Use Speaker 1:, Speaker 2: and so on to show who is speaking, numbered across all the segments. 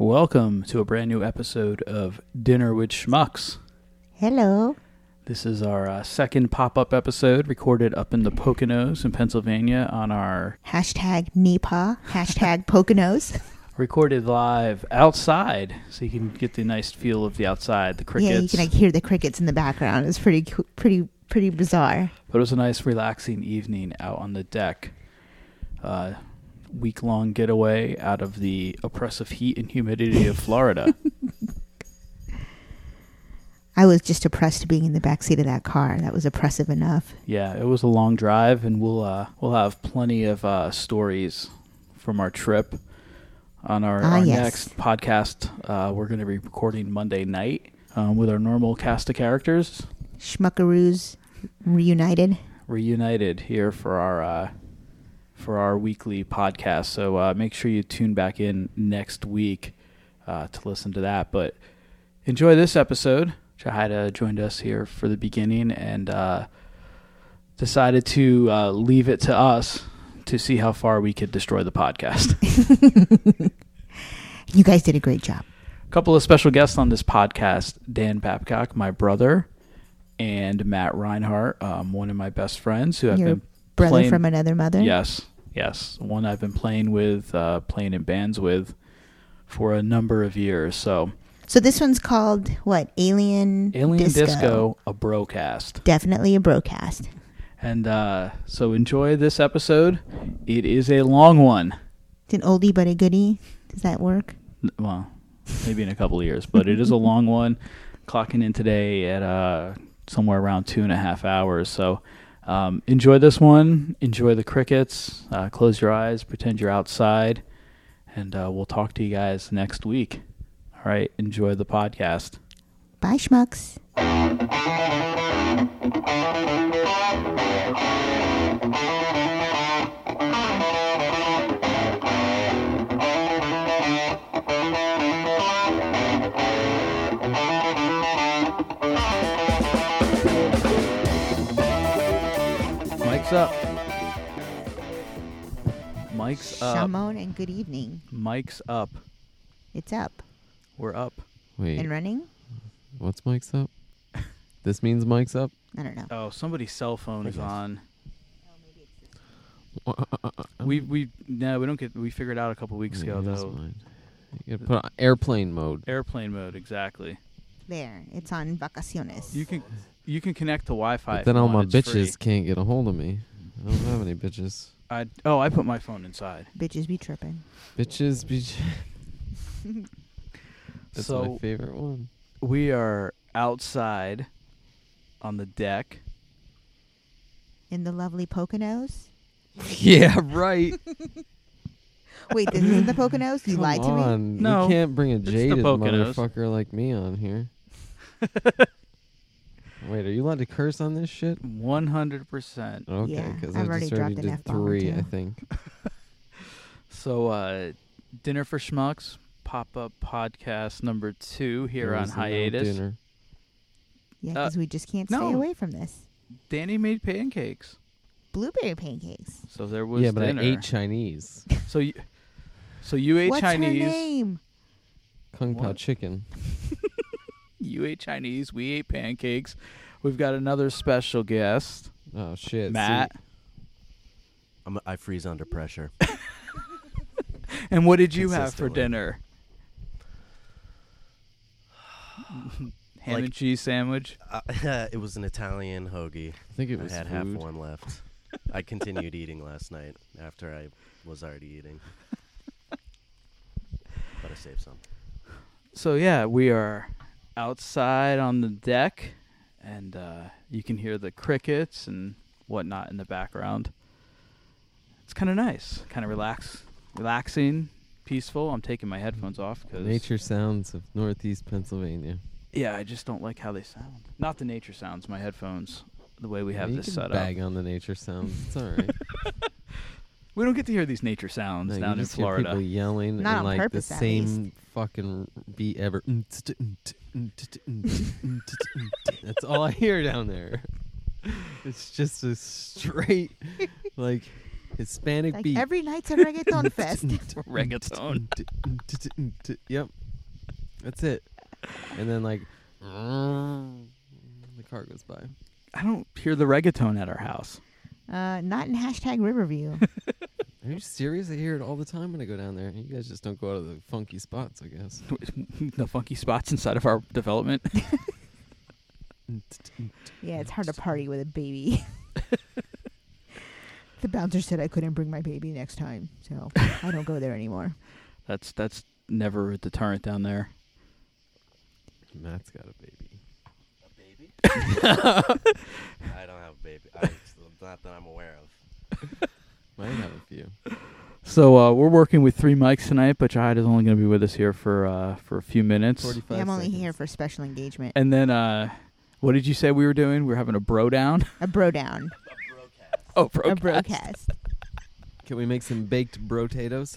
Speaker 1: Welcome to a brand new episode of Dinner with Schmucks.
Speaker 2: Hello.
Speaker 1: This is our uh, second pop up episode recorded up in the Poconos in Pennsylvania on our
Speaker 2: Hashtag Nepa. Hashtag Poconos.
Speaker 1: recorded live outside so you can get the nice feel of the outside, the crickets.
Speaker 2: Yeah, you can like hear the crickets in the background. It's pretty, coo- pretty, pretty bizarre.
Speaker 1: But it was a nice, relaxing evening out on the deck. Uh, Week long getaway out of the oppressive heat and humidity of Florida.
Speaker 2: I was just oppressed being in the backseat of that car. That was oppressive enough.
Speaker 1: yeah, it was a long drive, and we'll uh, we'll have plenty of uh, stories from our trip on our,
Speaker 2: Ah,
Speaker 1: our
Speaker 2: yes.
Speaker 1: next podcast. Uh, we're going to be recording Monday night um, with our normal cast of characters
Speaker 2: Schmuckaroos reunited.
Speaker 1: reunited here for our uh, for our weekly podcast. So uh, make sure you tune back in next week uh, to listen to that. But enjoy this episode. Jahida joined us here for the beginning and uh, decided to uh, leave it to us to see how far we could destroy the podcast.
Speaker 2: You guys did a great job.
Speaker 1: couple of special guests on this podcast Dan Babcock, my brother, and Matt Reinhart, um, one of my best friends who have
Speaker 2: Your
Speaker 1: been
Speaker 2: brother
Speaker 1: playing,
Speaker 2: from another mother.
Speaker 1: Yes, yes, one I've been playing with, uh, playing in bands with for a number of years. So
Speaker 2: So this one's called what? Alien.
Speaker 1: Alien Disco, a broadcast,
Speaker 2: Definitely a broadcast.
Speaker 1: and uh, so enjoy this episode. It is a long one.
Speaker 2: It's an oldie but a goodie. Does that work?
Speaker 1: well, maybe in a couple of years, but it is a long one. Clocking in today at uh, somewhere around two and a half hours. So um, enjoy this one. Enjoy the crickets. Uh, close your eyes. Pretend you're outside, and uh, we'll talk to you guys next week. All right. Enjoy the podcast.
Speaker 2: Bye, schmucks.
Speaker 1: Mike's up. Mike's up.
Speaker 2: Shalom and good evening.
Speaker 1: Mike's up.
Speaker 2: It's up
Speaker 1: We're up.
Speaker 3: Wait,
Speaker 2: and running.
Speaker 3: what's Mike's up? this means Mike's up.
Speaker 2: I don't know.
Speaker 1: Oh, somebody's cell phone is
Speaker 3: Yes.
Speaker 1: on. We we no, we don't get. We figured out a couple weeks
Speaker 3: Yeah,
Speaker 1: ago
Speaker 3: that's
Speaker 1: though.
Speaker 3: mine. You gotta put on airplane mode.
Speaker 1: Airplane mode, exactly.
Speaker 2: There, it's on vacaciones.
Speaker 1: You can you can connect to Wi-Fi.
Speaker 3: But then
Speaker 1: if you
Speaker 3: all my
Speaker 1: want, it's free.
Speaker 3: bitches can't get a hold of me. I don't have any bitches.
Speaker 1: I oh, I put my phone inside.
Speaker 2: Bitches be tripping.
Speaker 3: Bitches, bitch. That's my
Speaker 1: so
Speaker 3: favorite one.
Speaker 1: we are outside on the deck.
Speaker 2: In the lovely Poconos.
Speaker 3: yeah, right.
Speaker 2: Wait, this isn't the Poconos? You lied to me?
Speaker 3: on.
Speaker 1: No,
Speaker 3: you can't bring a
Speaker 1: the
Speaker 3: jaded
Speaker 1: Poconos.
Speaker 3: motherfucker like me on here. Wait, are you allowed to curse on this shit?
Speaker 1: One hundred percent.
Speaker 3: Okay,
Speaker 2: Yeah,
Speaker 3: because
Speaker 2: I've
Speaker 3: I
Speaker 2: already
Speaker 3: just already
Speaker 2: dropped an
Speaker 3: did
Speaker 2: F-bomb or
Speaker 3: three, I
Speaker 2: two.
Speaker 3: think.
Speaker 1: So uh, dinner for schmucks pop up podcast number two here
Speaker 3: There
Speaker 1: on
Speaker 3: was no
Speaker 1: hiatus.
Speaker 3: dinner.
Speaker 2: Yeah,
Speaker 3: Uh,
Speaker 2: because we just can't
Speaker 1: no.
Speaker 2: stay away from this.
Speaker 1: Danny made pancakes,
Speaker 2: Blueberry pancakes.
Speaker 1: so there was
Speaker 3: yeah, but
Speaker 1: dinner.
Speaker 3: I ate Chinese.
Speaker 1: so you so you ate
Speaker 2: What's
Speaker 1: Chinese.
Speaker 2: her name?
Speaker 3: Kung Pao
Speaker 1: What?
Speaker 3: chicken.
Speaker 1: You ate Chinese. We ate pancakes. We've got another special guest,
Speaker 3: Oh shit, see,
Speaker 1: Matt.
Speaker 4: I'm, I freeze under pressure.
Speaker 1: And what did you have for
Speaker 4: Consistently.
Speaker 1: dinner? Ham
Speaker 4: Like-
Speaker 1: and cheese sandwich.
Speaker 4: Uh, it was an Italian hoagie.
Speaker 3: I think it
Speaker 4: I
Speaker 3: was
Speaker 4: had
Speaker 3: food.
Speaker 4: half one left. I continued eating last night after I was already eating. but I saved some.
Speaker 1: So yeah, we are outside on the deck, and uh, you can hear the crickets and whatnot in the background. It's kind of nice, kind of relax, relaxing, peaceful. I'm taking my headphones off because
Speaker 3: Nature sounds of Northeast Pennsylvania.
Speaker 1: Yeah, I just don't like how they sound. Not the nature sounds. My headphones, the way we
Speaker 3: Yeah,
Speaker 1: have
Speaker 3: you
Speaker 1: this
Speaker 3: can
Speaker 1: set up.
Speaker 3: Bag on the nature sounds. It's all right.
Speaker 1: We don't get to hear these nature sounds
Speaker 3: No, you
Speaker 1: down in
Speaker 3: just hear
Speaker 1: Florida.
Speaker 3: people yelling
Speaker 2: Not
Speaker 3: and
Speaker 2: on
Speaker 3: like
Speaker 2: purpose,
Speaker 3: the
Speaker 2: at
Speaker 3: same fucking beat ever. That's all I hear down there. It's just a straight like Hispanic
Speaker 2: Like
Speaker 3: beat.
Speaker 2: every night's a reggaeton fest.
Speaker 1: Reggaeton.
Speaker 3: yep. That's it. And then like the car goes by.
Speaker 1: I don't hear the reggaeton at our house.
Speaker 2: Uh, not in hashtag Riverview.
Speaker 3: Are you serious? I hear it all the time when I go down there. You guys just don't go out of the funky spots, I guess.
Speaker 1: the funky spots inside of our development.
Speaker 2: Yeah, it's hard to party with a baby. the bouncer said I couldn't bring my baby next time, so I don't go there anymore.
Speaker 1: That's that's never a deterrent down there.
Speaker 3: Matt's got a baby.
Speaker 4: A baby? I don't have a baby. I, it's not that I'm aware of.
Speaker 3: Might have a few.
Speaker 1: So uh, we're working with three mics tonight, but Jihad is only going to be with us here for uh, for a few minutes.
Speaker 3: Forty five.
Speaker 2: Yeah, I'm only here for special engagement.
Speaker 1: And then, uh, what did you say we were doing? We were having a bro down.
Speaker 2: A bro down.
Speaker 1: Oh, bro.
Speaker 2: A brocast.
Speaker 3: Can we make some baked brotatoes?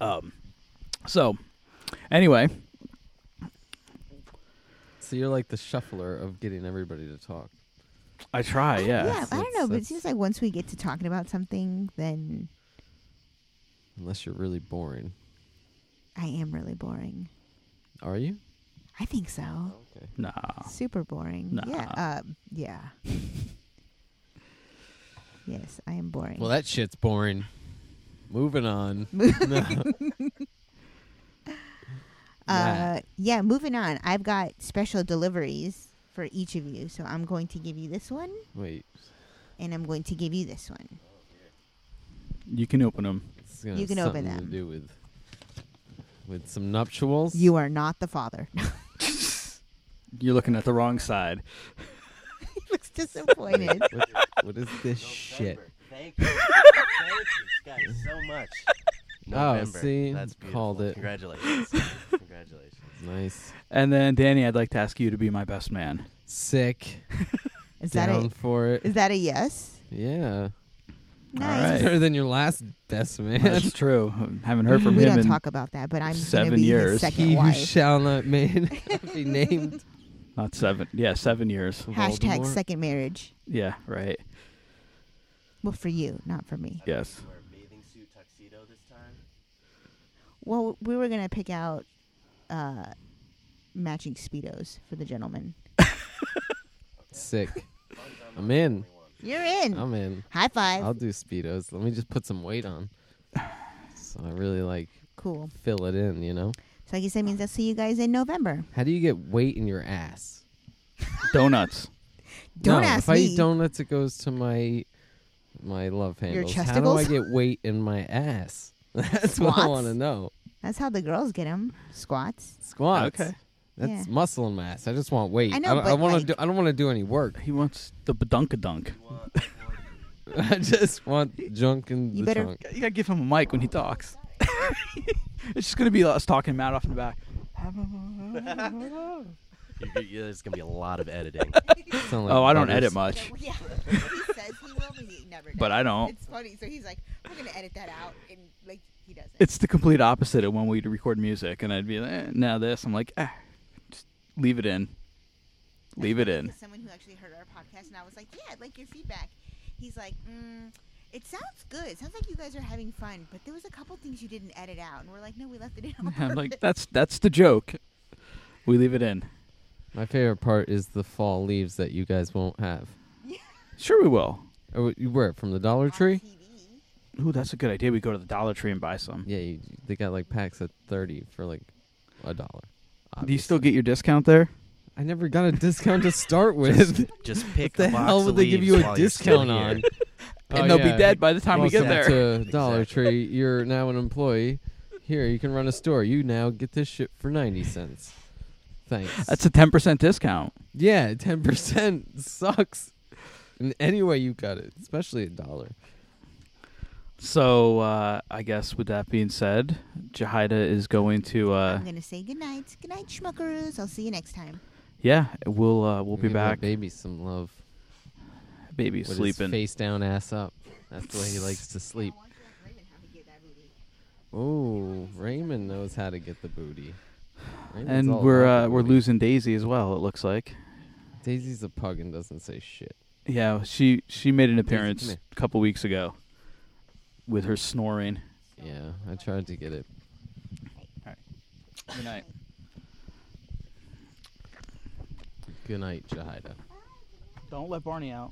Speaker 1: Um. So, anyway,
Speaker 3: so you're like the shuffler of getting everybody to talk.
Speaker 1: I try. Yeah.
Speaker 2: Oh, yeah, I don't
Speaker 3: that's-
Speaker 2: know, but it
Speaker 3: that's-
Speaker 2: seems like once we get to talking about something, then
Speaker 3: Unless you're really boring.
Speaker 2: I am really boring.
Speaker 3: Are you?
Speaker 2: I think so.
Speaker 3: Okay.
Speaker 1: Nah.
Speaker 2: Super boring.
Speaker 1: Nah.
Speaker 2: Yeah. Uh, yeah. yes, I am boring.
Speaker 3: Well, that shit's boring. Moving on.
Speaker 2: Uh, yeah, moving on. I've got special deliveries for each of you. So I'm going to give you this one,
Speaker 3: Wait.
Speaker 2: and I'm going to give you this one.
Speaker 1: You can open them.
Speaker 3: This is gonna
Speaker 2: You
Speaker 3: have
Speaker 2: can open
Speaker 3: something
Speaker 2: them.
Speaker 3: To do with with some nuptials.
Speaker 2: You are not the father.
Speaker 1: You're looking at the wrong side.
Speaker 2: he looks disappointed.
Speaker 3: what, what is this shit?
Speaker 4: November. Thank you. Thank you guys so much. November.
Speaker 3: Oh, see?
Speaker 4: That's
Speaker 3: Called
Speaker 4: beautiful.
Speaker 3: it.
Speaker 4: Congratulations. Congratulations.
Speaker 3: Nice.
Speaker 1: And then, Danny, I'd like to ask you to be my best man.
Speaker 3: Sick.
Speaker 2: Is that
Speaker 3: Down
Speaker 2: a
Speaker 3: for it.
Speaker 2: is that a yes?
Speaker 3: yeah.
Speaker 1: All right.
Speaker 2: Nice.
Speaker 3: Better than your last best man.
Speaker 1: That's true. Haven't heard from
Speaker 2: we
Speaker 1: him
Speaker 2: don't
Speaker 1: in
Speaker 2: talk about that, but I'm
Speaker 1: seven
Speaker 2: gonna be
Speaker 1: years.
Speaker 2: His second
Speaker 3: he who
Speaker 2: wife.
Speaker 3: shall not man be named.
Speaker 1: not seven. Yeah, seven years.
Speaker 2: Hashtag
Speaker 3: Voldemort.
Speaker 2: second marriage.
Speaker 1: Yeah. Right.
Speaker 2: Well, for you, not for me.
Speaker 1: Yes.
Speaker 4: You wear a bathing suit tuxedo this time.
Speaker 2: Well, we were gonna pick out uh, matching speedos for the gentleman.
Speaker 3: Sick. I'm in.
Speaker 2: You're in.
Speaker 3: I'm in.
Speaker 2: High 5
Speaker 3: I'll do speedos. Let me just put some weight on. So I really like
Speaker 2: cool.
Speaker 3: fill it in, you know?
Speaker 2: So I guess that means I'll see you guys in November.
Speaker 3: How do you get weight in your ass?
Speaker 1: Donuts.
Speaker 2: Don't
Speaker 3: no,
Speaker 2: ask
Speaker 3: if I
Speaker 2: me.
Speaker 3: eat donuts, it goes to my my love handles. How do I
Speaker 2: chesticles?
Speaker 3: get weight in my ass? That's what I
Speaker 2: Squats?
Speaker 3: want to know.
Speaker 2: That's how the girls get them. Squats.
Speaker 3: Squats.
Speaker 1: Okay.
Speaker 3: That's
Speaker 2: Yeah.
Speaker 3: muscle and mass. I just want weight.
Speaker 2: I know,
Speaker 3: don't, I
Speaker 2: but,
Speaker 3: want
Speaker 2: like-
Speaker 3: to. Do, I don't want to do any work.
Speaker 1: He wants the badunkadunk.
Speaker 4: You want, you want
Speaker 3: I just want junk in
Speaker 2: You
Speaker 3: the
Speaker 2: better-
Speaker 3: trunk.
Speaker 1: You gotta give him a mic when he talks. it's just gonna be us talking Matt off in the back.
Speaker 4: You're, you're, yeah, there's gonna be a lot of editing.
Speaker 3: Sound like
Speaker 1: Oh, I don't
Speaker 3: buggers.
Speaker 1: edit much,
Speaker 2: Yeah, he says he will, but he never does.
Speaker 1: but I don't.
Speaker 2: It's funny. So he's like, we're gonna edit that out, and like he doesn't.
Speaker 1: It's the complete opposite of when we record music, and I'd be like, eh, now this. I'm like, ah, just leave it in, leave it in.
Speaker 2: Someone who actually heard our podcast, and I was like, yeah, I'd like your feedback. He's like, mm, it sounds good. It sounds like you guys are having fun, but there was a couple things you didn't edit out, and we're like, no, we left it in. on
Speaker 1: I'm like,
Speaker 2: purpose."
Speaker 1: that's that's the joke. We leave it in.
Speaker 3: My favorite part is the fall leaves that you guys won't have.
Speaker 1: Sure, we will.
Speaker 3: Oh, you were from the Dollar
Speaker 2: On
Speaker 3: Tree.
Speaker 2: TV.
Speaker 1: Ooh, that's a good idea. We go to the Dollar Tree and buy some.
Speaker 3: Yeah, you, they got like packs at thirty for like a dollar.
Speaker 1: Do you
Speaker 3: obviously.
Speaker 1: still get your discount there?
Speaker 3: I never got a discount to start with.
Speaker 4: Just pick
Speaker 3: the
Speaker 4: a box
Speaker 3: hell
Speaker 4: of
Speaker 3: would they give
Speaker 4: leaves
Speaker 3: you a
Speaker 4: while you're still
Speaker 3: discount on?
Speaker 4: here.
Speaker 1: And
Speaker 3: Oh,
Speaker 1: they'll
Speaker 3: yeah.
Speaker 1: be dead by the time we get
Speaker 3: Welcome
Speaker 1: there.
Speaker 3: To Dollar Tree, you're now an employee. Here, you can run a store. You now get this shit for ninety cents. Thanks.
Speaker 1: That's a ten percent discount.
Speaker 3: yeah, ten percent sucks. In any way you got it, especially a dollar.
Speaker 1: So uh, I guess with that being said, Jahida is going to. Uh,
Speaker 2: I'm gonna say good night, good night, schmuckaroos. I'll see you next time.
Speaker 1: yeah, we'll uh, we'll be
Speaker 3: Give that
Speaker 1: back.
Speaker 3: Baby, some love.
Speaker 1: Baby's
Speaker 3: With his
Speaker 1: sleeping.
Speaker 3: face down, ass up. That's the way he likes to sleep.
Speaker 2: I want to ask Raven how he did that booty.
Speaker 3: Oh, Raymond knows how to get the booty. Raymond's
Speaker 1: And
Speaker 3: all
Speaker 1: we're
Speaker 3: about
Speaker 1: uh,
Speaker 3: the
Speaker 1: we're
Speaker 3: booty.
Speaker 1: losing Daisy as well. It looks like
Speaker 3: Daisy's a pug and doesn't say shit.
Speaker 1: Yeah, she she made an
Speaker 3: come
Speaker 1: appearance
Speaker 3: here.
Speaker 1: a couple weeks ago with her snoring.
Speaker 3: Yeah, I tried to get it.
Speaker 1: Good night.
Speaker 3: Good night, Jahida.
Speaker 1: Don't let Barney out.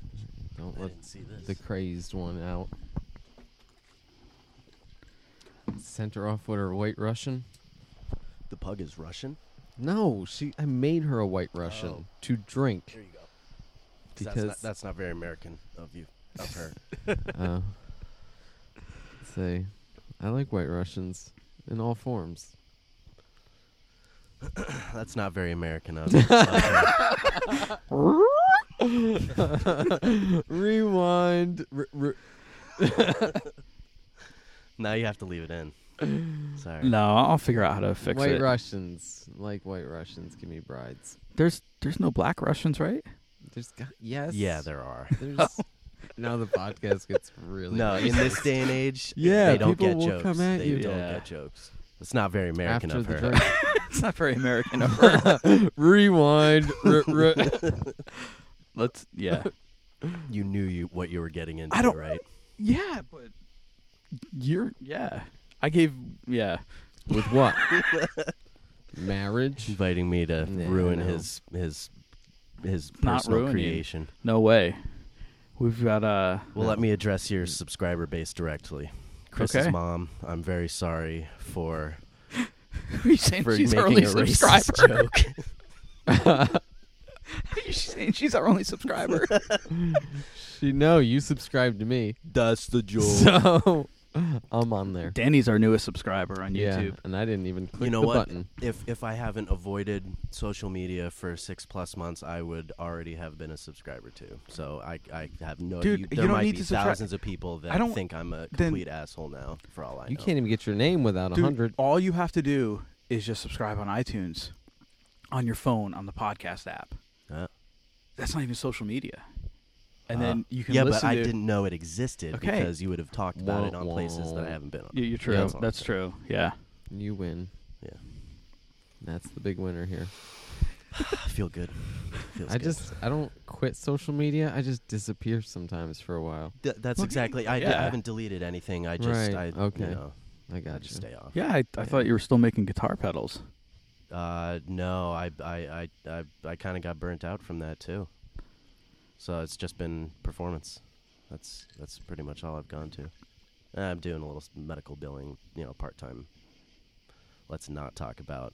Speaker 3: Don't
Speaker 4: I
Speaker 3: let
Speaker 4: didn't see this.
Speaker 3: the crazed one out. Sent her off with her white Russian.
Speaker 4: the pug is Russian.
Speaker 3: No, she. I made her a white Russian
Speaker 4: Oh.
Speaker 3: to drink.
Speaker 4: There you go. 'Cause that's
Speaker 3: Because
Speaker 4: not, that's not very American of you, of her.
Speaker 3: Uh, say, I like white Russians in all forms.
Speaker 4: that's not very American of, of her.
Speaker 3: Rewind. R- r-
Speaker 4: Now you have to leave it in. Sorry.
Speaker 1: No, I'll figure out how to fix
Speaker 3: white
Speaker 1: it.
Speaker 3: Russians like white Russians. Give me brides.
Speaker 1: There's there's no black Russians, right?
Speaker 3: There's got yes.
Speaker 4: Yeah, there are.
Speaker 3: There's, now the podcast gets really
Speaker 4: No, in this day and age,
Speaker 3: Yeah,
Speaker 4: they don't
Speaker 3: people
Speaker 4: get
Speaker 3: will
Speaker 4: jokes.
Speaker 3: come at
Speaker 4: they
Speaker 3: you.
Speaker 4: don't
Speaker 1: Yeah.
Speaker 4: get jokes. It's not very American
Speaker 3: after
Speaker 4: of her.
Speaker 3: the drink.
Speaker 1: it's not very American of her.
Speaker 3: Rewind. R- r-
Speaker 1: Let's yeah.
Speaker 4: You knew you what you were getting into,
Speaker 1: don't-
Speaker 4: right?
Speaker 1: Yeah, but you're yeah. I gave yeah.
Speaker 3: With what? Marriage.
Speaker 4: Inviting me to
Speaker 3: Yeah,
Speaker 4: ruin
Speaker 3: no.
Speaker 4: his his his
Speaker 1: Not
Speaker 4: personal
Speaker 1: ruining.
Speaker 4: creation.
Speaker 1: No way. We've got uh
Speaker 4: Well, let me address your subscriber base directly. Chris's
Speaker 1: Okay.
Speaker 4: mom, I'm very sorry for
Speaker 1: Are you saying
Speaker 4: for
Speaker 1: she's our
Speaker 4: making
Speaker 1: only
Speaker 4: a
Speaker 1: subscriber?
Speaker 4: racist joke.
Speaker 1: Are you saying she's our only subscriber?
Speaker 3: She no, you subscribed to me,
Speaker 4: That's the joke.
Speaker 3: so I'm on there.
Speaker 1: Danny's our newest subscriber on
Speaker 3: Yeah,
Speaker 1: YouTube.
Speaker 3: and I didn't even click
Speaker 4: you know
Speaker 3: the
Speaker 4: what?
Speaker 3: button.
Speaker 4: If if I haven't avoided social media for six plus months, I would already have been a subscriber too. So I I have no.
Speaker 1: Dude,
Speaker 4: you,
Speaker 1: you
Speaker 4: there
Speaker 1: don't
Speaker 4: might
Speaker 1: need
Speaker 4: be
Speaker 1: to subscribe-
Speaker 4: thousands of people that
Speaker 1: I don't-
Speaker 4: think I'm a
Speaker 1: then-
Speaker 4: complete asshole now. For all I
Speaker 3: You
Speaker 4: know,
Speaker 3: can't even get your name without a
Speaker 1: Dude,
Speaker 3: hundred.
Speaker 1: all you have to do is just subscribe on iTunes on your phone on the podcast app.
Speaker 4: Uh,
Speaker 1: That's not even social media. And
Speaker 4: uh,
Speaker 1: then you can
Speaker 4: yeah,
Speaker 1: listen
Speaker 4: but I
Speaker 1: to-
Speaker 4: didn't know it existed
Speaker 1: Okay.
Speaker 4: because you would have talked about it
Speaker 3: Wah,
Speaker 4: on places that
Speaker 3: wah.
Speaker 4: I haven't been on.
Speaker 1: Yeah, you're true.
Speaker 3: Yeah,
Speaker 1: that's
Speaker 4: that's all I'm
Speaker 1: true. Yeah.
Speaker 3: You win.
Speaker 4: Yeah.
Speaker 3: That's the big winner here.
Speaker 4: I feel good. Feels
Speaker 3: I
Speaker 4: good.
Speaker 3: just I don't quit social media. I just disappear sometimes for a while.
Speaker 4: Th- that's
Speaker 1: Well,
Speaker 4: exactly. I,
Speaker 1: yeah.
Speaker 4: I haven't deleted anything. I just
Speaker 3: Right,
Speaker 4: I
Speaker 3: okay.
Speaker 4: you know,
Speaker 3: I
Speaker 4: I
Speaker 3: got
Speaker 4: just
Speaker 3: you.
Speaker 4: stay off.
Speaker 1: Yeah, I, I thought you were still making guitar pedals.
Speaker 4: Uh, no, I I I I, I kind of got burnt out from that too. So it's just been performance. That's that's pretty much all I've gone to. And I'm doing a little s- medical billing, you know, part time. Let's not talk about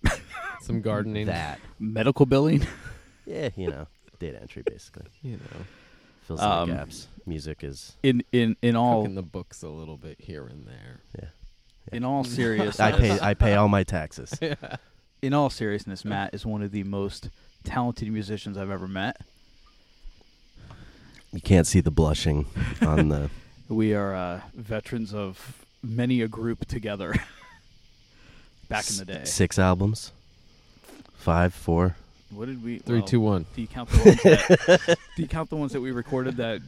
Speaker 3: Some gardening.
Speaker 4: that.
Speaker 1: Medical billing?
Speaker 4: Yeah, you know, data entry basically
Speaker 3: You know,
Speaker 4: fills in
Speaker 1: Um,
Speaker 4: the gaps. Music is.
Speaker 1: In in in all
Speaker 3: cooking the books a little bit here and there.
Speaker 1: in all seriousness,
Speaker 4: I pay I pay all my taxes.
Speaker 1: in all seriousness, Matt is one of the most talented musicians I've ever met.
Speaker 4: You can't see the blushing on the.
Speaker 1: We are uh, veterans of many a group together. Back in the day,
Speaker 4: S- Six albums. Five, four.
Speaker 1: what did we?
Speaker 3: Three,
Speaker 1: well,
Speaker 3: two, one.
Speaker 1: Do you count the ones that, do you count the ones that we recorded that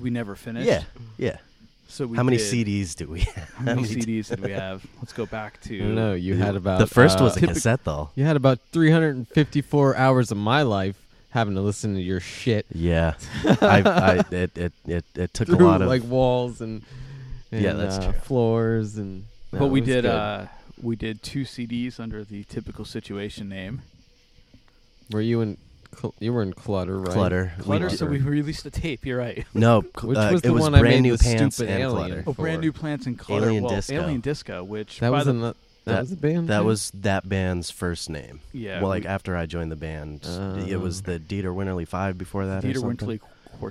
Speaker 1: we never finished?
Speaker 4: Yeah, yeah.
Speaker 1: So we
Speaker 4: How many
Speaker 1: did-
Speaker 4: CDs do we have?
Speaker 1: How many
Speaker 4: how many
Speaker 1: CDs did we have? Let's go back to.
Speaker 3: I don't know. You had about
Speaker 4: the first was
Speaker 3: uh,
Speaker 4: a
Speaker 3: typ-
Speaker 4: cassette, though.
Speaker 3: You had about 354 hours of my life having to listen to your shit
Speaker 4: Yeah, I, I, it, it, it, it took a
Speaker 3: through
Speaker 4: lot of
Speaker 3: like walls and, and
Speaker 4: Yeah, that's
Speaker 3: uh,
Speaker 4: true.
Speaker 3: floors and.
Speaker 1: But
Speaker 3: No,
Speaker 1: we
Speaker 3: it was
Speaker 1: did.
Speaker 3: good.
Speaker 1: Uh, we did two CDs under the typical situation name.
Speaker 3: Were you in? Cl- you were in clutter, right?
Speaker 4: clutter. We
Speaker 1: Clutter.
Speaker 4: d-
Speaker 1: so we released a tape. You're right.
Speaker 4: no,
Speaker 3: Which
Speaker 4: Which uh,
Speaker 3: was the
Speaker 4: it was
Speaker 3: one I
Speaker 4: brand
Speaker 3: made
Speaker 4: new
Speaker 3: the
Speaker 4: pants
Speaker 3: stupid
Speaker 4: and
Speaker 3: alien.
Speaker 4: clutter.
Speaker 1: Oh, brand
Speaker 3: Four.
Speaker 1: new plants and color.
Speaker 4: Alien
Speaker 1: well,
Speaker 4: Disco.
Speaker 1: Alien disco, which
Speaker 3: That
Speaker 1: by
Speaker 3: was
Speaker 1: the
Speaker 3: an, that,
Speaker 4: that-
Speaker 3: was a band.
Speaker 4: That
Speaker 3: too?
Speaker 4: was that band's first name.
Speaker 1: yeah,
Speaker 4: well, like
Speaker 1: we-
Speaker 4: after I joined the band, it was the Dieter Winterly Five before that. or
Speaker 1: Peter
Speaker 4: something.
Speaker 1: Winterly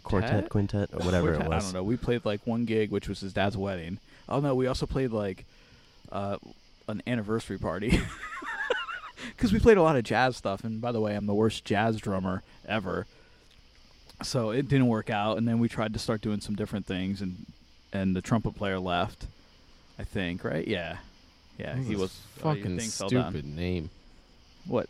Speaker 4: Quartet, Quintet, or whatever
Speaker 1: Quartet,
Speaker 4: it was.
Speaker 1: I don't know. We played like one gig, which was his dad's wedding. Oh no, we also played like uh, an anniversary party because we played a lot of jazz stuff. And by the way, I'm the worst jazz drummer ever, so it didn't work out. And then we tried to start doing some different things, and and the trumpet player left. I think right? Yeah, yeah.
Speaker 3: That was
Speaker 1: he
Speaker 3: a
Speaker 1: was oh, your
Speaker 3: fucking
Speaker 1: thing fell down.
Speaker 3: stupid name.
Speaker 1: What?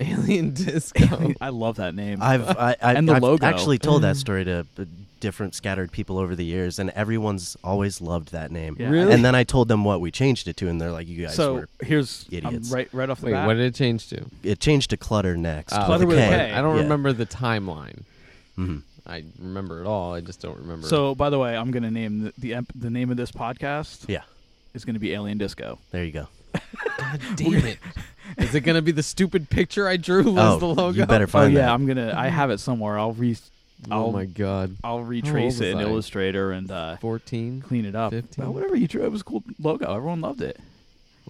Speaker 3: Alien Disco.
Speaker 1: I love that name.
Speaker 4: I've I, I,
Speaker 1: And the
Speaker 4: I've
Speaker 1: logo. Mm.
Speaker 4: actually told that story to uh, different scattered people over the years, and everyone's always loved that name.
Speaker 1: Yeah. Really?
Speaker 4: And then I told them what we changed it to, and they're like, "You guys
Speaker 1: so
Speaker 4: were."
Speaker 1: here's I'm
Speaker 4: idiots.
Speaker 1: right right off the
Speaker 3: Wait,
Speaker 1: bat.
Speaker 3: what did it change to?
Speaker 4: It changed to Clutter next.
Speaker 3: Oh,
Speaker 1: Ah. Clutter with a K.
Speaker 3: I don't
Speaker 4: Yeah.
Speaker 3: remember the timeline.
Speaker 4: Mhm.
Speaker 3: I remember it all. I just don't remember.
Speaker 1: so by the way, I'm gonna name the the, emp- the name of this podcast
Speaker 4: Yeah,
Speaker 1: is gonna be Alien Disco.
Speaker 4: there you go.
Speaker 3: damn it. Is it gonna be the stupid picture I drew as
Speaker 4: oh,
Speaker 3: the logo?
Speaker 4: you better
Speaker 1: Oh
Speaker 4: find
Speaker 1: yeah,
Speaker 4: that.
Speaker 1: I'm gonna I have it somewhere. I'll re
Speaker 3: Oh
Speaker 1: I'll
Speaker 3: my god.
Speaker 1: I'll retrace
Speaker 3: was
Speaker 1: it in
Speaker 3: I?
Speaker 1: Illustrator and uh,
Speaker 3: Fourteen.
Speaker 1: clean it up.
Speaker 3: 15?
Speaker 1: Well, whatever you drew, it was a cool logo. Everyone loved it.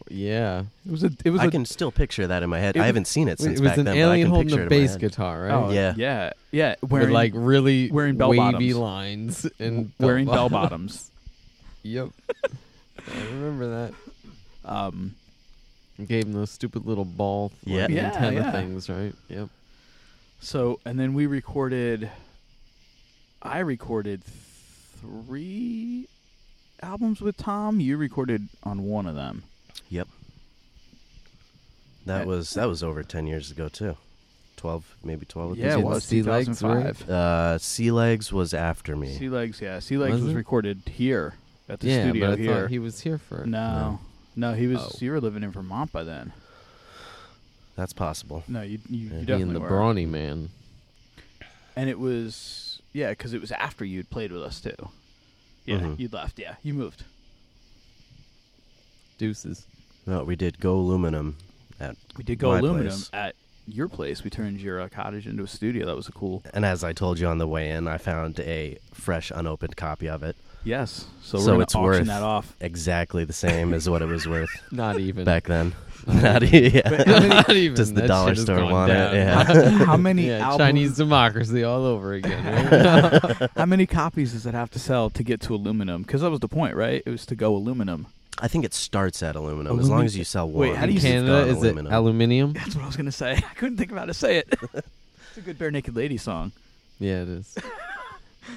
Speaker 3: Yeah.
Speaker 1: It was a it was
Speaker 4: I
Speaker 1: a
Speaker 4: can still picture that in my head.
Speaker 1: It
Speaker 4: I
Speaker 1: was-
Speaker 4: haven't seen it since
Speaker 3: it was
Speaker 4: back
Speaker 3: an
Speaker 4: then.
Speaker 3: alien
Speaker 4: but I can
Speaker 3: holding
Speaker 4: picture
Speaker 3: a
Speaker 4: it in my
Speaker 3: bass
Speaker 4: head.
Speaker 3: guitar, right?
Speaker 1: oh,
Speaker 4: Yeah.
Speaker 1: yeah yeah wearing
Speaker 3: With like really
Speaker 1: wearing bell
Speaker 3: wavy
Speaker 1: bottoms.
Speaker 3: lines and bell
Speaker 1: wearing bell
Speaker 3: bottoms.
Speaker 1: bottoms.
Speaker 3: Yep. I remember that.
Speaker 1: Um,
Speaker 3: Gave him those stupid little ball like,
Speaker 4: Yeah.
Speaker 1: Yeah,
Speaker 3: antenna
Speaker 1: yeah.
Speaker 3: things, right? Yep.
Speaker 1: so and then we recorded. I recorded three albums with Tom. You recorded on one of them.
Speaker 4: Yep. That
Speaker 1: Uh,
Speaker 4: was that was over ten years ago too, twelve maybe twelve. at
Speaker 1: Yeah,
Speaker 4: this
Speaker 1: it
Speaker 3: Oh, did
Speaker 1: was
Speaker 3: Sea Legs,
Speaker 1: 2005.
Speaker 4: point. Uh, sea legs was after me.
Speaker 1: Sea legs, yeah. Sea legs
Speaker 3: Was
Speaker 1: was
Speaker 3: it?
Speaker 1: recorded here at the
Speaker 3: yeah,
Speaker 1: studio
Speaker 3: but I
Speaker 1: here.
Speaker 3: thought he was here for it.
Speaker 1: no, no, he was.
Speaker 3: Oh.
Speaker 1: You were living in Vermont by then.
Speaker 4: That's possible.
Speaker 1: No, you you, you
Speaker 4: Yeah, he and
Speaker 1: definitely
Speaker 3: he and the
Speaker 1: were.
Speaker 3: brawny man.
Speaker 1: And it was yeah, because it was after you'd played with us too. Yeah,
Speaker 4: Mhm.
Speaker 1: you left. Yeah, you moved.
Speaker 3: Deuces.
Speaker 4: No, we did go aluminum. At
Speaker 1: We did go
Speaker 4: my
Speaker 1: aluminum
Speaker 4: place.
Speaker 1: at your place. We turned your uh, cottage into a studio. That was a cool.
Speaker 4: And as I told you on the way in, I found a fresh, unopened copy of it,
Speaker 1: Yes. So,
Speaker 4: So
Speaker 1: we're
Speaker 4: it's
Speaker 1: gonna auction
Speaker 4: worth-
Speaker 1: that off.
Speaker 4: exactly the same as what it was worth
Speaker 3: Not even.
Speaker 4: back then. Not e- yeah.
Speaker 3: Not even.
Speaker 4: Does the
Speaker 3: That
Speaker 4: dollar
Speaker 3: shit has
Speaker 4: store
Speaker 3: gone
Speaker 4: want it?
Speaker 3: down.
Speaker 4: Yeah.
Speaker 1: How many
Speaker 3: Yeah,
Speaker 1: albums,
Speaker 3: Chinese democracy all over again. right?
Speaker 1: How many copies does it have to sell to get to aluminum? Because that was the point, right? It was to go aluminum.
Speaker 4: I think it starts at aluminum, as long as you sell one.
Speaker 1: Wait, how do
Speaker 4: it's
Speaker 1: you-
Speaker 3: Canada
Speaker 4: gone
Speaker 3: is
Speaker 4: aluminum.
Speaker 3: it aluminium?
Speaker 1: That's what I was gonna say. I couldn't think of how to say it. it's a good bare naked lady song.
Speaker 3: Yeah, it is.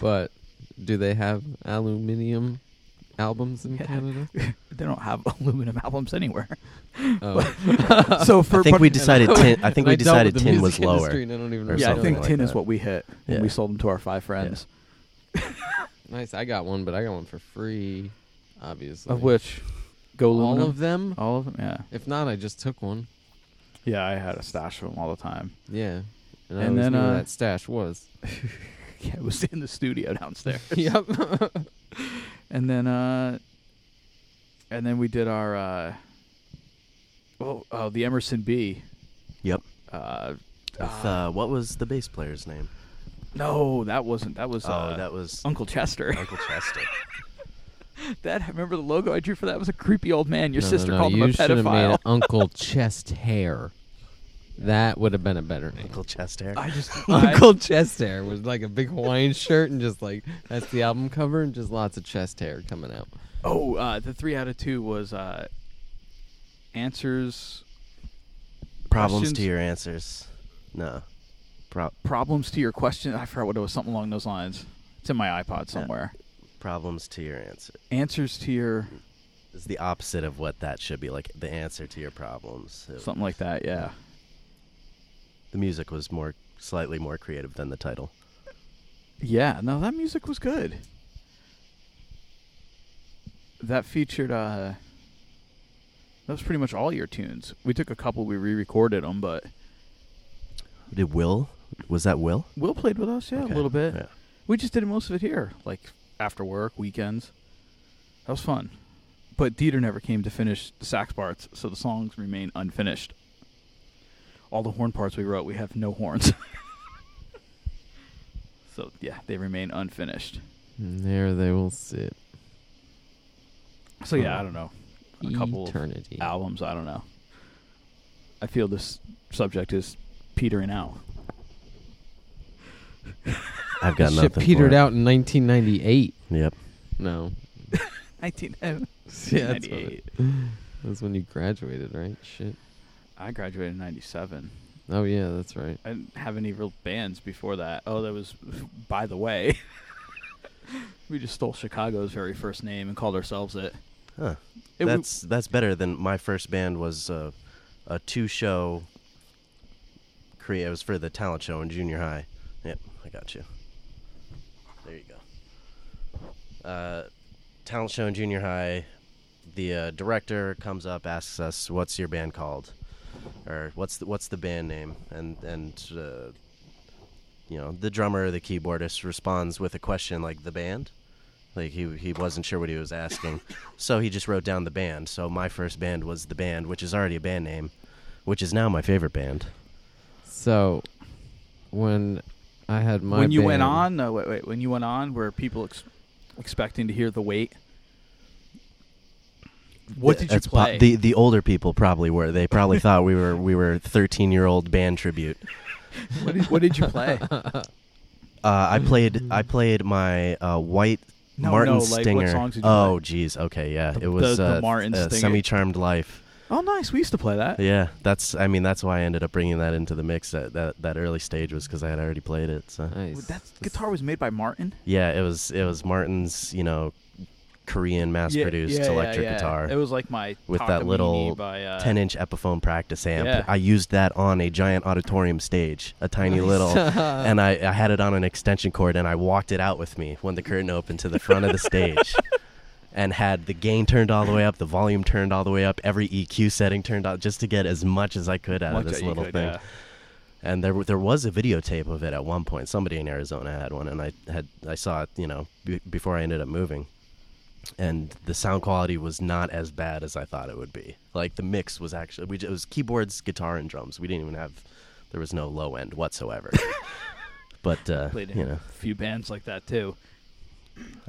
Speaker 3: but do they have aluminium albums in
Speaker 1: Yeah.
Speaker 3: Canada?
Speaker 1: They don't have aluminum albums anywhere.
Speaker 3: Oh.
Speaker 1: so for
Speaker 4: I think
Speaker 1: but-
Speaker 4: we decided tin. I think
Speaker 3: And
Speaker 4: we
Speaker 3: I dealt with
Speaker 4: decided
Speaker 3: the
Speaker 4: tin was
Speaker 3: music
Speaker 4: lower.
Speaker 3: industry and I don't even
Speaker 4: or
Speaker 3: really
Speaker 1: yeah, I
Speaker 3: know
Speaker 4: something
Speaker 1: think
Speaker 3: that.
Speaker 4: like
Speaker 1: tin is
Speaker 4: that.
Speaker 1: what we hit when
Speaker 4: Yeah.
Speaker 1: we sold them to our five friends.
Speaker 3: Nice. I got one, but I got one for free, obviously.
Speaker 1: Of which, go
Speaker 3: all
Speaker 1: aluminum.
Speaker 3: of them?
Speaker 1: all of them. Yeah,
Speaker 3: If not, I just took one.
Speaker 1: yeah. I had a stash of them all the time.
Speaker 3: Yeah. And,
Speaker 1: And
Speaker 3: I always
Speaker 1: then,
Speaker 3: knew where
Speaker 1: uh,
Speaker 3: that stash was.
Speaker 1: Yeah, it was in the studio downstairs.
Speaker 3: yep.
Speaker 1: and then, uh, and then we did our, uh, oh, oh, the Emerson B.
Speaker 4: Yep.
Speaker 1: Uh,
Speaker 4: With, uh, what was the bass player's name?
Speaker 1: no, that wasn't. That was. uh,
Speaker 4: oh, that was
Speaker 1: Uncle Chester.
Speaker 4: Uncle Chester.
Speaker 1: That remember the logo I drew for that was a creepy old man. Your
Speaker 3: No, no,
Speaker 1: sister
Speaker 3: no,
Speaker 1: called
Speaker 3: you
Speaker 1: him a
Speaker 3: should have made
Speaker 1: pedophile.
Speaker 3: it Uncle Chest Hair. That would have been a better name.
Speaker 4: Uncle Chester.
Speaker 1: I just
Speaker 3: Uncle Chest Hair was like a big Hawaiian shirt and just like that's the album cover and just lots of chest hair coming out.
Speaker 1: Oh, uh, the three out of two was uh, answers
Speaker 4: Problems to
Speaker 1: questions-
Speaker 4: your answers. No. Pro-
Speaker 1: problems to your question. I forgot what it was. Something along those lines. It's in my iPod somewhere.
Speaker 4: problems to your answer
Speaker 1: Answers to your
Speaker 4: is the opposite of what that should be. Like the answer to your problems. It-
Speaker 1: something like that. Yeah.
Speaker 4: the music was more slightly more creative than the title.
Speaker 1: Yeah. No, that music was good. That featured. Uh, that was pretty much all your tunes. We took a couple. We re-recorded them, but
Speaker 4: Did Will? Was that Will?
Speaker 1: Will played with us. Yeah,
Speaker 4: Okay,
Speaker 1: a little bit.
Speaker 4: yeah.
Speaker 1: We just did most of it here, like after work, weekends. That was fun. But Dieter never came to finish the sax parts, so the songs remain unfinished. All the horn parts we wrote, we have no horns. so, yeah, they remain unfinished.
Speaker 3: And there they will sit.
Speaker 1: So, yeah, I don't know. A couple of
Speaker 3: eternity.
Speaker 1: albums, I don't know. I feel this subject is petering out.
Speaker 4: I've got
Speaker 3: Shit
Speaker 4: nothing.
Speaker 3: petered
Speaker 4: for it.
Speaker 3: out in 1998.
Speaker 4: Yep.
Speaker 3: No,
Speaker 1: 1998.
Speaker 3: that's when you graduated, right? Shit.
Speaker 1: I graduated in 97.
Speaker 3: Oh yeah, that's right.
Speaker 1: I didn't have any real bands before that. Oh, that was by the way. we just stole Chicago's very first name and called ourselves it.
Speaker 4: Huh.
Speaker 1: It w-
Speaker 4: that's that's better than my first band was uh, a two show. Crea- it was for the talent show in junior high. Yep, I got you. There you go. uh, talent show in junior high, the uh, director comes up, asks us, "What's your band called?" or "What's the, what's the band name?" and and uh, you know the drummer, or the keyboardist responds with a question like the band. Like he he wasn't sure what he was asking, so he just wrote down the band. So my first band was the band, which is already a band name, which is now my favorite band.
Speaker 3: So when I had my
Speaker 1: when you went
Speaker 3: band-
Speaker 1: on, no, wait, wait. When you went on, were people ex- expecting to hear the wait? What did you
Speaker 4: That's po-
Speaker 1: play?
Speaker 4: Uh, the the older people probably were. They probably thought we were we were thirteen year old band tribute.
Speaker 1: what, did, what did you play?
Speaker 4: Uh, I played I played my uh, white
Speaker 1: Mm. No,
Speaker 4: Martin
Speaker 1: no, like, what
Speaker 4: Stinger.
Speaker 1: songs did you
Speaker 4: oh
Speaker 1: play?
Speaker 4: jeez, okay, yeah,
Speaker 1: The-
Speaker 4: it was
Speaker 1: the- the
Speaker 4: uh,
Speaker 1: Martin
Speaker 4: uh,
Speaker 1: Stinger.
Speaker 4: semi charmed life.
Speaker 1: oh, nice. We used to play that.
Speaker 4: Yeah, that's I mean that's why I ended up bringing that into the mix at that that early stage was because I had already played it. So
Speaker 3: Nice.
Speaker 1: That guitar was made by Martin.
Speaker 4: yeah, it was it was Martin's you know Korean mass
Speaker 1: Yeah,
Speaker 4: produced
Speaker 1: yeah, yeah,
Speaker 4: electric
Speaker 1: yeah.
Speaker 4: guitar.
Speaker 1: It was like my
Speaker 4: with that
Speaker 1: Takamine
Speaker 4: little
Speaker 1: by, uh,
Speaker 4: 10 inch Epiphone practice amp.
Speaker 1: Yeah.
Speaker 4: I used that on a giant auditorium stage, a tiny little, and I, I had it on an extension cord and I walked it out with me when the curtain opened to the front of the stage and had the gain turned all the way up, the volume turned all the way up, every EQ setting turned out just to get as much as I could out
Speaker 1: much
Speaker 4: of this
Speaker 1: that you
Speaker 4: little
Speaker 1: could,
Speaker 4: thing.
Speaker 1: yeah.
Speaker 4: And there, w- there was a videotape of it at one point. Somebody in Arizona had one, and I had I saw it, you know, b- before I ended up moving. And the sound quality was not as bad as I thought it would be. Like the mix was actually, we j- it was keyboards, guitar, and drums. We didn't even have, there was no low end whatsoever. but uh,
Speaker 1: Played in
Speaker 4: you know,
Speaker 1: a few bands like that too.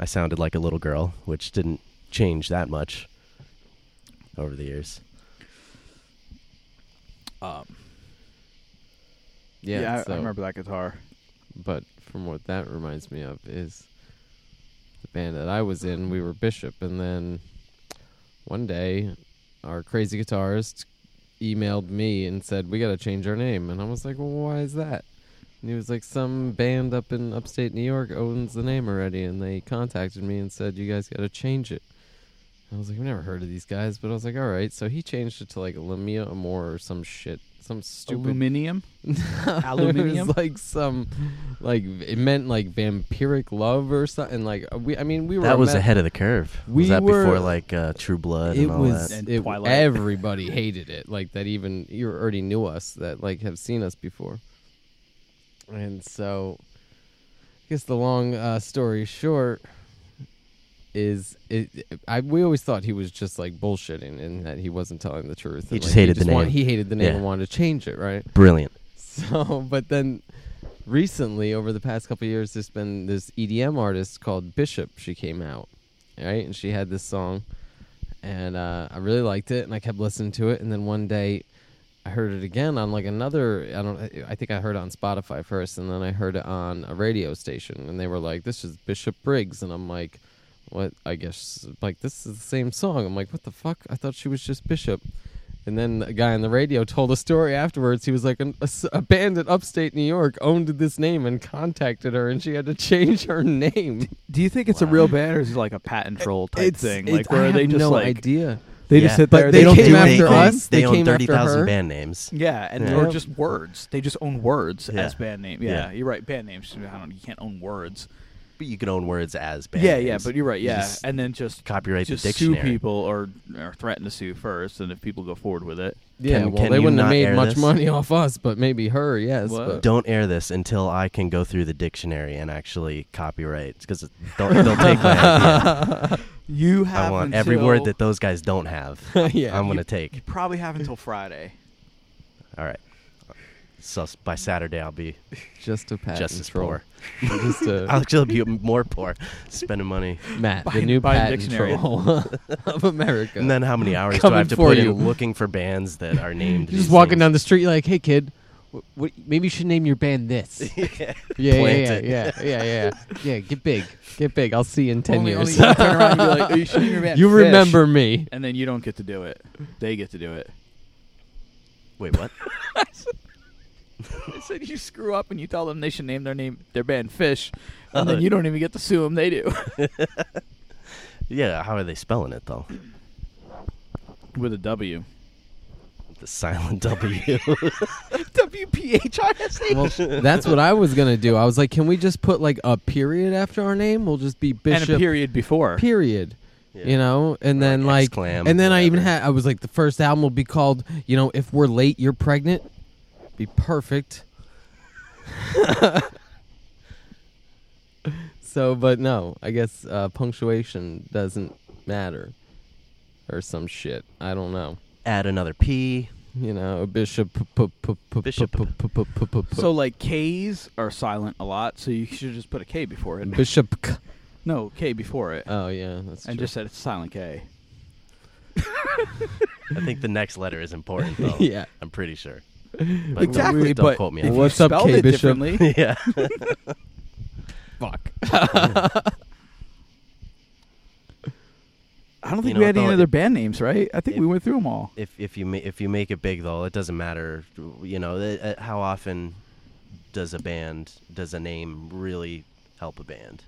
Speaker 4: I sounded like a little girl, which didn't change that much over the years.
Speaker 1: Um,
Speaker 3: yeah,
Speaker 1: I-
Speaker 3: so-
Speaker 1: I remember that guitar.
Speaker 3: But from what that reminds me of is the band that I was in. We were Bishop, and then one day our crazy guitarist emailed me and said we got to change our name, and I was like, "Well, why is that?" And he was like, "Some band up in upstate New York owns the name already, and they contacted me and said you guys got to change it." I was like, "I've never heard of these guys," but I was like, "All right." So he changed it to like Lamia Amor or some shit, some stupid
Speaker 1: Aluminium.
Speaker 3: it
Speaker 1: Aluminium?
Speaker 3: was like some, like it meant like vampiric love or something. Like we, I mean, we were. a
Speaker 4: That was
Speaker 3: me-
Speaker 4: ahead of the curve.
Speaker 3: We
Speaker 4: was that
Speaker 3: were-
Speaker 4: before like uh, True Blood
Speaker 3: It
Speaker 4: and all
Speaker 3: was.
Speaker 4: that?
Speaker 1: And
Speaker 3: It,
Speaker 1: Twilight.
Speaker 3: everybody hated it. Like that. Even you already knew us. That like have seen us before. And so, I guess the long uh, story short is it, I we always thought he was just like bullshitting and that he wasn't telling the truth.
Speaker 4: He
Speaker 3: and,
Speaker 4: just
Speaker 3: like,
Speaker 4: hated the
Speaker 3: just want-
Speaker 4: name.
Speaker 3: he hated the name
Speaker 4: Yeah.
Speaker 3: and wanted to change it, right?
Speaker 4: Brilliant.
Speaker 3: So, but then recently, over the past couple of years, there's been this EDM artist called Bishop. She came out, right, and she had this song, and uh, I really liked it, and I kept listening to it, and then one day. I heard it again on like another. I don't. I think I heard it on Spotify first, and then I heard it on a radio station, and they were like, "This is Bishop Briggs," and I'm like, "What?" I guess like this is the same song. I'm like, "What the fuck?" I thought she was just Bishop. And then a guy on the radio told a story afterwards. He was like, an, a, s- a band in upstate New York owned this name and contacted her, and she had to change her name.
Speaker 1: Do you think it's a real band or is it like a patent troll type
Speaker 3: It's-
Speaker 1: thing?
Speaker 3: it-
Speaker 1: Like where
Speaker 3: I
Speaker 1: are they
Speaker 3: have
Speaker 1: just
Speaker 3: no
Speaker 1: like
Speaker 3: idea.
Speaker 1: they just
Speaker 4: Yeah.
Speaker 1: sit
Speaker 3: But
Speaker 1: there
Speaker 3: they
Speaker 1: they, don't
Speaker 3: came
Speaker 1: do
Speaker 3: after
Speaker 1: anything.
Speaker 4: own-
Speaker 3: us,
Speaker 4: They,
Speaker 3: they
Speaker 4: own
Speaker 3: came after
Speaker 4: thirty thousand
Speaker 3: her.
Speaker 4: band names.
Speaker 1: Yeah, and
Speaker 4: Yeah.
Speaker 1: or just words. They just own words
Speaker 4: Yeah.
Speaker 1: as band name. Yeah,
Speaker 4: Yeah.
Speaker 1: you're right. Band names. I don't. You can't own words.
Speaker 4: But you can own words as band.
Speaker 1: yeah,
Speaker 4: names.
Speaker 1: yeah. But you're right.
Speaker 4: You
Speaker 1: Yeah,
Speaker 4: just
Speaker 1: and then just
Speaker 4: copyright
Speaker 1: just
Speaker 4: the
Speaker 1: sue
Speaker 4: dictionary.
Speaker 1: people or or threaten to sue first, and if people go forward with it,
Speaker 3: Yeah,
Speaker 4: Can-
Speaker 3: well,
Speaker 4: can
Speaker 3: they
Speaker 4: you
Speaker 3: wouldn't have
Speaker 4: not
Speaker 3: made
Speaker 4: air
Speaker 3: much
Speaker 4: this?
Speaker 3: money off us, but maybe her, yes.
Speaker 1: What?
Speaker 3: But
Speaker 4: Don't air this until I can go through the dictionary and actually copyright because they'll, they'll take my idea.
Speaker 1: you have.
Speaker 4: I want every word that those guys don't have.
Speaker 3: Yeah,
Speaker 4: I'm gonna
Speaker 3: you-
Speaker 4: take.
Speaker 1: probably have until Friday.
Speaker 4: All right. So s- by Saturday I'll be
Speaker 3: just a patent
Speaker 4: just as
Speaker 3: troll.
Speaker 4: poor.
Speaker 3: just
Speaker 4: I'll
Speaker 3: a,
Speaker 4: still be more poor, spending money.
Speaker 3: Matt,
Speaker 1: buy-
Speaker 3: the new
Speaker 1: buy a
Speaker 3: patent
Speaker 1: dictionary.
Speaker 3: troll of America.
Speaker 4: And then how many hours do
Speaker 3: Coming
Speaker 4: I have to
Speaker 3: for
Speaker 4: put
Speaker 3: you.
Speaker 4: in looking for bands that are named?
Speaker 3: You're just walking down the street, like, hey, kid, wh- what, maybe you should name your band this. yeah, yeah, yeah,
Speaker 4: Planted.
Speaker 3: yeah, yeah, yeah, yeah. Get big, get big. I'll see you in ten
Speaker 1: only, only
Speaker 3: years.
Speaker 1: you turn around and be like, "Are you shooting your man?"
Speaker 3: you
Speaker 1: Fish."
Speaker 3: remember me?
Speaker 1: and then you don't get to do it. They get to do it.
Speaker 4: Wait, what?
Speaker 1: I said you screw up and you tell them they should name their name their band Fish, and
Speaker 3: Uh,
Speaker 4: Oh.
Speaker 1: then you don't even get to sue them. They do
Speaker 4: Yeah, how are they spelling it though?
Speaker 1: with a W.
Speaker 4: The silent W.
Speaker 1: W P H I S H.
Speaker 3: Well, that's what I was gonna do. I was like, can we just put like a period after our name? We'll just be
Speaker 1: And
Speaker 3: Bishop
Speaker 1: a period before.
Speaker 3: period. You know, and
Speaker 4: Or
Speaker 3: then
Speaker 4: like
Speaker 3: like,
Speaker 4: exclam,
Speaker 3: and then I even
Speaker 4: whatever.
Speaker 3: had. I was like, the first album will be called, you know, if we're late, you're pregnant. Be perfect. so, but no, I guess uh, punctuation doesn't matter, or some shit. I don't know.
Speaker 4: Add another P.
Speaker 3: You know, Bishop. p- p- p- p-
Speaker 4: Bishop.
Speaker 3: p- p- p- p- p- p-
Speaker 1: So like K's are silent a lot, so you should just put a K before it.
Speaker 3: Bishop. K-
Speaker 1: No, K before it.
Speaker 3: Oh yeah, that's
Speaker 1: and
Speaker 3: true.
Speaker 1: just said it's silent K.
Speaker 4: I think the next letter is important, though.
Speaker 3: Yeah.
Speaker 4: I'm pretty sure. But
Speaker 1: Exactly,
Speaker 4: Don't
Speaker 1: but
Speaker 4: quote me.
Speaker 1: if
Speaker 4: on
Speaker 1: you
Speaker 3: What's up,
Speaker 1: spelled
Speaker 3: K
Speaker 1: it
Speaker 3: Bishop?
Speaker 1: differently-
Speaker 4: that. yeah.
Speaker 3: fuck.
Speaker 1: I don't think
Speaker 4: You know
Speaker 1: we
Speaker 4: what,
Speaker 1: had any
Speaker 4: though?
Speaker 1: other band names, right? I think
Speaker 4: If-
Speaker 1: we went through them all.
Speaker 4: if if you ma- if you make it big though, it doesn't matter. You know th- uh, how often does a band does a name really help a band?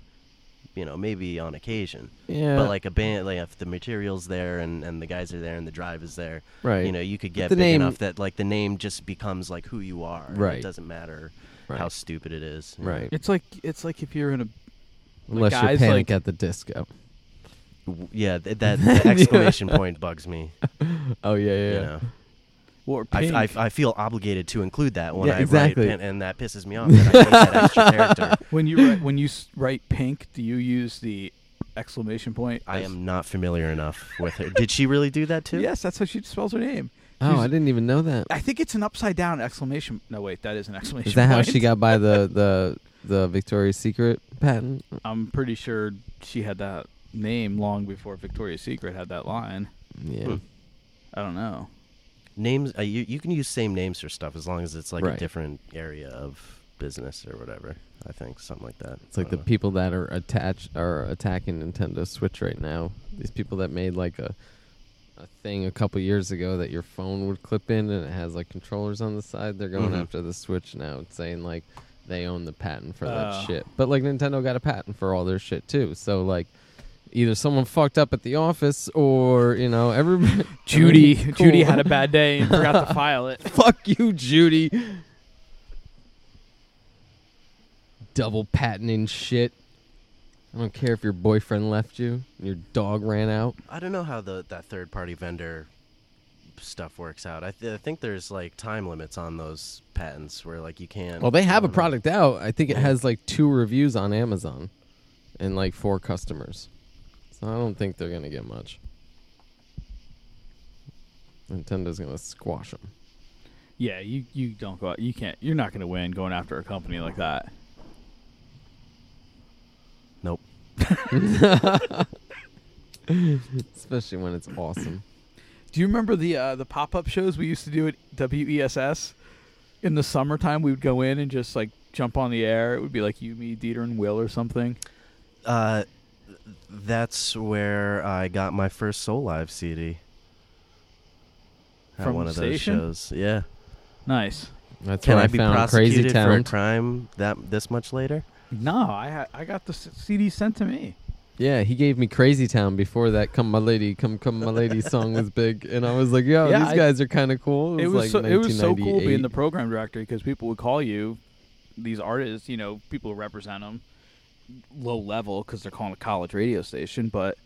Speaker 4: You know, maybe on occasion.
Speaker 3: Yeah.
Speaker 4: But like a band, like if the material's there and, and the guys are there and the drive is there,
Speaker 3: Right.
Speaker 4: You know, you could get
Speaker 3: the
Speaker 4: big
Speaker 3: name-
Speaker 4: enough that like the name just becomes like who you are. and
Speaker 3: Right.
Speaker 4: It doesn't matter
Speaker 3: Right.
Speaker 4: how stupid it is.
Speaker 3: right.
Speaker 1: It's like it's like if you're in a
Speaker 3: Unless
Speaker 1: guys,
Speaker 3: you panic
Speaker 1: like-
Speaker 3: at the disco.
Speaker 4: W- Yeah. Th- that the exclamation point bugs me.
Speaker 3: Oh yeah, yeah.
Speaker 4: You
Speaker 3: yeah.
Speaker 4: know.
Speaker 1: or
Speaker 4: I,
Speaker 1: pink.
Speaker 4: I, I feel obligated to include that when
Speaker 3: Yeah,
Speaker 4: I
Speaker 3: exactly.
Speaker 4: write, and, and that pisses me off. That I need that extra character.
Speaker 1: when you write, when you s- write pink, do you use the exclamation point?
Speaker 4: I
Speaker 1: as-
Speaker 4: am not familiar enough with her. Did she really do that too?
Speaker 1: Yes, that's how she spells her name.
Speaker 3: Oh, I
Speaker 1: She's-
Speaker 3: didn't even know that.
Speaker 1: I think it's an upside down exclamation. No, wait, that is an exclamation.
Speaker 3: Is that how
Speaker 1: point.
Speaker 3: she got by the the the Victoria's Secret patent?
Speaker 1: I'm pretty sure she had that name long before Victoria's Secret had that line.
Speaker 3: Yeah.
Speaker 4: Hmm.
Speaker 1: I don't know.
Speaker 4: Names. Uh, you you can use same names for stuff as long as it's like
Speaker 3: Right.
Speaker 4: a different area of business or whatever. I think something like that. Uh,
Speaker 3: It's like
Speaker 1: Uh.
Speaker 3: the people that are attached are attacking Nintendo Switch right now. These people that made like a a thing a couple years ago that your phone would clip in and it has like controllers on the side. They're going
Speaker 1: Mm-hmm.
Speaker 4: Mhm.
Speaker 3: after the Switch now, and saying like they own the patent for
Speaker 1: Oh.
Speaker 3: that shit. But like Nintendo got a patent for all their shit too. So like either someone fucked up at the office or you know everybody
Speaker 1: Judy,
Speaker 3: Cool.
Speaker 1: Judy had a bad day and forgot to file it.
Speaker 3: Fuck you, Judy. Double patenting shit. I don't care if your boyfriend left you, and your dog ran out.
Speaker 4: I don't know how the that third party vendor stuff works out. I, th- I think there's like time limits on those patents where like you can't.
Speaker 3: Well, they have a
Speaker 4: I don't know.
Speaker 3: product out. I think it has like two reviews on Amazon and like four customers. So I don't think they're going to get much. Nintendo's going to squash them.
Speaker 1: Yeah, you you don't go. out- You can't. You're not going to win going after a company like that.
Speaker 4: Nope.
Speaker 3: Especially when it's awesome.
Speaker 1: Do you remember the uh, the pop up shows we used to do at WESS? In the summertime, we would go in and just like jump on the air. It would be like you, me, Dieter, and Will or something.
Speaker 4: Uh, th- that's where I got my first Soul Live CD. At
Speaker 1: From
Speaker 4: one of those
Speaker 1: Station? Oh,
Speaker 4: shows. Yeah.
Speaker 1: Nice.
Speaker 3: That's
Speaker 4: Can
Speaker 3: when
Speaker 4: I,
Speaker 3: I,
Speaker 4: be
Speaker 3: found
Speaker 4: prosecuted
Speaker 3: Crazy
Speaker 4: for a
Speaker 3: Town.
Speaker 4: crime that this much later?
Speaker 1: No, I ha- I got the s- CD sent to me.
Speaker 3: Yeah, he gave me Crazy Town before that "Come My Lady, Come Come My Lady" song was big, and I was like, "Yo,
Speaker 1: Yeah,
Speaker 3: these
Speaker 1: I-
Speaker 3: guys are kind of cool."
Speaker 1: It was,
Speaker 3: like
Speaker 1: so, it was so cool
Speaker 3: 1998.
Speaker 1: being the program director because people would call you these artists, you know, people who represent them low level because they're calling a college radio station. But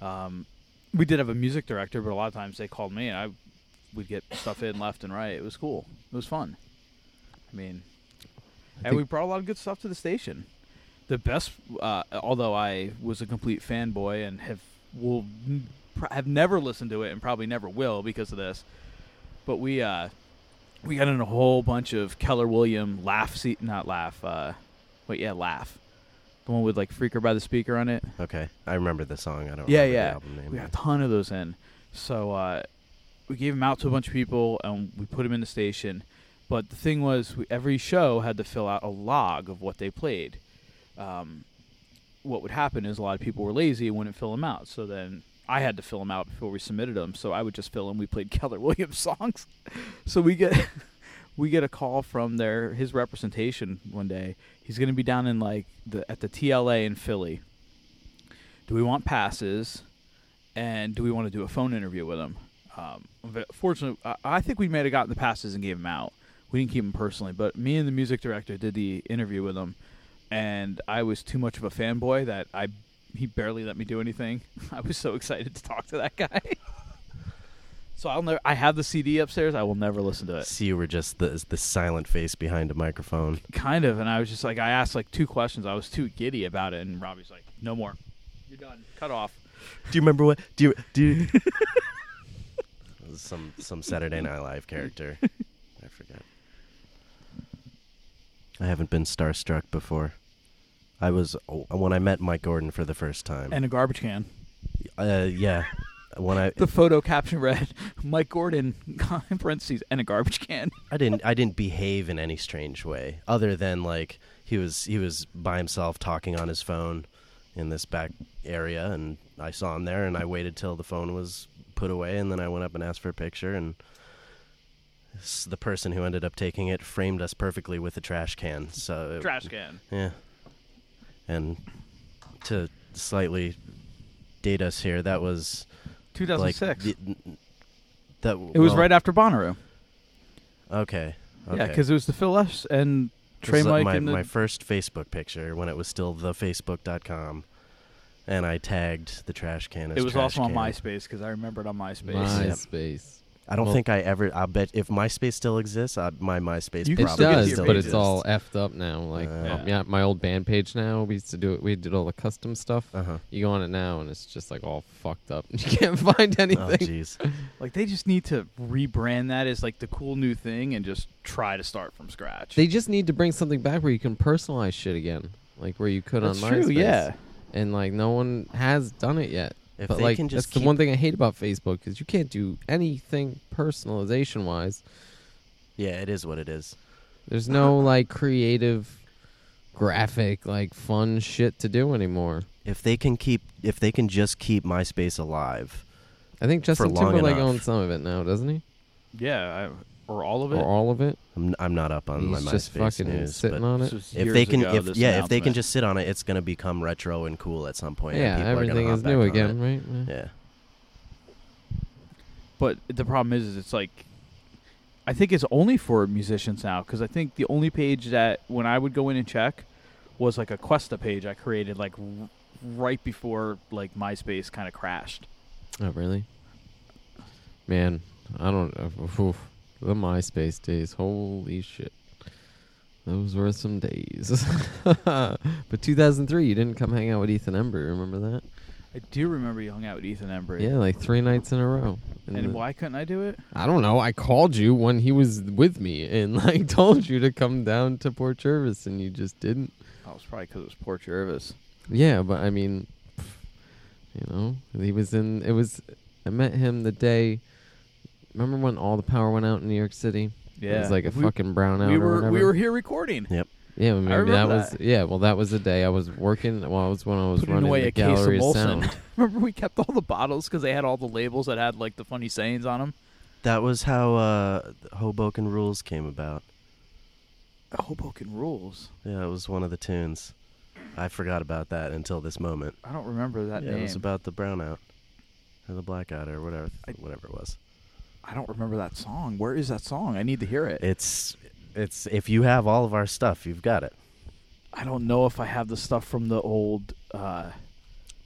Speaker 1: um, we did have a music director, but a lot of times they called me and I would get stuff in left and right. It was cool. It was fun. I mean, and we brought a lot of good stuff to the station. The best, uh, although I was a complete fanboy and have will n- pr- have never listened to it and probably never will because of this, but we uh, we got in a whole bunch of Keller William laugh se- not laugh uh, wait yeah laugh the one with like Freaker by the speaker on it
Speaker 4: Okay. I remember the song. I don't
Speaker 1: yeah
Speaker 4: remember the
Speaker 1: yeah
Speaker 4: album name.
Speaker 1: we got a ton of those in so uh, we gave them out to a bunch of people and we put them in the station but the thing was we, every show had to fill out a log of what they played um, what would happen is a lot of people were lazy and wouldn't fill them out so then I had to fill them out before we submitted them so I would just fill them we played Keller Williams songs so we get we get a call from their his representation one day. He's going to be down in like the at the TLA in Philly. Do we want passes, and do we want to do a phone interview with him? Um, but fortunately, I, I think we may have gotten the passes and gave them out. We didn't keep them personally, but me and the music director did the interview with him, and I was too much of a fanboy that I he barely let me do anything. I was so excited to talk to that guy. so I'll never. I have the CD upstairs. I will never listen to it.
Speaker 4: See, you were just the the silent face behind a microphone.
Speaker 1: Kind of, and I was just like, I asked like two questions. I was too giddy about it, and Robbie's like, "No more, you're done, cut off."
Speaker 4: Do you remember what? Do you do? You... some some Saturday Night Live character. I forgot. I haven't been starstruck before. I was oh, when I met Mike Gordon for the first time.
Speaker 1: And a garbage can.
Speaker 4: uh, yeah, when I
Speaker 1: The photo caption read, "Mike Gordon in parentheses and a garbage can."
Speaker 4: I didn't I didn't behave in any strange way other than like he was he was by himself talking on his phone in this back area and I saw him there and I waited till the phone was put away and then I went up and asked for a picture and s- the person who ended up taking it framed us perfectly with a trash can so it-
Speaker 1: Trash can.
Speaker 4: yeah and to slightly date us here that was like
Speaker 1: 2006.
Speaker 4: the- that
Speaker 1: it was right after Bonnaroo.
Speaker 4: okay okay
Speaker 1: Yeah, because it was the Phil S and
Speaker 4: This
Speaker 1: Trey
Speaker 4: is, uh,
Speaker 1: Mike
Speaker 4: my,
Speaker 1: and the
Speaker 4: my first Facebook picture when it was still thefacebook.com. And I tagged the trash can as
Speaker 1: it was
Speaker 4: trash
Speaker 1: also on
Speaker 4: can.
Speaker 1: MySpace because I remember it on MySpace.
Speaker 3: MySpace.
Speaker 4: I don't
Speaker 3: Well-
Speaker 4: think I ever. I bet if MySpace still exists, I, my MySpace
Speaker 1: You can still
Speaker 4: probably
Speaker 1: get to
Speaker 3: It does,
Speaker 1: your
Speaker 4: still
Speaker 3: but it's
Speaker 4: exists.
Speaker 3: all effed up now. Like
Speaker 4: Uh,
Speaker 3: um,
Speaker 1: Yeah.
Speaker 3: yeah, my old band page now. We used to do it. We did all the custom stuff.
Speaker 1: Uh.
Speaker 4: Uh-huh.
Speaker 3: You go on it now, and it's just like all fucked up. You can't find
Speaker 4: Oh
Speaker 3: anything.
Speaker 4: jeez.
Speaker 1: Like they just need to rebrand that as like the cool new thing and just try to start from scratch.
Speaker 3: they just need to bring something back where you can personalize shit again, like where you could
Speaker 1: That's
Speaker 3: on MySpace.
Speaker 1: true. Yeah.
Speaker 3: and like no one has done it yet.
Speaker 4: If
Speaker 3: but
Speaker 4: they
Speaker 3: like
Speaker 4: can just
Speaker 3: that's
Speaker 4: keep-
Speaker 3: the one thing I hate about Facebook because you can't do anything personalization wise.
Speaker 4: Yeah, it is what it is.
Speaker 3: There's no
Speaker 4: Uh-huh.
Speaker 3: like creative, graphic, like fun shit to do anymore.
Speaker 4: If they can keep, if they can just keep MySpace alive,
Speaker 3: I think Justin
Speaker 4: long
Speaker 3: Timberlake
Speaker 4: enough.
Speaker 3: owns some of it now, doesn't he?
Speaker 1: Yeah, I, or all of it.
Speaker 3: Or all of it?
Speaker 4: I'm, I'm not up on
Speaker 3: He's
Speaker 4: my
Speaker 3: just
Speaker 4: MySpace
Speaker 3: fucking
Speaker 4: news,
Speaker 3: sitting
Speaker 4: but
Speaker 3: on
Speaker 1: This
Speaker 3: it.
Speaker 1: was
Speaker 4: if
Speaker 1: years
Speaker 4: they can,
Speaker 1: ago,
Speaker 4: if
Speaker 1: this
Speaker 4: yeah, if they
Speaker 1: announcement.
Speaker 4: can just sit on it, it's going to become retro and cool at some point. and
Speaker 3: Yeah,
Speaker 4: people are gonna
Speaker 3: everything
Speaker 4: hop
Speaker 3: is
Speaker 4: back
Speaker 3: new
Speaker 4: on
Speaker 3: again,
Speaker 4: it.
Speaker 3: right? Yeah.
Speaker 4: Yeah.
Speaker 1: But the problem is, is it's like, I think it's only for musicians now because I think the only page that when I would go in and check was like a Questa page I created like r- right before like MySpace kind of crashed.
Speaker 3: Oh, really? Man, I don't know. Oof. the MySpace days. Holy shit. Those were some days. but 2003, you didn't come hang out with Ethan Ember. Remember that?
Speaker 1: I do remember you hung out with Ethan Embry.
Speaker 3: Yeah, like three nights in a row.
Speaker 1: And,
Speaker 3: the-
Speaker 1: why couldn't I do it?
Speaker 3: I don't know. I called you when he was with me and like told you to come down to Port Jervis, and you just didn't.
Speaker 1: Oh, it was probably because it was Port Jervis.
Speaker 3: Yeah, but I mean, pff, you know, he was in. It was. I met him the day. Remember when all the power went out in New York City?
Speaker 1: Yeah,
Speaker 3: it was like a
Speaker 1: we,
Speaker 3: fucking brownout.
Speaker 1: We
Speaker 3: or
Speaker 1: were
Speaker 3: whatever.
Speaker 1: we were here recording.
Speaker 3: Yeah, maybe that
Speaker 1: remember
Speaker 3: was.
Speaker 1: that.
Speaker 3: Yeah, well, that was the day I was working. Well, I was when I was
Speaker 1: Putting
Speaker 3: running
Speaker 1: away
Speaker 3: the
Speaker 1: a case of
Speaker 3: gallery
Speaker 1: Molson.
Speaker 3: sound.
Speaker 1: Remember we kept all the bottles because they had all the labels that had like the funny sayings on them.
Speaker 4: That was how uh, Hoboken Rules came about.
Speaker 1: Hoboken rules.
Speaker 4: Yeah, it was one of the tunes. I forgot about that until this moment.
Speaker 1: I don't remember that
Speaker 4: yeah,
Speaker 1: name.
Speaker 4: it was about the brownout or the blackout or whatever,
Speaker 1: I-
Speaker 4: whatever it was.
Speaker 1: I don't remember that song. Where is that song? I need to hear it.
Speaker 4: It's it's if you have all of our stuff, you've got it.
Speaker 1: I don't know if I have the stuff from the old. Uh,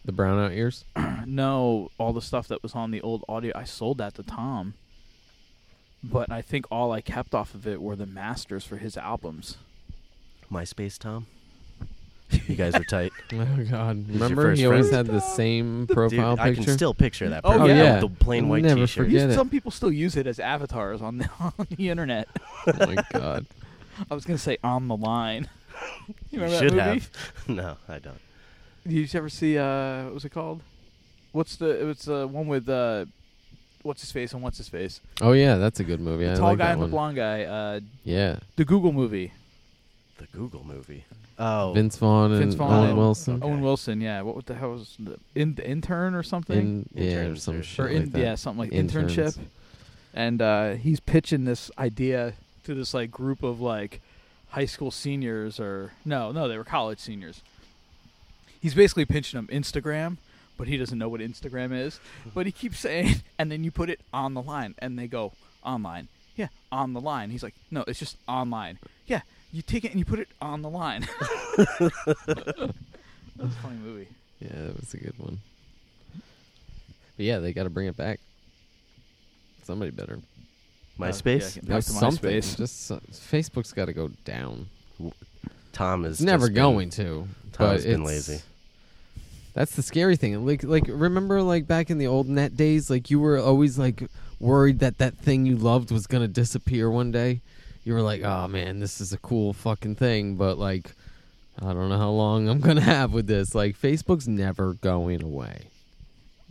Speaker 3: The brownout ears.
Speaker 1: no, all the stuff that was on the old audio. I sold that to Tom, but I think all I kept off of it were the masters for his albums.
Speaker 4: MySpace, Tom. You guys were tight.
Speaker 3: Oh God!
Speaker 4: your
Speaker 3: Remember,
Speaker 4: first
Speaker 3: he always
Speaker 4: friend?
Speaker 3: had the same
Speaker 4: Dude,
Speaker 3: profile
Speaker 4: I
Speaker 3: picture.
Speaker 4: can still picture that.
Speaker 1: Oh,
Speaker 4: person with
Speaker 1: yeah.
Speaker 4: the plain white
Speaker 3: Never
Speaker 4: T-shirt.
Speaker 3: forget. Get it.
Speaker 1: Some people still use it as avatars on the, on the internet.
Speaker 3: oh my God!
Speaker 1: I was gonna say on the line. you
Speaker 4: You,
Speaker 1: remember
Speaker 4: should
Speaker 1: that movie?
Speaker 4: have. no, I don't.
Speaker 1: Did you ever see uh what was it called? What's the it's the one with uh what's his face and what's his face?
Speaker 3: Oh yeah, that's a good movie. I
Speaker 1: the tall
Speaker 3: like
Speaker 1: guy
Speaker 3: that
Speaker 1: and
Speaker 3: one.
Speaker 1: the blonde guy, uh
Speaker 3: Yeah,
Speaker 1: the Google movie.
Speaker 4: The Google movie. Oh,
Speaker 3: Vince Vaughn and
Speaker 1: Vince Vaughn
Speaker 3: Owen
Speaker 1: and-
Speaker 3: Wilson.
Speaker 4: Okay.
Speaker 1: Owen Wilson, yeah. What what the hell was the in the intern or something?
Speaker 3: In, yeah, or
Speaker 4: Interns
Speaker 3: some
Speaker 4: or-
Speaker 3: shit
Speaker 1: or
Speaker 3: like
Speaker 1: in
Speaker 3: that.
Speaker 1: yeah, something like
Speaker 3: Interns.
Speaker 1: internship. And uh he's pitching this idea to this like group of like high school seniors or no, no, they were college seniors. He's basically pitching them Instagram but he doesn't know what Instagram is. But he keeps saying, and then you put it on the line, and they go online. Yeah, on the line. He's like, no, it's just online. Yeah, you take it and you put it on the line. That's a funny movie.
Speaker 3: Yeah, that was a good one. But yeah, they got to bring it back. Somebody better.
Speaker 4: MySpace.
Speaker 3: Oh,
Speaker 1: yeah, Back to
Speaker 3: something.
Speaker 1: MySpace.
Speaker 3: Just so- Facebook's got to go down.
Speaker 4: Tom is
Speaker 3: It's never
Speaker 4: just been-
Speaker 3: going to. but
Speaker 4: Tom's been
Speaker 3: it's-
Speaker 4: lazy.
Speaker 3: That's the scary thing. Like, like remember, like back in the old net days, like you were always like worried that that thing you loved was gonna disappear one day. You were like, oh man, this is a cool fucking thing, but like, I don't know how long I'm gonna have with this. Like, Facebook's never going away.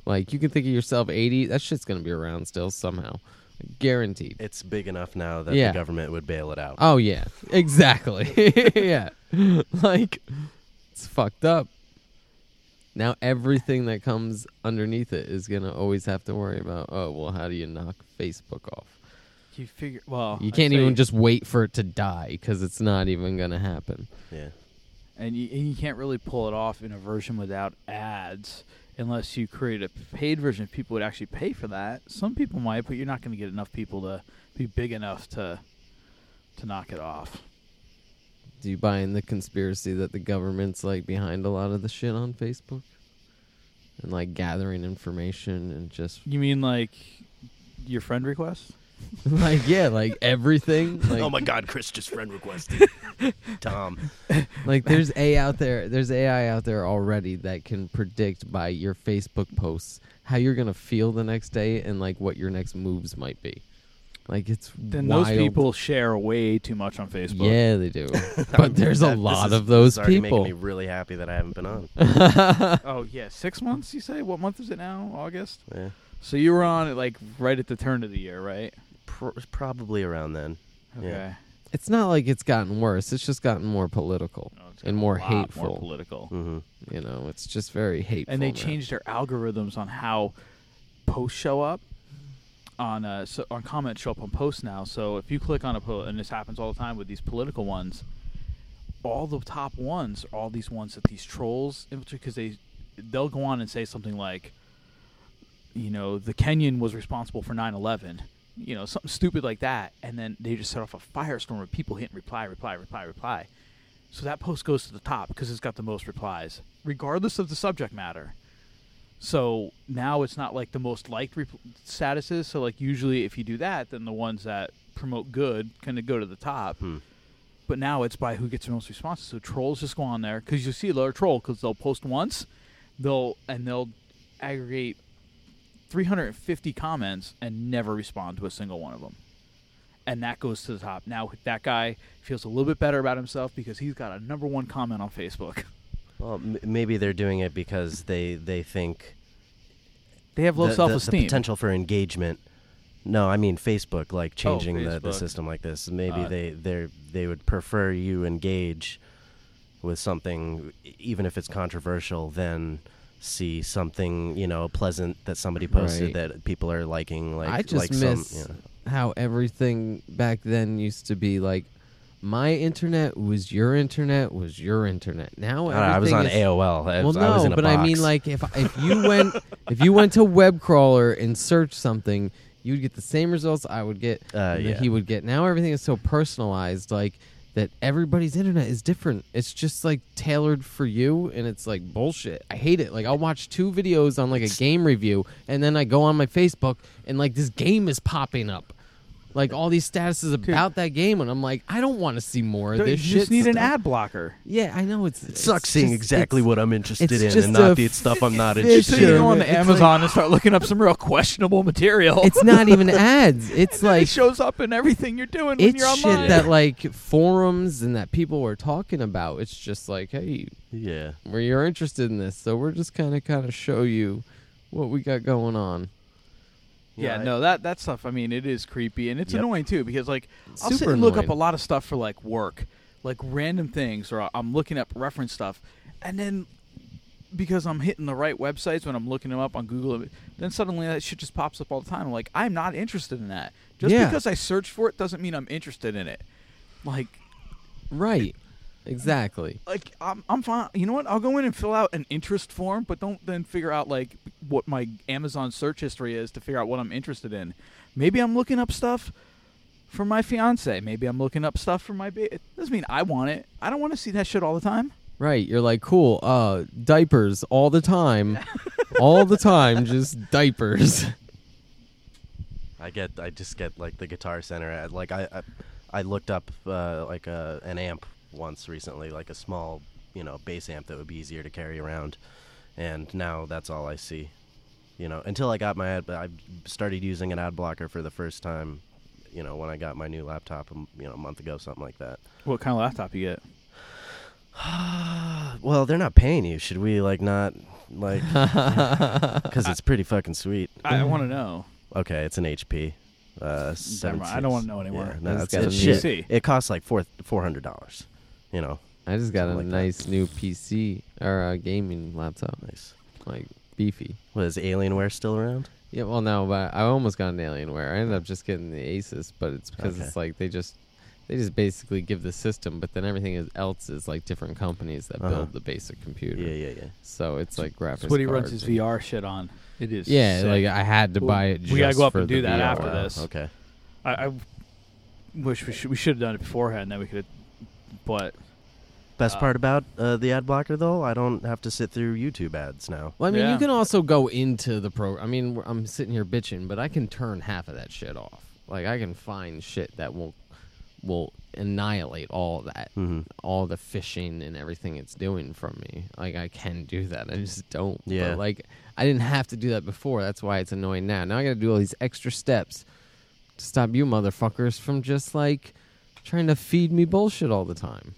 Speaker 3: Like, you can think of yourself 80. That shit's gonna be around still somehow, guaranteed.
Speaker 4: It's big enough now that
Speaker 3: Yeah.
Speaker 4: the government would bail it out.
Speaker 3: Oh yeah, exactly. yeah, like it's fucked up. Now everything that comes underneath it is gonna always have to worry about. Oh well, how do you knock Facebook off?
Speaker 1: You figure.
Speaker 4: Oh,
Speaker 1: Well,
Speaker 3: You
Speaker 1: I'd
Speaker 3: can't
Speaker 1: say-
Speaker 3: even just wait for it to die because it's not even gonna happen.
Speaker 4: Yeah.
Speaker 1: and you, and you can't really pull it off in a version without ads unless you create a paid version people would actually pay for that some people might but you're not going to get enough people to be big enough to to knock it off
Speaker 3: Do you buy in the conspiracy that the government's like behind a lot of the shit on Facebook and like gathering information and just
Speaker 1: you mean like your friend request
Speaker 3: like yeah, like everything? Like,
Speaker 4: oh my God, Chris just friend requested Tom.
Speaker 3: Like there's A out there there's AI out there already that can predict by your Facebook posts how you're gonna feel the next day and like what your next moves might be. Like it's
Speaker 1: then
Speaker 3: wild.
Speaker 1: those people share way too much on facebook
Speaker 3: Yeah, they do. but there's a
Speaker 4: That- this
Speaker 3: lot
Speaker 4: is-
Speaker 3: of those
Speaker 4: this is already
Speaker 3: people.
Speaker 4: Making me really happy that I haven't been on.
Speaker 1: oh yeah six months you say what month is it now august
Speaker 4: Yeah.
Speaker 1: so you were on it like right at the turn of the year right
Speaker 4: Pro- probably around then.
Speaker 1: okay
Speaker 4: Yeah.
Speaker 3: It's not like it's gotten worse. It's just gotten more political
Speaker 1: No, Oh, it's
Speaker 3: and
Speaker 1: gotten
Speaker 3: more
Speaker 1: a lot more
Speaker 3: hateful.
Speaker 1: political
Speaker 4: Mm-hmm.
Speaker 3: you know, it's just very hateful.
Speaker 1: and they
Speaker 3: now.
Speaker 1: changed their algorithms on how posts show up on uh so on comments show up on posts now so if you click on a post and this happens all the time with these political ones all the top ones are all these ones that these trolls because they they'll go on and say something like you know the kenyan was responsible for 9-11 you know something stupid like that and then they just set off a firestorm of people hitting reply reply reply reply so that post goes to the top because it's got the most replies, regardless of the subject matter. So now it's not like the most liked rep- statuses. So like usually, if you do that, then the ones that promote good kind of go to the top.
Speaker 4: Hmm.
Speaker 1: But now it's by who gets the most responses. So trolls just go on there because you see a lot of troll because they'll post once, they'll and they'll aggregate 350 comments and never respond to a single one of them and that goes to the top. Now that guy feels a little bit better about himself because he's got a number one comment on Facebook.
Speaker 4: Well, m- maybe they're doing it because they they think
Speaker 1: They have low
Speaker 4: the- the,
Speaker 1: self
Speaker 4: The,
Speaker 1: esteem.
Speaker 4: potential for engagement. No, I mean Facebook,
Speaker 3: Oh,
Speaker 4: like changing The, the
Speaker 1: Facebook.
Speaker 4: system like this. Maybe
Speaker 1: Uh,
Speaker 4: they they they would prefer you engage with something, e- even if it's controversial, than see something you know pleasant that somebody posted
Speaker 3: Right.
Speaker 4: that people are liking. Like
Speaker 3: I just
Speaker 4: like
Speaker 3: miss
Speaker 4: some, yeah.
Speaker 3: how everything back then used to be like my internet was your internet was your internet. Now
Speaker 4: I, don't know, I was
Speaker 3: everything
Speaker 4: on
Speaker 3: is-
Speaker 4: AOL. I
Speaker 3: well,
Speaker 4: was, I was
Speaker 3: no,
Speaker 4: in a
Speaker 3: but I mean,
Speaker 4: box.
Speaker 3: like if if you went if you went to web crawler and searched something, you'd get the same results I would get.
Speaker 4: Uh,
Speaker 3: and that
Speaker 4: yeah.
Speaker 3: He would get. Now everything is so personalized, like that everybody's internet is different. It's just like tailored for you, and it's like bullshit. I hate it. Like I'll watch two videos on like a game review, and then I go on my Facebook, and like this game is popping up. Like all these statuses about that game, and I'm like, I don't want to see more of
Speaker 1: you
Speaker 3: this shit.
Speaker 1: just need an
Speaker 3: stuff.
Speaker 1: ad blocker.
Speaker 3: Yeah, I know it's
Speaker 4: It sucks seeing exactly what I'm interested
Speaker 3: it's
Speaker 4: in
Speaker 3: just
Speaker 4: and
Speaker 3: a
Speaker 4: not the stuff I'm not
Speaker 1: So
Speaker 4: interested
Speaker 1: you
Speaker 3: Sure.
Speaker 1: go on
Speaker 4: in.
Speaker 1: the Amazon and start looking up some real questionable material.
Speaker 3: It's not even ads. It's
Speaker 1: And it
Speaker 3: like
Speaker 1: shows up in everything you're doing when
Speaker 3: it's
Speaker 1: you're
Speaker 3: shit
Speaker 1: online.
Speaker 3: that like forums and that people were talking about. It's just like, hey,
Speaker 4: Yeah.
Speaker 3: where you're interested in this, so we're just kind of kind of show you what we got going on.
Speaker 1: yeah,
Speaker 4: Yeah, I-
Speaker 1: no, that that stuff. I mean, it is creepy and it's
Speaker 4: Yep.
Speaker 1: annoying too because like I'll
Speaker 3: Super
Speaker 1: sit and look up
Speaker 3: annoying.
Speaker 1: a lot of stuff for like work, like random things, or I'm looking up reference stuff, and then because I'm hitting the right websites when I'm looking them up on Google, then suddenly that shit just pops up all the time. I'm like, I'm not interested in that. Just
Speaker 3: Yeah.
Speaker 1: because I search for it doesn't mean I'm interested in it. Like,
Speaker 3: Right. Exactly.
Speaker 1: like I'm, I'm fine. You know what? I'll go in and fill out an interest form, but don't then figure out like what my Amazon search history is to figure out what I'm interested in. Maybe I'm looking up stuff for my fiance. Maybe I'm looking up stuff for my baby. It doesn't mean I want it. I don't want to see that shit all the time.
Speaker 3: Right. You're like, cool, uh, diapers all the time. all the time, just diapers.
Speaker 4: I get, I just get like the Guitar Center ad. Like I, I, I looked up uh, like a, an amp once recently, like a small, you know, bass amp that would be easier to carry around, and now that's all I see. You know, until I got my ad, I started using an ad blocker for the first time. You know, when I got my new laptop, um, you know, a month ago, something like that.
Speaker 1: What kind of laptop you get?
Speaker 4: Well, they're not paying you. Should we like not like? Because it's pretty fucking sweet.
Speaker 1: I, want to know.
Speaker 4: Okay, it's an HP. Uh,
Speaker 1: Never mind. I
Speaker 4: 76.
Speaker 1: don't want to know anymore.
Speaker 4: Yeah, no,
Speaker 3: That's
Speaker 4: it's,
Speaker 3: gotta
Speaker 4: it's
Speaker 3: be it.
Speaker 4: shit. It costs like four four hundred dollars. You know,
Speaker 3: I just got a
Speaker 4: Something like that.
Speaker 3: nice new PC or a gaming laptop.
Speaker 4: nice.
Speaker 3: Like beefy.
Speaker 4: What is Alienware still around?
Speaker 3: Yeah, well no, but I almost got an Alienware. I ended up just getting the Asus, but it's because
Speaker 4: Okay.
Speaker 3: it's like they just they just basically give the system, but then everything is, else is like different companies that
Speaker 4: Uh-huh.
Speaker 3: build the basic computer.
Speaker 4: Yeah, yeah, yeah.
Speaker 3: So it's like graphics.
Speaker 1: That's what he runs
Speaker 3: cards
Speaker 1: his
Speaker 3: and-
Speaker 1: VR shit on. It is.
Speaker 3: Yeah,
Speaker 1: sick.
Speaker 3: like I had to
Speaker 1: Well,
Speaker 3: buy it.
Speaker 1: we gotta
Speaker 3: just
Speaker 1: go up
Speaker 3: for
Speaker 1: and
Speaker 3: the
Speaker 1: do that
Speaker 3: VR.
Speaker 1: after this.
Speaker 4: Okay.
Speaker 1: I, I wish we should we should have done it beforehand. Then we could. have But
Speaker 4: Best
Speaker 1: Uh,
Speaker 4: part about uh, the ad blocker though, I don't have to sit through YouTube ads now.
Speaker 3: Well, I mean,
Speaker 1: Yeah.
Speaker 3: you can also go into the program. I mean, we're- I'm sitting here bitching, but I can turn half of that shit off. Like I can find shit that will will annihilate all that,
Speaker 4: Mhm.
Speaker 3: all the phishing and everything it's doing from me. Like I can do that. I just don't.
Speaker 4: Yeah.
Speaker 3: But like I didn't have to do that before. That's why it's annoying now. Now I got to do all these extra steps to stop you motherfuckers from just like trying to feed me bullshit all the time.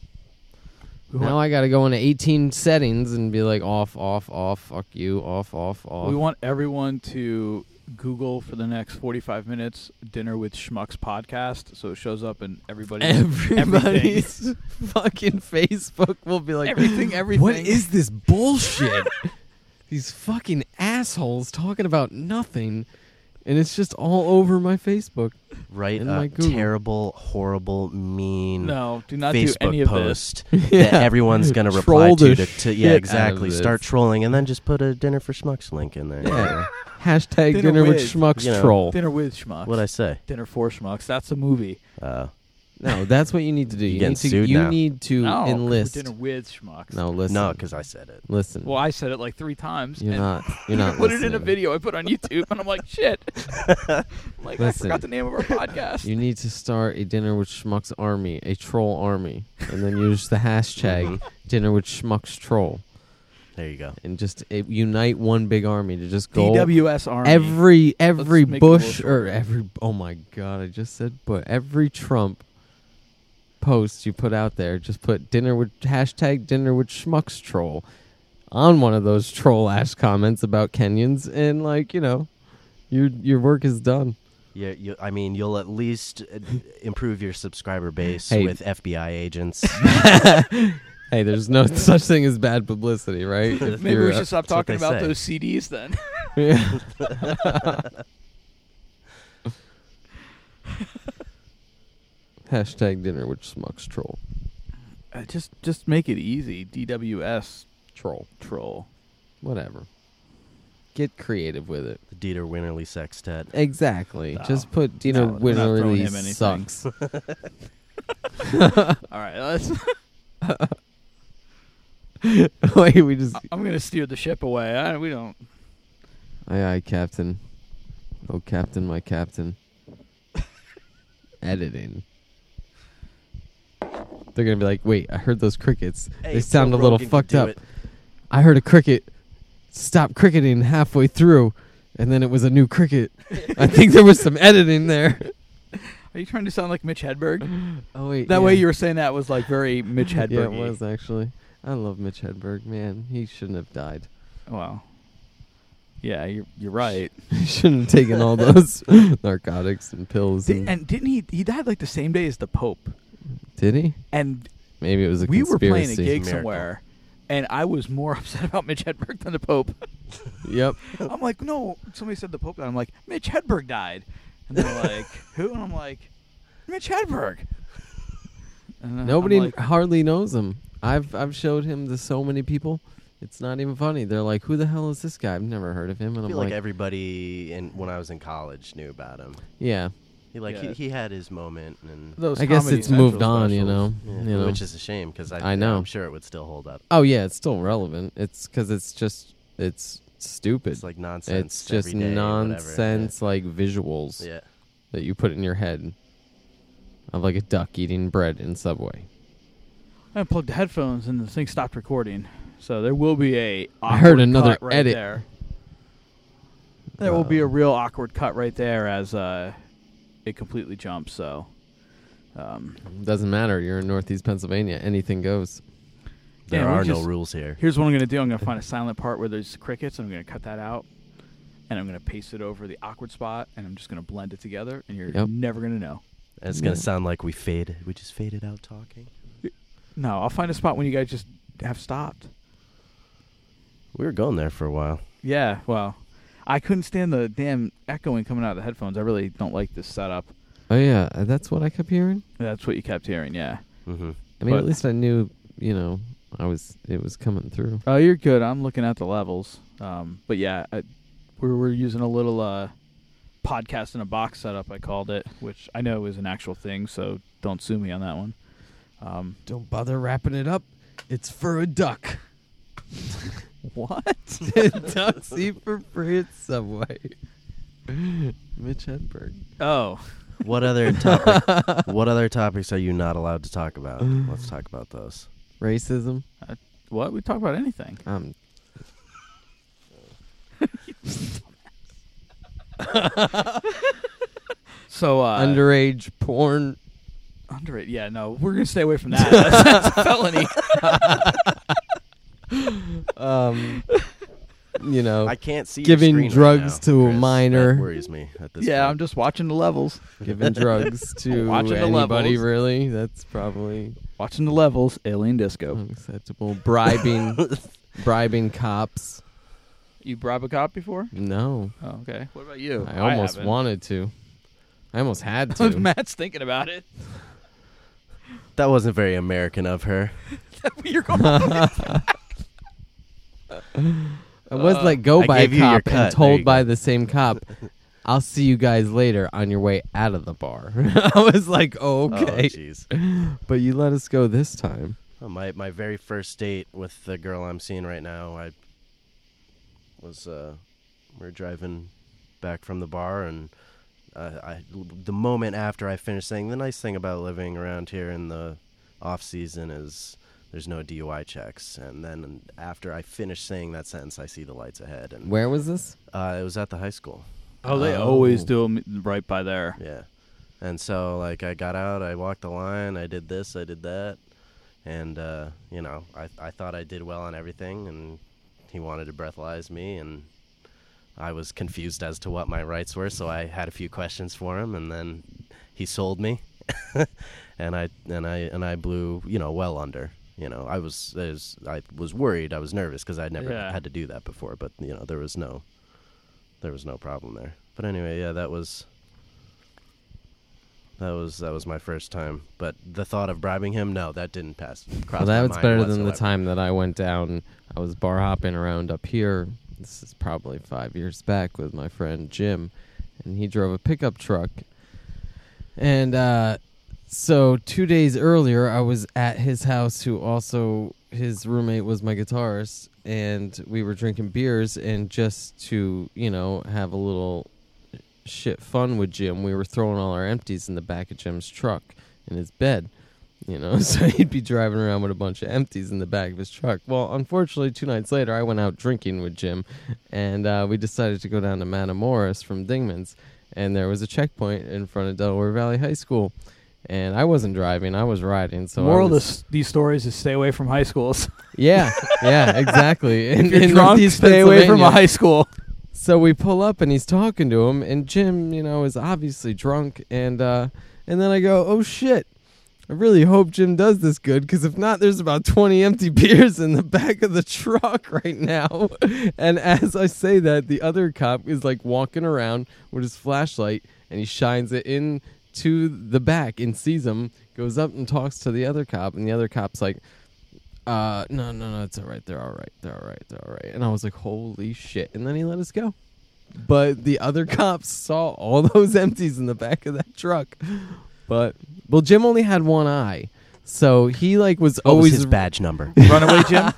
Speaker 1: We
Speaker 3: now I got to go into 18 settings and be like off, off, off, fuck you, off, off, off.
Speaker 1: We want everyone to Google for the next 45 minutes dinner with Schmucks podcast. So it shows up in everybody's. everything.
Speaker 3: everybody's fucking Facebook will be like
Speaker 1: Everything, everything.
Speaker 3: What is this bullshit? These fucking assholes talking about nothing, and it's just all over my Facebook.
Speaker 4: Write
Speaker 3: And
Speaker 4: a
Speaker 3: like Google.
Speaker 4: terrible, horrible, mean
Speaker 1: No, do not
Speaker 4: Facebook
Speaker 1: do any of this.
Speaker 4: post that
Speaker 3: Yeah.
Speaker 4: everyone's gonna reply
Speaker 3: Troll
Speaker 4: to,
Speaker 3: the
Speaker 4: to, to.
Speaker 3: shit
Speaker 4: Yeah,
Speaker 3: out of
Speaker 4: exactly.
Speaker 3: this.
Speaker 4: Start trolling and then just put a dinner for schmucks link in there.
Speaker 3: Yeah. Hashtag
Speaker 1: Dinner
Speaker 3: dinner, with
Speaker 1: with,
Speaker 3: schmucks
Speaker 4: you know.
Speaker 3: troll.
Speaker 1: Dinner with Schmucks.
Speaker 4: What I say?
Speaker 1: dinner for Schmucks. That's a movie.
Speaker 4: Uh,
Speaker 3: No, that's what you need to do.
Speaker 4: You
Speaker 3: You
Speaker 4: getting
Speaker 3: need to
Speaker 4: sued
Speaker 3: you
Speaker 4: now.
Speaker 3: need to
Speaker 1: No,
Speaker 3: enlist.
Speaker 1: Dinner with Schmucks.
Speaker 3: No, listen.
Speaker 4: no, because I said it.
Speaker 3: listen.
Speaker 1: Well, I said it like three times.
Speaker 3: you're
Speaker 1: and
Speaker 3: not. You're
Speaker 1: I
Speaker 3: not.
Speaker 1: put it in a
Speaker 3: listening.
Speaker 1: video I put on YouTube, and I'm like, shit. like, I
Speaker 3: Listen.
Speaker 1: forgot the name of our podcast.
Speaker 3: You need to start a dinner with schmucks army, a troll army, and then use the
Speaker 4: Mm-hmm.
Speaker 3: hashtag dinner with schmucks troll,
Speaker 4: There you go.
Speaker 3: and just uh, unite one big army to just go
Speaker 1: DWS Army.
Speaker 3: every every
Speaker 1: Let's make it a little
Speaker 3: Bush or every oh my god, I just said but every Trump post you put out there, just put dinner with hashtag dinner with schmucks troll on one of those troll ass comments about Kenyans, and like you know, your your work is done.
Speaker 4: Yeah, you, I mean, you'll at least uh, improve your subscriber base
Speaker 3: Hey.
Speaker 4: with FBI agents.
Speaker 3: Hey, there's no such thing as bad publicity, right? If
Speaker 1: Maybe
Speaker 3: you're, uh,
Speaker 1: we should stop
Speaker 4: That's what
Speaker 1: talking
Speaker 4: they
Speaker 1: about
Speaker 4: say.
Speaker 1: those CDs then.
Speaker 3: Yeah. Hashtag dinner with schmucks troll.
Speaker 1: Uh, just, just make it easy. DWS
Speaker 3: Troll.
Speaker 1: troll.
Speaker 3: Whatever. Get creative with it.
Speaker 4: the Dieter Winterly sextet.
Speaker 3: Exactly.
Speaker 1: No.
Speaker 3: Just put
Speaker 1: No,
Speaker 3: dinner
Speaker 1: we're not
Speaker 3: with
Speaker 1: throwing
Speaker 3: really
Speaker 1: him anything.
Speaker 3: sucks.
Speaker 1: All right, let's.
Speaker 3: Wait, we just
Speaker 1: I'm gonna steer the ship away. I, we don't.
Speaker 3: Aye aye, Captain. Oh Captain, my Captain. Editing. They're gonna be like, wait, I heard those crickets. they sound a little fucked up. I heard a cricket stop cricketing halfway through, and then it was a new cricket. I think there was some editing there.
Speaker 1: Are you trying to sound like Mitch Hedberg?
Speaker 3: Oh wait,
Speaker 1: That way you were saying that was like very Mitch Hedberg.
Speaker 3: Yeah, it was actually. I love Mitch Hedberg, man. He shouldn't have died.
Speaker 1: Wow. Yeah, you're you're right.
Speaker 3: He shouldn't have taken all those narcotics and pills.
Speaker 1: Di-
Speaker 3: and,
Speaker 1: and didn't he? He died like the same day as the Pope.
Speaker 3: did he?
Speaker 1: And
Speaker 3: Maybe it was a
Speaker 1: we were
Speaker 3: conspiracy.
Speaker 1: playing a gig
Speaker 4: Miracle.
Speaker 1: somewhere, and I was more upset about Mitch Hedberg than the Pope.
Speaker 3: Yep.
Speaker 1: I'm like, no. Somebody said the Pope died. I'm like, Mitch Hedberg died. And they're like, who? And I'm like, Mitch Hedberg. And, uh, I'm
Speaker 3: Nobody
Speaker 1: like,
Speaker 3: hardly knows him. I've I've showed him to so many people. It's not even funny. They're like, "Who the hell is this guy? I've never heard of him." And
Speaker 4: I
Speaker 3: I'm
Speaker 4: feel like,
Speaker 3: like,
Speaker 4: everybody in when I was in college knew about him.
Speaker 3: "Yeah,
Speaker 4: He like
Speaker 1: Yeah.
Speaker 4: he, he had his moment, and
Speaker 1: those
Speaker 3: I guess
Speaker 1: Comedy
Speaker 3: it's moved
Speaker 1: Central
Speaker 3: on." You know,
Speaker 1: specials.
Speaker 4: yeah,
Speaker 3: you know.
Speaker 4: which is a shame because I,
Speaker 3: I know.
Speaker 4: I'm sure it would still hold up.
Speaker 3: oh yeah, it's still relevant. It's because it's just it's stupid.
Speaker 4: It's like nonsense.
Speaker 3: It's just
Speaker 4: every day, whatever.
Speaker 3: nonsense like visuals
Speaker 4: Yeah.
Speaker 3: that you put in your head of like a duck eating bread in Subway.
Speaker 1: I plugged the headphones and the thing stopped recording. So there will be a
Speaker 3: I heard
Speaker 1: awkward
Speaker 3: another
Speaker 1: cut right
Speaker 3: edit.
Speaker 1: there. There will be a
Speaker 3: Um,
Speaker 1: real awkward cut right there as uh, it completely jumps. So, um,
Speaker 3: Doesn't matter. You're in Northeast Pennsylvania. Anything goes.
Speaker 4: There
Speaker 1: Yeah, we
Speaker 4: are no
Speaker 1: just-
Speaker 4: rules here.
Speaker 1: here's what I'm gonna do. I'm gonna find a silent part where there's crickets. I'm gonna cut that out, and I'm gonna paste it over the awkward spot, and I'm just gonna blend it together, and you're
Speaker 3: Yep.
Speaker 1: never gonna know.
Speaker 4: And It's gonna
Speaker 3: Yeah.
Speaker 4: sound like we faded. We just faded out talking.
Speaker 1: No, I'll find a spot when you guys just have stopped.
Speaker 4: We were going there for a while.
Speaker 1: Yeah, well, I couldn't stand the damn echoing coming out of the headphones. I really don't like this setup.
Speaker 3: Oh yeah, uh, that's what I kept hearing.
Speaker 1: That's what you kept hearing, yeah.
Speaker 4: Mm-hmm.
Speaker 3: I mean,
Speaker 1: But-
Speaker 3: at least I knew. You know, I was. It was coming through.
Speaker 1: Oh, you're good. I'm looking at the levels. Um, but yeah, I, we're we're using a little uh, podcast in a box setup. I called it, which I know is an actual thing. So don't sue me on that one. Um,
Speaker 3: Don't bother wrapping it up. It's for a duck.
Speaker 1: what?
Speaker 3: Ducks eat for free at Subway. Mitch Hedberg.
Speaker 1: Oh,
Speaker 4: What other topic? what other topics are you not allowed to talk about? Let's talk about those.
Speaker 3: Racism.
Speaker 1: what? We talk about anything?
Speaker 3: Um.
Speaker 1: So uh,
Speaker 3: underage porn.
Speaker 1: under it. Yeah, no, we're gonna stay away from that. That's, that's a felony.
Speaker 3: Um. you know,
Speaker 4: I can't see your
Speaker 3: Giving
Speaker 4: screen right
Speaker 3: drugs
Speaker 4: now,
Speaker 3: to a
Speaker 4: Chris. That
Speaker 3: minor.
Speaker 4: worries me at this.
Speaker 1: yeah,
Speaker 4: point.
Speaker 1: I'm just watching the levels.
Speaker 3: giving drugs to
Speaker 1: Watching the
Speaker 3: anybody
Speaker 1: levels.
Speaker 3: really. That's probably
Speaker 1: Watching the levels. Alien
Speaker 3: Hmm.
Speaker 1: Disco.
Speaker 3: unacceptable. Bribing, bribing cops.
Speaker 1: You bribe a cop before?
Speaker 3: No,
Speaker 1: Oh, okay. What about you?
Speaker 3: I almost
Speaker 1: haven't.
Speaker 3: wanted to. I almost had to.
Speaker 1: Matt's thinking about it.
Speaker 4: That wasn't very American of her.
Speaker 1: You're going.
Speaker 3: I was
Speaker 1: Uh,
Speaker 3: let go
Speaker 4: I
Speaker 3: by a
Speaker 4: gave you your
Speaker 3: cop
Speaker 4: cut.
Speaker 3: and
Speaker 4: There you
Speaker 3: told
Speaker 4: go.
Speaker 3: by the same cop, "I'll see you guys later on your way out of the bar." I was like, oh,
Speaker 4: Oh,
Speaker 3: "Okay,"
Speaker 4: jeez.
Speaker 3: but you let us go this time.
Speaker 4: Oh, my my very first date with the girl I'm seeing right now, I was uh, we are driving back from the bar, and uh, I the moment after I finished saying the nice thing about living around here in the off season is there's no DUI checks, and then after I finish saying that sentence, I see the lights ahead, and
Speaker 3: Where was this?
Speaker 4: uh, it was at the high school.
Speaker 1: Oh, they always do them right by there.
Speaker 4: Yeah. And so like I got out, I walked the line, I did this, I did that. And uh, you know, I I thought I did well on everything and he wanted to breathalyze me and I was confused as to what my rights were, so I had a few questions for him and then he sold me. and I and I and I blew, you know, well under. You know, I was, I was I was worried, I was nervous because I'd never
Speaker 1: Yeah.
Speaker 4: had to do that before, but you know, there was no there was no problem there. But anyway, yeah, that was that was that was my first time. But the thought of bribing him, no, that didn't pass. Cross
Speaker 3: Well, that
Speaker 4: my
Speaker 3: was
Speaker 4: mind
Speaker 3: better than the
Speaker 4: whatsoever.
Speaker 3: time that I went down. I was bar hopping around up here. This is probably five years back with my friend Jim, and he drove a pickup truck. And uh, so two days earlier, I was at his house, who also his roommate was my guitarist, and we were drinking beers. And just to you know have a little shit fun with Jim, we were throwing all our empties in the back of Jim's truck in his bed. You know, so he'd be driving around with a bunch of empties in the back of his truck. Well, unfortunately, two nights later, I went out drinking with Jim, and uh, we decided to go down to Matamoros from Dingman's, and there was a checkpoint in front of Delaware Valley High School, and I wasn't driving; I was riding. So I
Speaker 1: Moral
Speaker 3: was-
Speaker 1: of these stories is stay away from high schools.
Speaker 3: yeah, yeah, exactly. In,
Speaker 1: if you're
Speaker 3: in
Speaker 1: drunk,
Speaker 3: Northeast
Speaker 1: stay away from a
Speaker 3: Pennsylvania.
Speaker 1: high school.
Speaker 3: So we pull up and he's talking to him, and Jim, you know, is obviously drunk, and uh, and then I go, oh shit. I really hope Jim does this good because if not, there's about 20 empty beers in the back of the truck right now. And as I say that, the other cop is like walking around with his flashlight and he shines it in to the back and sees him, goes up and talks to the other cop, and the other cop's like, uh, no, no, no, it's all right. They're all right. They're all right. They're all right. And I was like, holy shit. And then he let us go. But the other cops saw all those empties in the back of that truck. But, well, Jim only had one eye. So he like was
Speaker 4: What
Speaker 3: always
Speaker 4: was his badge number?
Speaker 1: Runaway Jim.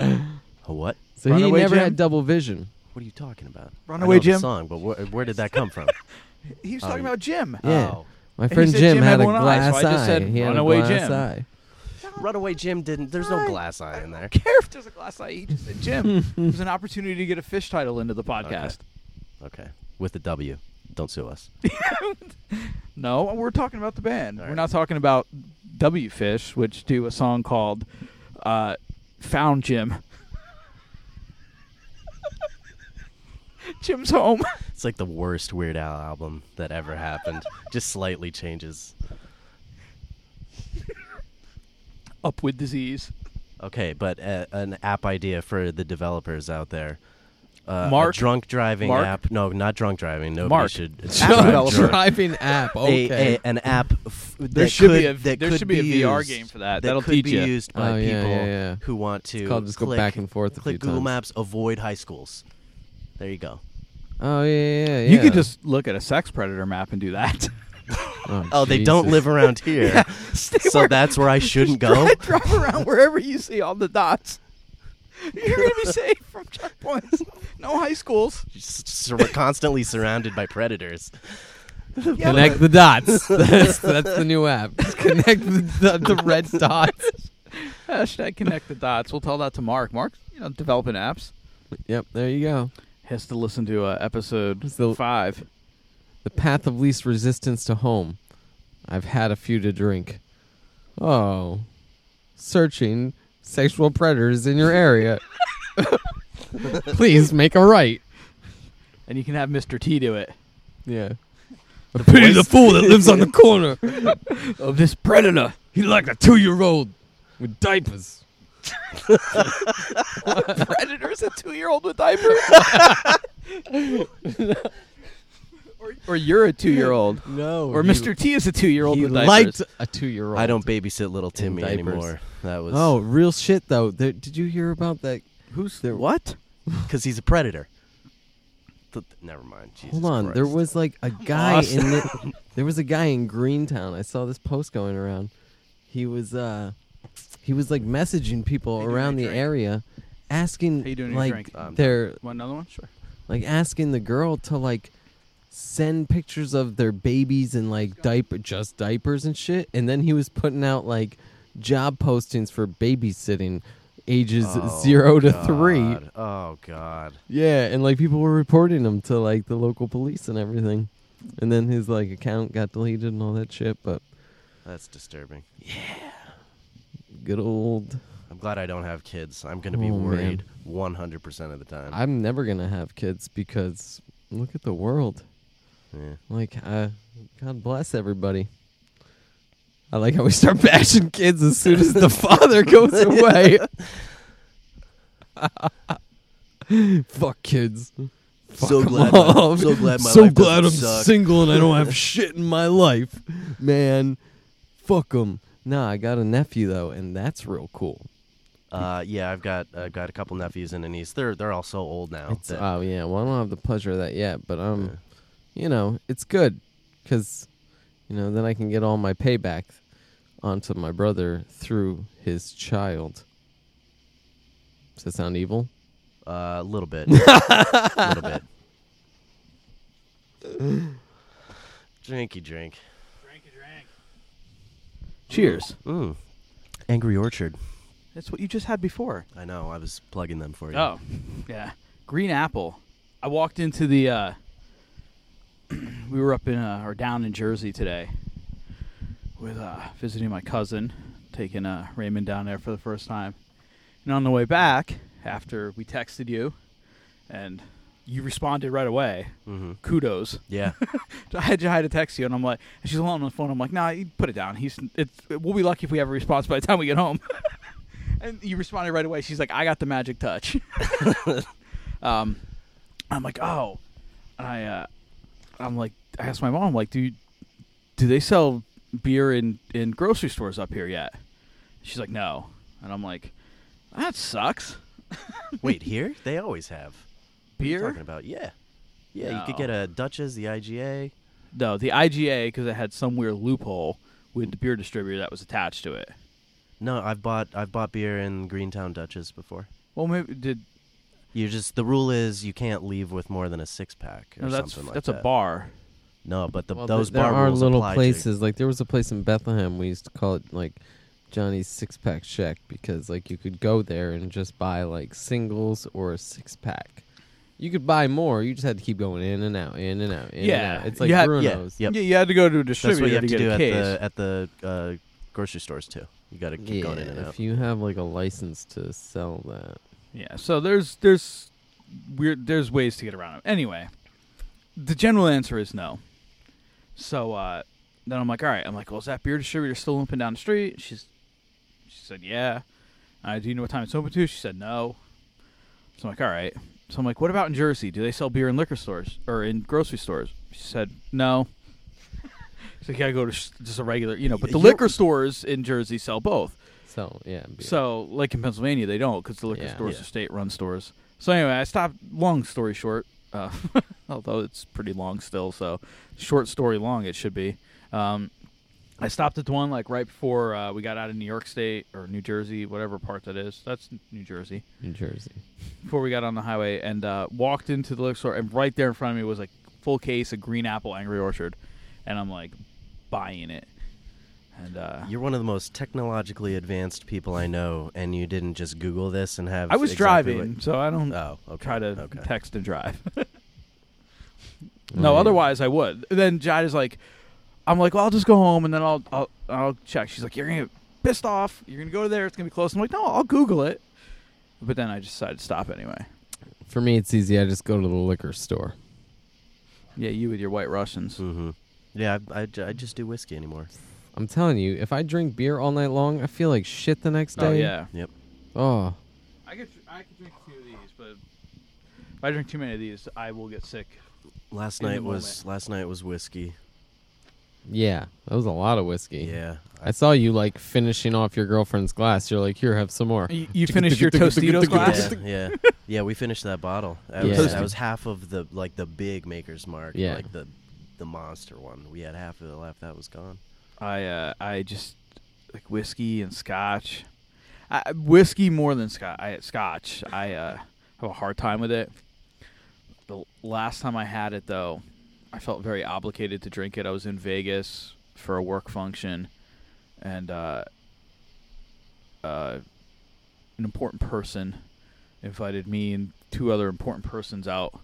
Speaker 4: A what?
Speaker 3: So he
Speaker 1: Runaway
Speaker 3: never
Speaker 1: Jim?
Speaker 3: had double vision.
Speaker 4: What are you talking about?
Speaker 1: Runaway
Speaker 4: I know the
Speaker 1: Jim?
Speaker 4: song, but where, where did that come from?
Speaker 1: He was
Speaker 4: Oh,
Speaker 1: talking
Speaker 4: yeah.
Speaker 1: about Jim.
Speaker 3: Yeah.
Speaker 4: Oh.
Speaker 3: My
Speaker 1: And he
Speaker 3: friend
Speaker 1: said
Speaker 3: Jim,
Speaker 1: Jim
Speaker 3: had,
Speaker 1: had
Speaker 3: a
Speaker 1: one eye,
Speaker 3: glass
Speaker 1: so I just said,
Speaker 3: he had
Speaker 1: "Runaway
Speaker 3: a glass
Speaker 1: Jim."
Speaker 3: eye.
Speaker 4: Runaway Jim didn't. There's no glass eye in
Speaker 1: I
Speaker 4: there.
Speaker 1: don't care if there's a glass eye. He just said Jim. it was an opportunity to get a fish title into the podcast.
Speaker 4: Okay. With the W. Don't sue us.
Speaker 1: No, we're talking about the band.
Speaker 4: All
Speaker 1: We're
Speaker 4: right.
Speaker 1: not talking about W Fish, which do a song called uh, "Found Jim." Jim's home.
Speaker 4: It's like the worst Weird Al album that ever happened. Just slightly changes.
Speaker 1: Up with disease.
Speaker 4: Okay, but uh an app idea for the developers out there. Uh,
Speaker 1: Mark?
Speaker 4: a drunk driving
Speaker 1: Mark?
Speaker 4: app. No, not drunk driving. Nobody
Speaker 1: Mark.
Speaker 4: should.
Speaker 1: App
Speaker 4: drive
Speaker 1: developer.
Speaker 4: drunk.
Speaker 3: Driving app.
Speaker 4: a-
Speaker 3: Okay.
Speaker 4: a- an app. F- that
Speaker 1: There should
Speaker 4: could,
Speaker 1: be a-
Speaker 4: that
Speaker 1: there
Speaker 4: could
Speaker 1: should be a
Speaker 4: be
Speaker 1: VR
Speaker 4: used-
Speaker 1: game for that.
Speaker 4: That
Speaker 1: That'll
Speaker 4: could
Speaker 1: teach
Speaker 4: be
Speaker 1: ya.
Speaker 4: used by
Speaker 3: Oh, yeah,
Speaker 4: people
Speaker 3: yeah, yeah.
Speaker 4: who want to
Speaker 3: It's called just go
Speaker 4: click,
Speaker 3: back and forth a
Speaker 4: click
Speaker 3: few
Speaker 4: Google
Speaker 3: times.
Speaker 4: Maps, avoid high schools. There you go.
Speaker 3: oh yeah, yeah, yeah.
Speaker 1: You could just look at a sex predator map and do that.
Speaker 4: Oh, they don't
Speaker 3: Jesus.
Speaker 4: live around here, so that's where I shouldn't go.
Speaker 1: Drive, drive around wherever you see all the dots. You're gonna be safe from checkpoints. No high schools.
Speaker 4: Just sur- constantly surrounded by predators.
Speaker 1: Yeah,
Speaker 3: Connect the dots. That's, that's the new app. Just connect the, the, the red dots.
Speaker 1: but- hashtag connect the dots. We'll tell that to Mark. Mark, you know, developing apps
Speaker 3: Yep, there you go.
Speaker 1: has to listen to uh, episode
Speaker 3: Still-
Speaker 1: five.
Speaker 3: The path of least resistance to home. I've had a few to drink. Oh, searching sexual predators in your area. Please make a right.
Speaker 1: and you can have Mr. T do it.
Speaker 3: Yeah. The pity the fool that lives on the corner.
Speaker 1: Of this predator.
Speaker 3: He's like a two-year-old with diapers.
Speaker 1: Predator's a two year old with diapers. or, or you're a two year old.
Speaker 3: No.
Speaker 1: Or Mr. T is a two year old
Speaker 3: He
Speaker 1: with diapers.
Speaker 3: liked a two-year-old.
Speaker 4: I don't babysit little Timmy
Speaker 3: diapers.
Speaker 4: anymore. That was
Speaker 3: Oh, real shit though. There, did you hear about that?
Speaker 1: Who's
Speaker 3: there-
Speaker 1: What?
Speaker 4: because he's a predator. Th- never mind. Jesus
Speaker 3: Hold on,
Speaker 4: Christ.
Speaker 3: there was like a guy
Speaker 1: lost.
Speaker 3: in the, there was a guy in Greentown. I saw this post going around. He was uh, he was like messaging people
Speaker 1: How you doing,
Speaker 3: around the
Speaker 1: you drink?
Speaker 3: area, asking
Speaker 1: How you doing, you
Speaker 3: like
Speaker 1: drink? Um,
Speaker 3: their
Speaker 1: Want another one? Sure.
Speaker 3: like asking the girl to like send pictures of their babies and like diaper just diapers and shit and then he was putting out like job postings for babysitting ages
Speaker 4: Oh,
Speaker 3: 0 to
Speaker 4: God.
Speaker 3: 3
Speaker 4: Oh God.
Speaker 3: yeah and like people were reporting him to like the local police and everything and then his like account got deleted and all that shit but
Speaker 4: That's disturbing.
Speaker 3: good old
Speaker 4: I'm glad I don't have kids. I'm going to be
Speaker 3: Oh, man.
Speaker 4: worried 100% of the time.
Speaker 3: i'm never gonna have kids because look at the world
Speaker 4: yeah.
Speaker 3: Like, uh, God bless everybody. I like how we start bashing kids as soon as the father goes away. Fuck kids. Fuck
Speaker 4: So
Speaker 3: 'em
Speaker 4: glad my-
Speaker 3: all.
Speaker 4: so glad my
Speaker 3: so
Speaker 4: life
Speaker 3: glad I'm
Speaker 4: doesn't suck.
Speaker 3: single and I don't have shit in my life, man. Fuck them. Nah, I got a nephew though, and that's real cool.
Speaker 4: Uh, yeah, I've got I've got a couple nephews and a niece. They're they're all so old now.
Speaker 3: It's,
Speaker 4: that-
Speaker 3: oh yeah, well I don't have the pleasure of that yet, but um, you know, it's good because you know then I can get all my payback onto my brother through his child. Does that sound evil?
Speaker 4: uh, a little bit, a little bit. Drinky drink.
Speaker 1: Cheers.
Speaker 4: Mm. Angry Orchard.
Speaker 1: That's what you just had before.
Speaker 4: I know. I was plugging them for you.
Speaker 1: Oh, yeah. Green apple. I walked into the. Uh, we were up in uh, or down in Jersey today, with uh, visiting my cousin, taking uh, Raymond down there for the first time, and on the way back after we texted you, and you responded right away.
Speaker 4: Mm-hmm.
Speaker 1: Kudos.
Speaker 4: Yeah.
Speaker 1: So I had I had to text you, and I'm like, and she's alone on the phone. I'm like, nah, you put it down. He's, it's, we'll be lucky if we have a response by the time we get home. and you responded right away. She's like, I got the magic touch. um, I'm like, oh, and I, uh, I'm like, I asked my mom, like, do you, do they sell beer in in grocery stores up here yet? She's like, no, and I'm like, that sucks.
Speaker 4: Wait, here they always have What are you
Speaker 1: Beer?
Speaker 4: talking about yeah, yeah. You could
Speaker 1: No.
Speaker 4: get a Dutchess, the IGA.
Speaker 1: No, the IGA because it had some weird loophole with the beer distributor that was attached to it.
Speaker 4: No, I've bought I've bought beer in Greentown Dutchess before.
Speaker 1: Well, maybe did
Speaker 4: You just the rule is you can't leave with more than a six pack or
Speaker 1: no, that's
Speaker 4: something like
Speaker 1: that's
Speaker 4: that.
Speaker 1: a bar.
Speaker 4: No, but the,
Speaker 3: Well, th-
Speaker 4: those
Speaker 3: there
Speaker 4: bar
Speaker 3: are
Speaker 4: rules
Speaker 3: little
Speaker 4: apply to-
Speaker 3: places. Like there was a place in Bethlehem we used to call it like Johnny's Six Pack Shack because like you could go there and just buy like singles or a six pack. You could buy more. You just had to keep going in and out, in and out, in
Speaker 1: Yeah,
Speaker 3: and out. It's like
Speaker 1: you had-
Speaker 4: yeah,
Speaker 3: Bruno's.
Speaker 4: Yep.
Speaker 1: Yeah, you had to go to a
Speaker 4: That's
Speaker 1: distributor
Speaker 4: what you have
Speaker 1: to
Speaker 4: to,
Speaker 1: get
Speaker 4: do
Speaker 1: a
Speaker 4: at
Speaker 1: case.
Speaker 4: the at the uh, grocery stores too. You got to keep going in and out.
Speaker 3: if you have like a license to sell that,
Speaker 1: Yeah, so there's there's weird there's ways to get around it. Anyway, the general answer is no. So uh, then I'm like, all right. I'm like, well, is that beer distributor still open down the street? She's she said, yeah. I do you know what time it's open to? She said no. So I'm like, all right. So I'm like, what about in Jersey? Do they sell beer in liquor stores or in grocery stores? She said no. so you gotta go to s- just a regular, you know. But the
Speaker 4: You-
Speaker 1: liquor stores in Jersey sell both.
Speaker 3: sell yeah. beer.
Speaker 1: So, like in Pennsylvania, they don't because the liquor
Speaker 3: Yeah.
Speaker 1: stores
Speaker 4: Yeah.
Speaker 1: are state-run stores. So anyway, I stopped. Long story short, uh, although it's pretty long still, so short story long it should be. Um, I stopped at the one like right before uh, we got out of New York State or New Jersey, whatever part that is. That's New Jersey.
Speaker 3: New Jersey.
Speaker 1: Before we got on the highway and uh, walked into the liquor store, and right there in front of me was like full case of Green Apple Angry Orchard, and I'm like buying it. And uh,
Speaker 4: You're one of the most technologically advanced people I know, and you didn't just Google this and have.
Speaker 1: I was
Speaker 4: exactly
Speaker 1: driving,
Speaker 4: what-
Speaker 1: so I don't.
Speaker 4: Oh, okay.
Speaker 1: try to
Speaker 4: okay.
Speaker 1: text and drive. no,
Speaker 3: yeah.
Speaker 1: otherwise I would. Then Jade is like, I'm like, well, I'll just go home and then I'll I'll, I'll check. She's like, you're gonna get pissed off. You're gonna go to there. It's gonna be close. I'm like, no, I'll Google it. But then I just decided to stop anyway.
Speaker 3: For me, it's easy. I just go to the liquor store.
Speaker 1: Yeah, you with your White Russians.
Speaker 4: Mm-hmm. Yeah, I, I, ju- I just do whiskey anymore.
Speaker 3: I'm telling you, if I drink beer all night long, I feel like shit the next day.
Speaker 1: Oh yeah,
Speaker 4: Yep.
Speaker 3: Oh,
Speaker 1: I could I could drink a few of these, but if I drink too many of these, I will get sick.
Speaker 4: Last
Speaker 1: In the
Speaker 4: night was last night was whiskey.
Speaker 3: yeah. That was a lot of whiskey.
Speaker 4: Yeah.
Speaker 3: I saw you like finishing off your girlfriend's glass. You're like, here, have some more.
Speaker 1: You, you finished your Tostitos glass.
Speaker 4: Yeah, yeah, yeah. We finished that bottle. That,
Speaker 3: Yeah.
Speaker 4: was, that was half of the like the big Maker's Mark,
Speaker 3: Yeah.
Speaker 4: like the the monster one. We had half of it left. That was gone.
Speaker 1: I uh, I just like whiskey and scotch. I, whiskey more than scotch. I, scotch. I uh, have a hard time with it. The last time I had it though, I felt very obligated to drink it. I was in Vegas for a work function, and uh, uh, an important person invited me and two other important persons out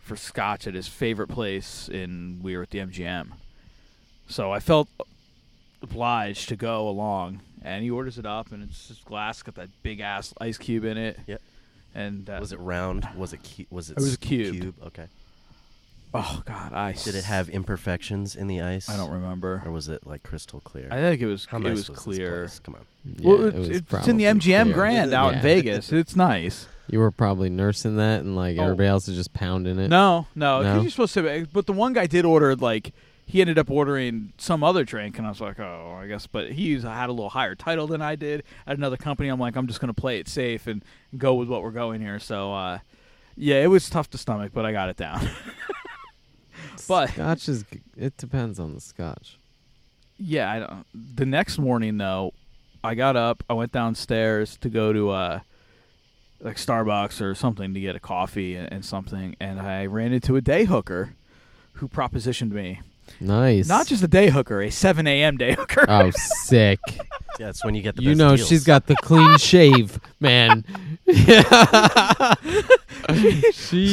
Speaker 1: for scotch at his favorite place, and we were at the MGM. So I felt obliged to go along, and he orders it up, and it's just glass got that big ass ice cube in it.
Speaker 4: Yep.
Speaker 1: And uh, that,
Speaker 4: was it round? Was it cu- was it,
Speaker 1: It was
Speaker 4: s-
Speaker 1: cubed.
Speaker 4: Okay.
Speaker 1: Oh God, I
Speaker 4: Did it have imperfections in the ice?
Speaker 1: I don't
Speaker 4: Or
Speaker 1: remember.
Speaker 4: was it like crystal clear?
Speaker 1: I think it was.
Speaker 4: How
Speaker 1: it
Speaker 4: nice
Speaker 1: was,
Speaker 4: was this
Speaker 1: clear.
Speaker 4: place? Come on.
Speaker 3: Yeah,
Speaker 1: Well,
Speaker 3: it was
Speaker 1: it's, it's in the
Speaker 3: probably
Speaker 1: MGM
Speaker 3: clear.
Speaker 1: Grand out
Speaker 3: Yeah.
Speaker 1: in Vegas. It's nice.
Speaker 3: You were probably nursing that, and like
Speaker 1: Oh.
Speaker 3: everybody else is just pounding it.
Speaker 1: No, no,
Speaker 3: No?
Speaker 1: 'cause you're supposed to. eh, But the one guy did order like he ended up ordering some other drink, and I was like, oh, I guess. But he was- had a little higher title than I did at another company. I'm like, I'm just gonna play it safe and go with what we're going here. So, uh, yeah, it was tough to stomach, but I got it down. but-
Speaker 3: scotch is. g- It depends on the scotch.
Speaker 1: Yeah, I don't. The next morning though, I got up, I went downstairs to go to uh like Starbucks or something to get a coffee and, and something, and I ran into a day hooker who propositioned me.
Speaker 3: Nice.
Speaker 1: Not just a day hooker, a seven AM day hooker.
Speaker 3: Oh, sick.
Speaker 4: Yeah, that's when you get the
Speaker 3: you
Speaker 4: best
Speaker 3: know
Speaker 4: deals.
Speaker 3: she's got the clean shave, man. Yeah. she,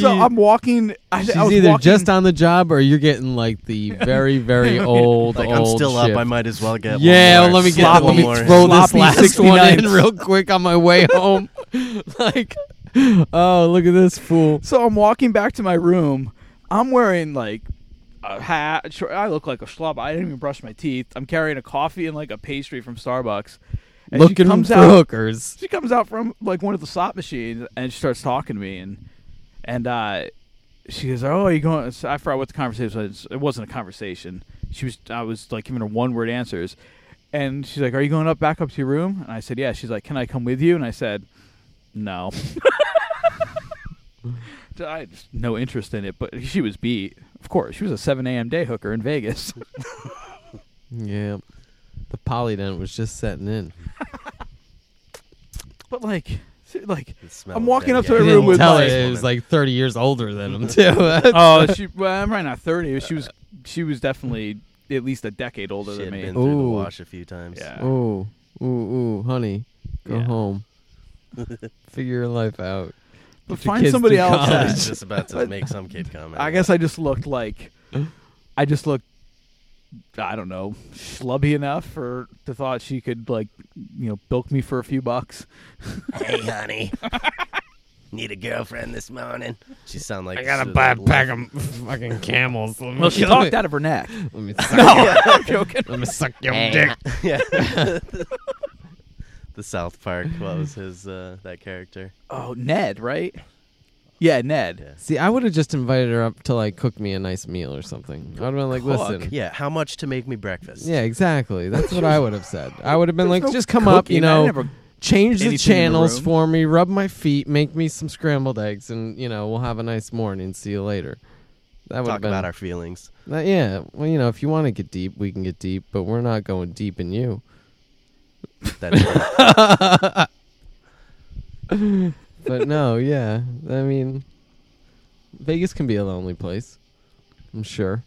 Speaker 1: so I'm walking I,
Speaker 3: she's
Speaker 1: I was
Speaker 3: either
Speaker 1: walking-
Speaker 3: just on the job or you're getting like the very, very old.
Speaker 4: Like I'm
Speaker 3: old
Speaker 4: still
Speaker 3: shift.
Speaker 4: up. I might as well get.
Speaker 3: yeah,
Speaker 4: one more.
Speaker 3: well, let me get
Speaker 1: Sloppy-
Speaker 3: let me
Speaker 4: one more.
Speaker 3: throw this
Speaker 1: sloppy
Speaker 3: last
Speaker 1: 69.
Speaker 3: one in real quick on my way home. like, oh, look at this fool.
Speaker 1: So I'm walking back to my room. I'm wearing like a hat. a short- I look like a schlub. I didn't even brush my teeth. I'm carrying a coffee and like a pastry from Starbucks. And she
Speaker 3: Looking
Speaker 1: comes
Speaker 3: for
Speaker 1: out-
Speaker 3: hookers.
Speaker 1: she comes out from like one of the slot machines and she starts talking to me and and uh she goes, "Oh, are you going?" so I forgot what the conversation was. It wasn't a conversation. She was. I was like giving her one word answers, and she's like, "Are you going up back up to your room?" And I said, "Yeah." She's like, "Can I come with you?" And I said, "No." I had just no interest in it, but she was beat. Of course, she was a 7 a.m. day hooker in Vegas.
Speaker 3: Yeah. The polydent was just setting in.
Speaker 1: but like, se- like
Speaker 4: The smell
Speaker 1: I'm
Speaker 4: of
Speaker 1: walking
Speaker 4: dead
Speaker 1: up to her
Speaker 4: gas.
Speaker 3: You
Speaker 1: room
Speaker 3: didn't
Speaker 1: with
Speaker 3: tell her
Speaker 1: like,
Speaker 3: it was like 30 years older than him, too. That's-
Speaker 1: oh, she. Well, I'm probably not 30. but She was. She was definitely at least a decade older
Speaker 4: She
Speaker 1: than
Speaker 4: had
Speaker 1: me.
Speaker 4: been through the
Speaker 3: Ooh.
Speaker 4: wash a few times.
Speaker 1: Yeah.
Speaker 3: ooh, ooh, ooh, honey, go
Speaker 1: Yeah.
Speaker 3: home. Figure your life out.
Speaker 1: But
Speaker 3: Put your
Speaker 1: find
Speaker 3: kids
Speaker 1: somebody
Speaker 3: through
Speaker 1: else.
Speaker 4: I
Speaker 1: that-
Speaker 4: was just about to make some kid comment.
Speaker 1: I guess I just looked like I just looked I don't know, schlubby enough for the thought she could like you know, bilk me for a few bucks.
Speaker 4: Hey, honey. Need a girlfriend this morning. She sound like
Speaker 5: I got
Speaker 4: she
Speaker 5: a
Speaker 4: was
Speaker 5: bad
Speaker 4: little-
Speaker 5: pack of fucking camels. Let me,
Speaker 1: Well she talked out of her neck.
Speaker 3: Let me suck,
Speaker 1: I'm joking.
Speaker 5: let me suck your
Speaker 4: Hey,
Speaker 5: dick.
Speaker 4: hon- yeah. the South Park. What was his uh, that character?
Speaker 1: Oh, Ned, right? Yeah, Ned.
Speaker 4: Yeah.
Speaker 3: See, I would have just invited her up to like cook me a nice meal or something. I would have been like,
Speaker 1: Cook?
Speaker 3: listen.
Speaker 4: Yeah. How much to make me breakfast?
Speaker 3: Yeah, exactly. That's what I would have said. I would have been
Speaker 1: There's
Speaker 3: like,
Speaker 1: no
Speaker 3: just come up, you
Speaker 1: cooking. I
Speaker 3: know,
Speaker 1: never-
Speaker 3: change
Speaker 1: anything in
Speaker 3: the
Speaker 1: the
Speaker 3: channels
Speaker 1: room.
Speaker 3: for me, rub my feet, make me some scrambled eggs, and you know, we'll have a nice morning. See you later. That would
Speaker 4: Talk
Speaker 3: have been
Speaker 4: about our feelings.
Speaker 3: that- yeah. Well, you know, if you want to get deep, we can get deep, but we're not going deep in you.
Speaker 4: That's
Speaker 3: But no, yeah. I mean, Vegas can be a lonely place. I'm sure.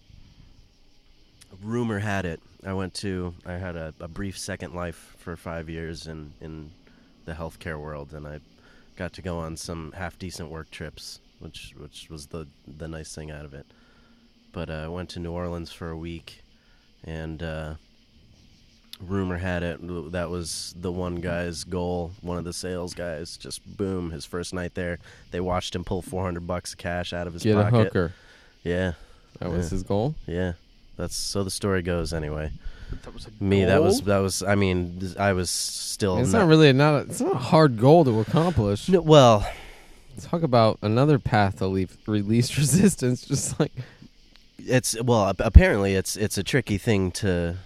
Speaker 4: rumor had it i went to i had a, a brief second life for five years in in the healthcare world and i got to go on some half decent work trips which which was the the nice thing out of it but uh, i went to new orleans for a week and uh rumor had it that was the one guy's goal one of the sales guys just boom his first night there they watched him pull 400 bucks of cash out of his
Speaker 3: Get a
Speaker 4: pocket
Speaker 3: hooker.
Speaker 4: yeah
Speaker 3: That was
Speaker 4: Yeah.
Speaker 3: his goal.
Speaker 4: yeah that's so the story goes anyway
Speaker 1: That was a
Speaker 4: me, that was
Speaker 1: goal?
Speaker 4: that was. I mean, th- I was still.
Speaker 3: it's not really a, not. A, it's not a hard goal to accomplish.
Speaker 4: Oh, No, well,
Speaker 3: Talk about another path to leave, release resistance. Just like
Speaker 4: it's well. ap- Apparently, it's it's a tricky thing to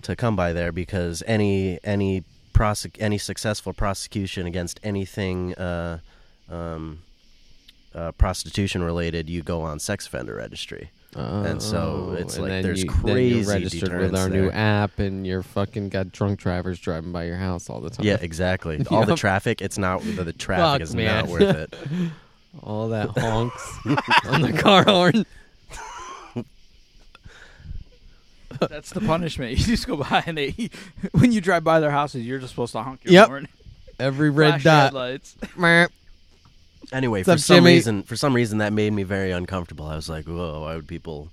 Speaker 4: to come by there because any any prosec any successful prosecution against anything uh, um, uh, prostitution related, you go on sex offender registry. And so
Speaker 3: Oh,
Speaker 4: it's
Speaker 3: and
Speaker 4: like
Speaker 3: then
Speaker 4: there's
Speaker 3: you, then
Speaker 4: crazy
Speaker 3: you're registered with
Speaker 4: deterrence
Speaker 3: our new
Speaker 4: there.
Speaker 3: app, and you're fucking got drunk drivers driving by your house all the time.
Speaker 4: Yeah, exactly. All the
Speaker 3: Yep.
Speaker 4: traffic, it's not the, the traffic
Speaker 3: Fuck,
Speaker 4: is
Speaker 3: man.
Speaker 4: not worth it.
Speaker 3: all that honks on the car horn.
Speaker 1: That's the punishment. You just go by and they when you drive by their houses, you're just supposed to honk your
Speaker 3: Yep.
Speaker 1: horn.
Speaker 3: Every red
Speaker 1: Flash
Speaker 3: dot.
Speaker 1: headlights.
Speaker 3: Merp.
Speaker 4: Anyway,
Speaker 3: What's
Speaker 4: for
Speaker 3: up,
Speaker 4: some
Speaker 3: Jimmy?
Speaker 4: reason, for some reason, that made me very uncomfortable. I was like, "Whoa, why would people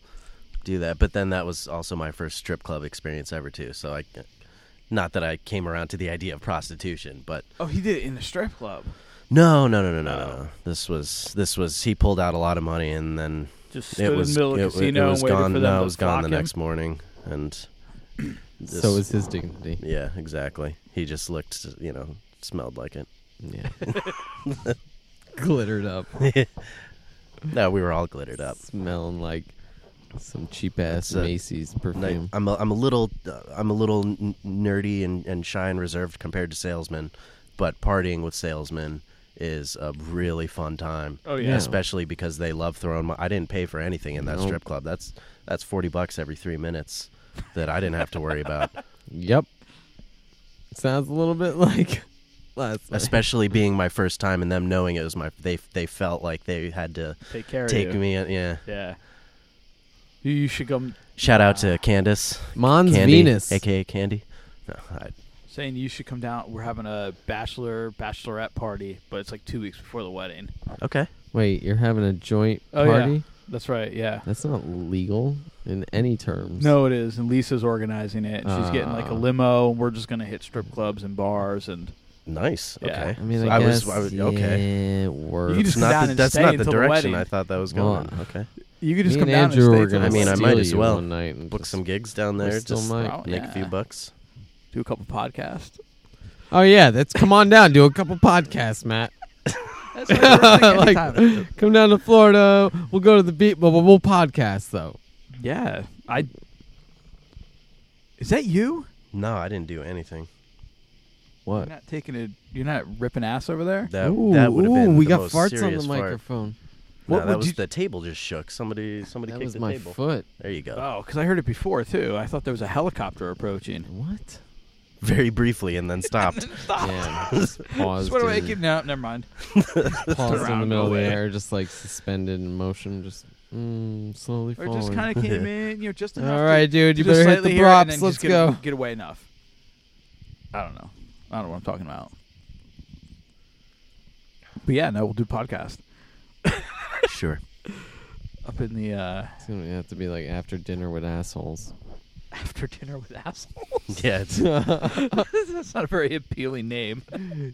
Speaker 4: do that?" But then that was also my first strip club experience ever, too. So I, not that I came around to the idea of prostitution, but
Speaker 1: Oh, he did it in the strip club.
Speaker 4: no, no, no, no, no,
Speaker 1: Oh.
Speaker 4: no. This was this was he pulled out a lot of money, and then
Speaker 1: Just
Speaker 4: it
Speaker 1: stood in
Speaker 4: was
Speaker 1: the middle of
Speaker 4: it,
Speaker 1: the
Speaker 4: it
Speaker 1: casino
Speaker 4: was
Speaker 1: and waited
Speaker 4: gone.
Speaker 1: for them
Speaker 4: no,
Speaker 1: to
Speaker 4: it was gone
Speaker 1: flock
Speaker 4: the
Speaker 1: him.
Speaker 4: next morning, and this-
Speaker 3: So is his dignity.
Speaker 4: yeah, exactly. He just looked, you know, smelled like it.
Speaker 3: Yeah. Glittered up,
Speaker 4: No, we were all glittered up.
Speaker 3: smelling like some cheap ass
Speaker 4: That's a
Speaker 3: Macy's
Speaker 4: Like,
Speaker 3: perfume.
Speaker 4: I'm a, I'm a little uh, I'm a little n- nerdy and, and shy and reserved compared to salesmen, but partying with salesmen is a really fun time.
Speaker 1: Oh, yeah.
Speaker 4: especially because they love throwing. Mo- I didn't pay for anything in that
Speaker 3: Nope.
Speaker 4: strip club. That's that's forty bucks every three minutes that I didn't have to worry about.
Speaker 3: Yep. Sounds a little bit like last night.
Speaker 4: especially being my first time and them knowing it was my they they felt like they had to
Speaker 1: Take care
Speaker 4: take
Speaker 1: of you.
Speaker 4: me. in- Yeah,
Speaker 1: Yeah. You- You should come
Speaker 4: shout out to Candace,
Speaker 3: Mons
Speaker 4: Candy,
Speaker 3: Venus.
Speaker 4: aka Candy. No, I,
Speaker 1: saying you should come down. We're having a bachelor bachelorette party, but it's like two weeks before the wedding.
Speaker 4: okay,
Speaker 3: Wait, you're having a joint
Speaker 1: Oh,
Speaker 3: party?
Speaker 1: yeah. That's right. Yeah.
Speaker 3: That's not legal in any terms.
Speaker 1: No, it is, and Lisa's organizing it. and She's getting like a
Speaker 3: Ah.
Speaker 1: limo. and We're just gonna hit strip clubs and bars, and
Speaker 4: nice.
Speaker 1: Yeah.
Speaker 4: Okay,
Speaker 3: I mean,
Speaker 4: So
Speaker 3: I, guess,
Speaker 4: was, I was okay.
Speaker 3: Yeah, work.
Speaker 1: You just
Speaker 4: It's
Speaker 1: come down
Speaker 4: not the,
Speaker 1: and
Speaker 4: that's
Speaker 1: stay
Speaker 4: not the
Speaker 1: until the
Speaker 4: direction
Speaker 1: wedding.
Speaker 4: I thought that was
Speaker 3: Well,
Speaker 4: going. okay,
Speaker 1: you could
Speaker 3: Me
Speaker 1: just
Speaker 3: and
Speaker 1: come down
Speaker 3: Andrew were
Speaker 1: and stay. till
Speaker 3: gonna
Speaker 1: the
Speaker 4: I mean, I
Speaker 1: wedding.
Speaker 3: steal
Speaker 4: might as
Speaker 3: you
Speaker 4: well
Speaker 3: one night and
Speaker 4: book
Speaker 3: just-
Speaker 4: some gigs down
Speaker 3: we
Speaker 4: there.
Speaker 3: still
Speaker 4: Just
Speaker 3: might.
Speaker 1: Oh,
Speaker 4: make
Speaker 1: yeah.
Speaker 4: a few bucks.
Speaker 1: do a couple podcasts.
Speaker 3: Oh yeah, that's come on down, do a couple podcasts, Matt.
Speaker 1: That's why you're running
Speaker 3: Like-
Speaker 1: anytime.
Speaker 3: Come down to Florida. We'll go to the beach, but we'll, we'll podcast though.
Speaker 1: yeah, I. Is that you?
Speaker 4: No, I didn't do anything.
Speaker 1: You're
Speaker 3: What?
Speaker 1: not taking a. You're not ripping ass over there.
Speaker 4: That that would have
Speaker 3: ooh,
Speaker 4: been
Speaker 3: we
Speaker 4: the
Speaker 3: got
Speaker 4: most
Speaker 3: farts on the
Speaker 4: serious fart.
Speaker 3: microphone.
Speaker 4: No,
Speaker 1: What
Speaker 4: that
Speaker 1: would
Speaker 4: was
Speaker 1: you-
Speaker 4: the table just shook. Somebody somebody
Speaker 3: That
Speaker 4: kicked
Speaker 3: was
Speaker 4: the
Speaker 3: my
Speaker 4: table.
Speaker 3: foot.
Speaker 4: There you go.
Speaker 1: Oh, because I heard it before too. I thought there was a helicopter approaching.
Speaker 3: What?
Speaker 4: Very briefly and then stopped.
Speaker 3: Yeah. just paused.
Speaker 1: what do I
Speaker 3: in-
Speaker 1: keep? No, never mind.
Speaker 3: paused in
Speaker 1: around,
Speaker 3: the middle of
Speaker 1: go
Speaker 3: the
Speaker 1: away.
Speaker 3: air, just like suspended in motion, just mm, slowly
Speaker 1: Or
Speaker 3: falling.
Speaker 1: just kind of came in, you know, just enough.
Speaker 3: All right, dude,
Speaker 1: to, to
Speaker 3: you
Speaker 1: just
Speaker 3: better hit
Speaker 1: slightly
Speaker 3: the
Speaker 1: hear it and then just
Speaker 3: props. Let's
Speaker 1: get,
Speaker 3: go.
Speaker 1: Get away enough. I don't know. I don't know what I'm talking about. But yeah, no, we'll do podcast
Speaker 4: sure.
Speaker 1: up in the uh,
Speaker 3: It's gonna have to be like after dinner with assholes.
Speaker 1: after dinner with assholes.
Speaker 4: Yeah, it's,
Speaker 1: That's not a very appealing name.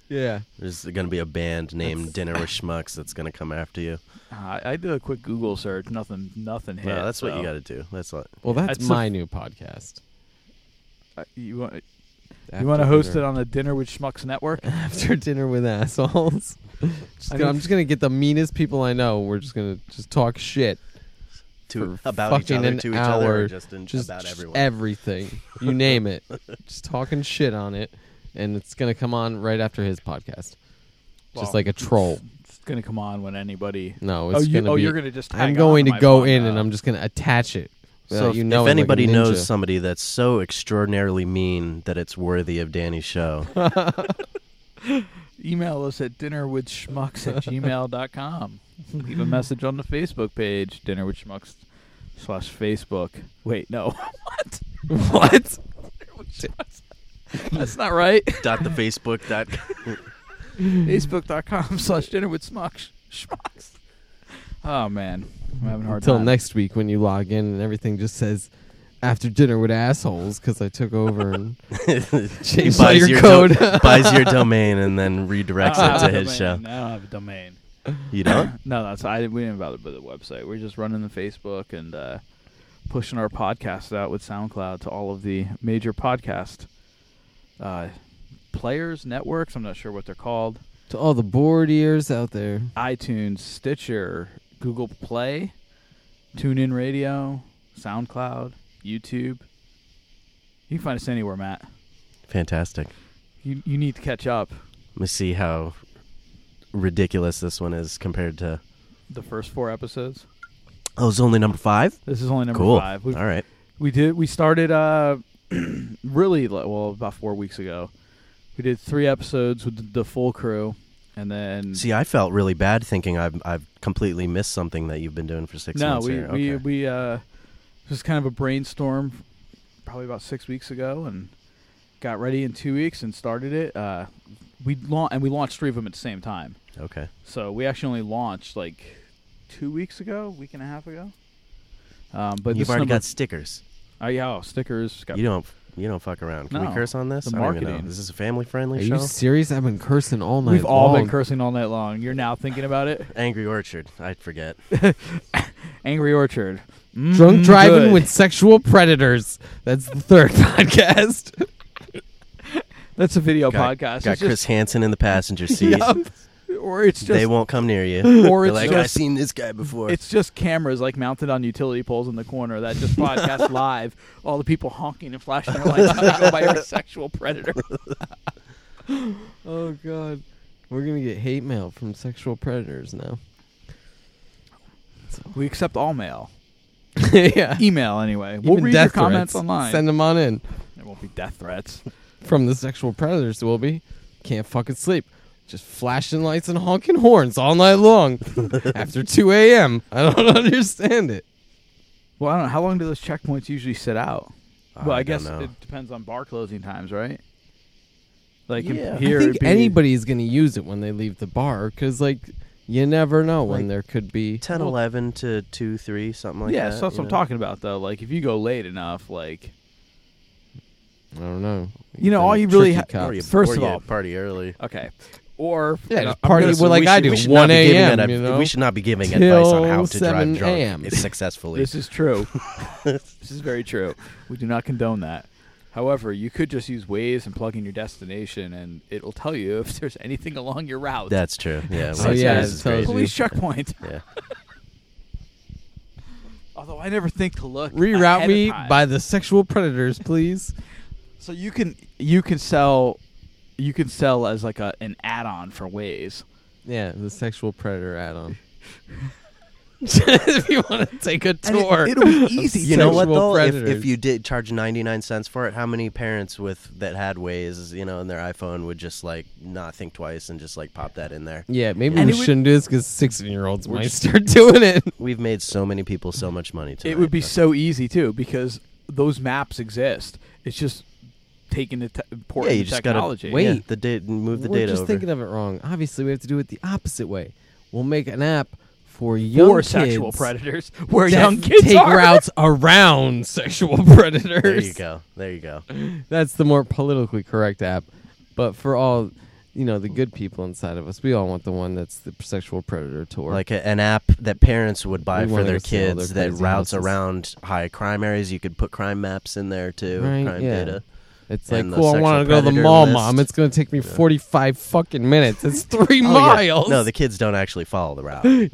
Speaker 3: Yeah.
Speaker 4: there's going to be a band named Dinner with Schmucks that's going to come after you.
Speaker 1: Uh, I did a quick Google search. Nothing. Nothing hit.
Speaker 4: Well, that's what
Speaker 1: so-
Speaker 4: you got to do. That's what.
Speaker 3: Well, that's
Speaker 1: That's a-
Speaker 3: my new podcast.
Speaker 1: Uh, you want?
Speaker 3: After
Speaker 1: You want to host it
Speaker 3: dinner.
Speaker 1: on the Dinner with Schmucks network?
Speaker 3: after dinner with assholes? Just
Speaker 1: I
Speaker 3: gonna-
Speaker 1: mean-
Speaker 3: I'm just gonna get the meanest people I know. We're just gonna just talk shit.
Speaker 4: To
Speaker 3: for
Speaker 4: about each
Speaker 3: fucking
Speaker 4: other,
Speaker 3: an
Speaker 4: to each
Speaker 3: hour,
Speaker 4: other, or just, in,
Speaker 3: Just,
Speaker 4: about
Speaker 3: just
Speaker 4: everyone.
Speaker 3: everything, you name it, just talking shit on it, and it's gonna come on right after his podcast,
Speaker 1: Well,
Speaker 3: just like a troll.
Speaker 1: It's gonna come on when anybody. oh,
Speaker 3: No, it's
Speaker 1: you,
Speaker 3: gonna
Speaker 1: oh,
Speaker 3: be.
Speaker 1: you're gonna just.
Speaker 3: I'm
Speaker 1: tag
Speaker 3: going
Speaker 1: on
Speaker 3: to
Speaker 1: my
Speaker 3: go
Speaker 1: pod-
Speaker 3: in
Speaker 1: uh,
Speaker 3: and I'm just gonna attach it.
Speaker 4: So
Speaker 3: without
Speaker 4: if,
Speaker 3: you know,
Speaker 4: if anybody knows somebody that's so extraordinarily mean that it's worthy of Danny's show,
Speaker 1: email us at dinnerwithschmucks at gmail.com. Leave a message on the Facebook page, dinner with schmucks slash Facebook. Wait, no. what?
Speaker 3: what?
Speaker 1: Dinner with Schmucks. That's not right.
Speaker 4: dot the Facebook dot.
Speaker 1: Facebook.com slash dinner with schmucks. schmucks. Oh, man. I'm having a hard
Speaker 3: Until
Speaker 1: time.
Speaker 3: next week when you log in and everything just says after dinner with assholes because I took over and changed all your, code.
Speaker 4: do- buys your domain and then redirects
Speaker 1: I
Speaker 4: it
Speaker 1: don't
Speaker 4: to
Speaker 1: have a
Speaker 4: his show.
Speaker 1: domain. I don't have a domain.
Speaker 4: You don't?
Speaker 1: No, that's I. We didn't bother with the website. We're just running the Facebook and uh, pushing our podcast out with SoundCloud to all of the major podcast uh, players, networks. I'm not sure what they're called.
Speaker 3: to all the bored ears out there.
Speaker 1: iTunes, Stitcher, Google Play, TuneIn Radio, SoundCloud, YouTube. You can find us anywhere, Matt.
Speaker 4: Fantastic.
Speaker 1: You you need to catch up.
Speaker 4: Let me see how ridiculous this one is compared to.
Speaker 1: The first four episodes.
Speaker 4: Oh, it's only number five.
Speaker 1: This is only number
Speaker 4: cool.
Speaker 1: five. We've
Speaker 4: All right.
Speaker 1: We did. We started uh, really li- well about four weeks ago. We did three episodes with the- the full crew, and then
Speaker 4: See, I felt really bad thinking I've I've completely missed something that you've been doing for six
Speaker 1: no,
Speaker 4: months.
Speaker 1: we
Speaker 4: here.
Speaker 1: we
Speaker 4: Okay.
Speaker 1: we uh, it was kind of a brainstorm, probably about six weeks ago, and got ready in two weeks and started it. Uh, we la- and we launched three of them at the same time.
Speaker 4: okay.
Speaker 1: So we actually only launched like two weeks ago, week and a half ago. Um, but
Speaker 4: You've
Speaker 1: this
Speaker 4: already
Speaker 1: number,
Speaker 4: got stickers.
Speaker 1: oh yeah, oh, stickers. Got
Speaker 4: You don't you don't fuck around. Can
Speaker 1: No.
Speaker 4: we curse on this?
Speaker 1: The
Speaker 4: I don't even know.
Speaker 1: marketing.
Speaker 4: Is this a family friendly
Speaker 3: Are
Speaker 4: show?
Speaker 3: you serious? I've been cursing all night.
Speaker 1: We've all been
Speaker 3: long.
Speaker 1: cursing all night long. You're now thinking about it.
Speaker 4: Angry Orchard. I forget.
Speaker 1: Angry Orchard. Mm,
Speaker 3: Drunk driving
Speaker 1: good.
Speaker 3: with sexual predators. That's the third podcast.
Speaker 1: that's a video
Speaker 4: got
Speaker 1: podcast.
Speaker 4: got
Speaker 1: It's
Speaker 4: Chris
Speaker 1: just-
Speaker 4: Hansen in the passenger seat.
Speaker 1: or it's just
Speaker 4: they won't come near you.
Speaker 1: Or
Speaker 4: They're
Speaker 1: it's
Speaker 4: like
Speaker 1: just-
Speaker 4: I've seen this guy before.
Speaker 1: it's just cameras like mounted on utility poles in the corner that just podcast live. All the people honking and flashing their lights go by every sexual predator.
Speaker 3: Oh God, we're gonna get hate mail from sexual predators now.
Speaker 1: We accept all mail,
Speaker 3: yeah,
Speaker 1: email anyway. We'll
Speaker 3: Even
Speaker 1: read your
Speaker 3: death
Speaker 1: comments
Speaker 3: threats.
Speaker 1: online.
Speaker 3: Send them on in
Speaker 1: it won't be death threats.
Speaker 3: from the sexual predators. Will be can't fucking sleep. Just flashing lights and honking horns all night long after 2 a.m. I don't understand it.
Speaker 1: Well, I don't know. How long do those checkpoints usually sit out? well, I,
Speaker 4: Oh, don't
Speaker 1: guess
Speaker 4: know.
Speaker 1: it depends on bar closing times, right? Like in-
Speaker 4: Yeah. I
Speaker 1: here,
Speaker 3: I
Speaker 1: it'd
Speaker 3: think
Speaker 1: be-
Speaker 3: anybody is going to use it when they leave the bar because, like, you never know when
Speaker 4: Like,
Speaker 3: there could be.
Speaker 4: 10, 11 to 2, 3, something like
Speaker 1: yeah,
Speaker 4: that.
Speaker 1: so that's what
Speaker 4: you
Speaker 1: I'm
Speaker 4: know?
Speaker 1: talking about, though. Like if you go late enough, like
Speaker 3: I don't know.
Speaker 1: You know,
Speaker 3: Them
Speaker 1: all you really
Speaker 3: tricky
Speaker 1: ha-
Speaker 4: Or
Speaker 3: cops.
Speaker 4: you-
Speaker 1: First
Speaker 4: or
Speaker 1: of
Speaker 4: you
Speaker 1: all-
Speaker 4: party early.
Speaker 1: okay, or
Speaker 3: Yeah,
Speaker 1: no,
Speaker 3: just
Speaker 1: I'm
Speaker 3: party
Speaker 1: gonna-
Speaker 3: with- like
Speaker 4: we
Speaker 3: I
Speaker 4: should-
Speaker 3: do,
Speaker 4: we should not
Speaker 3: 1
Speaker 4: be giving
Speaker 3: a.m.,
Speaker 4: ad-
Speaker 3: you know?
Speaker 4: We should not be giving advice on how to
Speaker 3: Till 7
Speaker 4: drive
Speaker 3: a.m..
Speaker 4: drunk successfully.
Speaker 1: This is true. this is very true. We do not condone that. However, you could just use Waze and plug in your destination, and it'll tell you if there's anything along your route.
Speaker 4: That's true. Yeah.
Speaker 1: So
Speaker 4: Waze
Speaker 1: yeah,
Speaker 4: is
Speaker 3: Oh, it
Speaker 4: great.
Speaker 3: tells
Speaker 1: police checkpoint.
Speaker 4: Yeah.
Speaker 1: Although I never think to look. ahead
Speaker 3: Reroute
Speaker 1: of
Speaker 3: me
Speaker 1: time.
Speaker 3: by the sexual predators, please.
Speaker 1: So you can you can sell you can sell as like a an add-on for Waze.
Speaker 3: yeah, the sexual predator add-on. if you want to take a
Speaker 1: And it-
Speaker 3: tour,
Speaker 1: it'll be easy.
Speaker 4: You know what
Speaker 3: Sexual
Speaker 4: though? If, if
Speaker 3: predators.
Speaker 4: you did charge ninety nine cents for it, how many parents with that had Waze, you know, in their iPhone would just like not think twice and just like pop that in there?
Speaker 3: Yeah, maybe
Speaker 1: And
Speaker 3: we
Speaker 1: it would-
Speaker 3: shouldn't do this because sixteen-year-olds
Speaker 1: We're
Speaker 3: might
Speaker 1: just-
Speaker 3: start doing it.
Speaker 4: We've made so many people so much money tonight.
Speaker 1: It would be
Speaker 4: That's-
Speaker 1: so easy too because those maps exist. It's just taking the te- important
Speaker 4: Yeah, you just
Speaker 1: technology.
Speaker 4: gotta
Speaker 3: Wait.
Speaker 4: yeah, the data move the
Speaker 3: We're
Speaker 4: data
Speaker 3: just
Speaker 4: over.
Speaker 3: thinking of it wrong. Obviously, we have to do it the opposite way. We'll make an app for young
Speaker 1: Or
Speaker 3: kids
Speaker 1: sexual predators, where
Speaker 3: that
Speaker 1: young kids
Speaker 3: take
Speaker 1: are.
Speaker 3: routes around sexual predators.
Speaker 4: there you go. There you go.
Speaker 3: That's the more politically correct app. But for all you know, the good people inside of us, we all want the one that's the sexual predator tour.
Speaker 4: Like a, an app that parents would buy
Speaker 3: We
Speaker 4: for
Speaker 3: wanna
Speaker 4: their
Speaker 3: go see all their
Speaker 4: kids that
Speaker 3: crazy
Speaker 4: routes
Speaker 3: houses.
Speaker 4: around high crime areas. You could put crime maps in there too.
Speaker 3: Right,
Speaker 4: crime
Speaker 3: yeah.
Speaker 4: data.
Speaker 3: it's like,
Speaker 4: and the
Speaker 3: cool. I want to go to
Speaker 4: sexual
Speaker 3: the
Speaker 4: predator
Speaker 3: mall,
Speaker 4: list.
Speaker 3: mom. It's going to take me forty-five fucking minutes. It's three
Speaker 4: Oh, yeah.
Speaker 3: miles.
Speaker 4: No, the kids don't actually follow the route,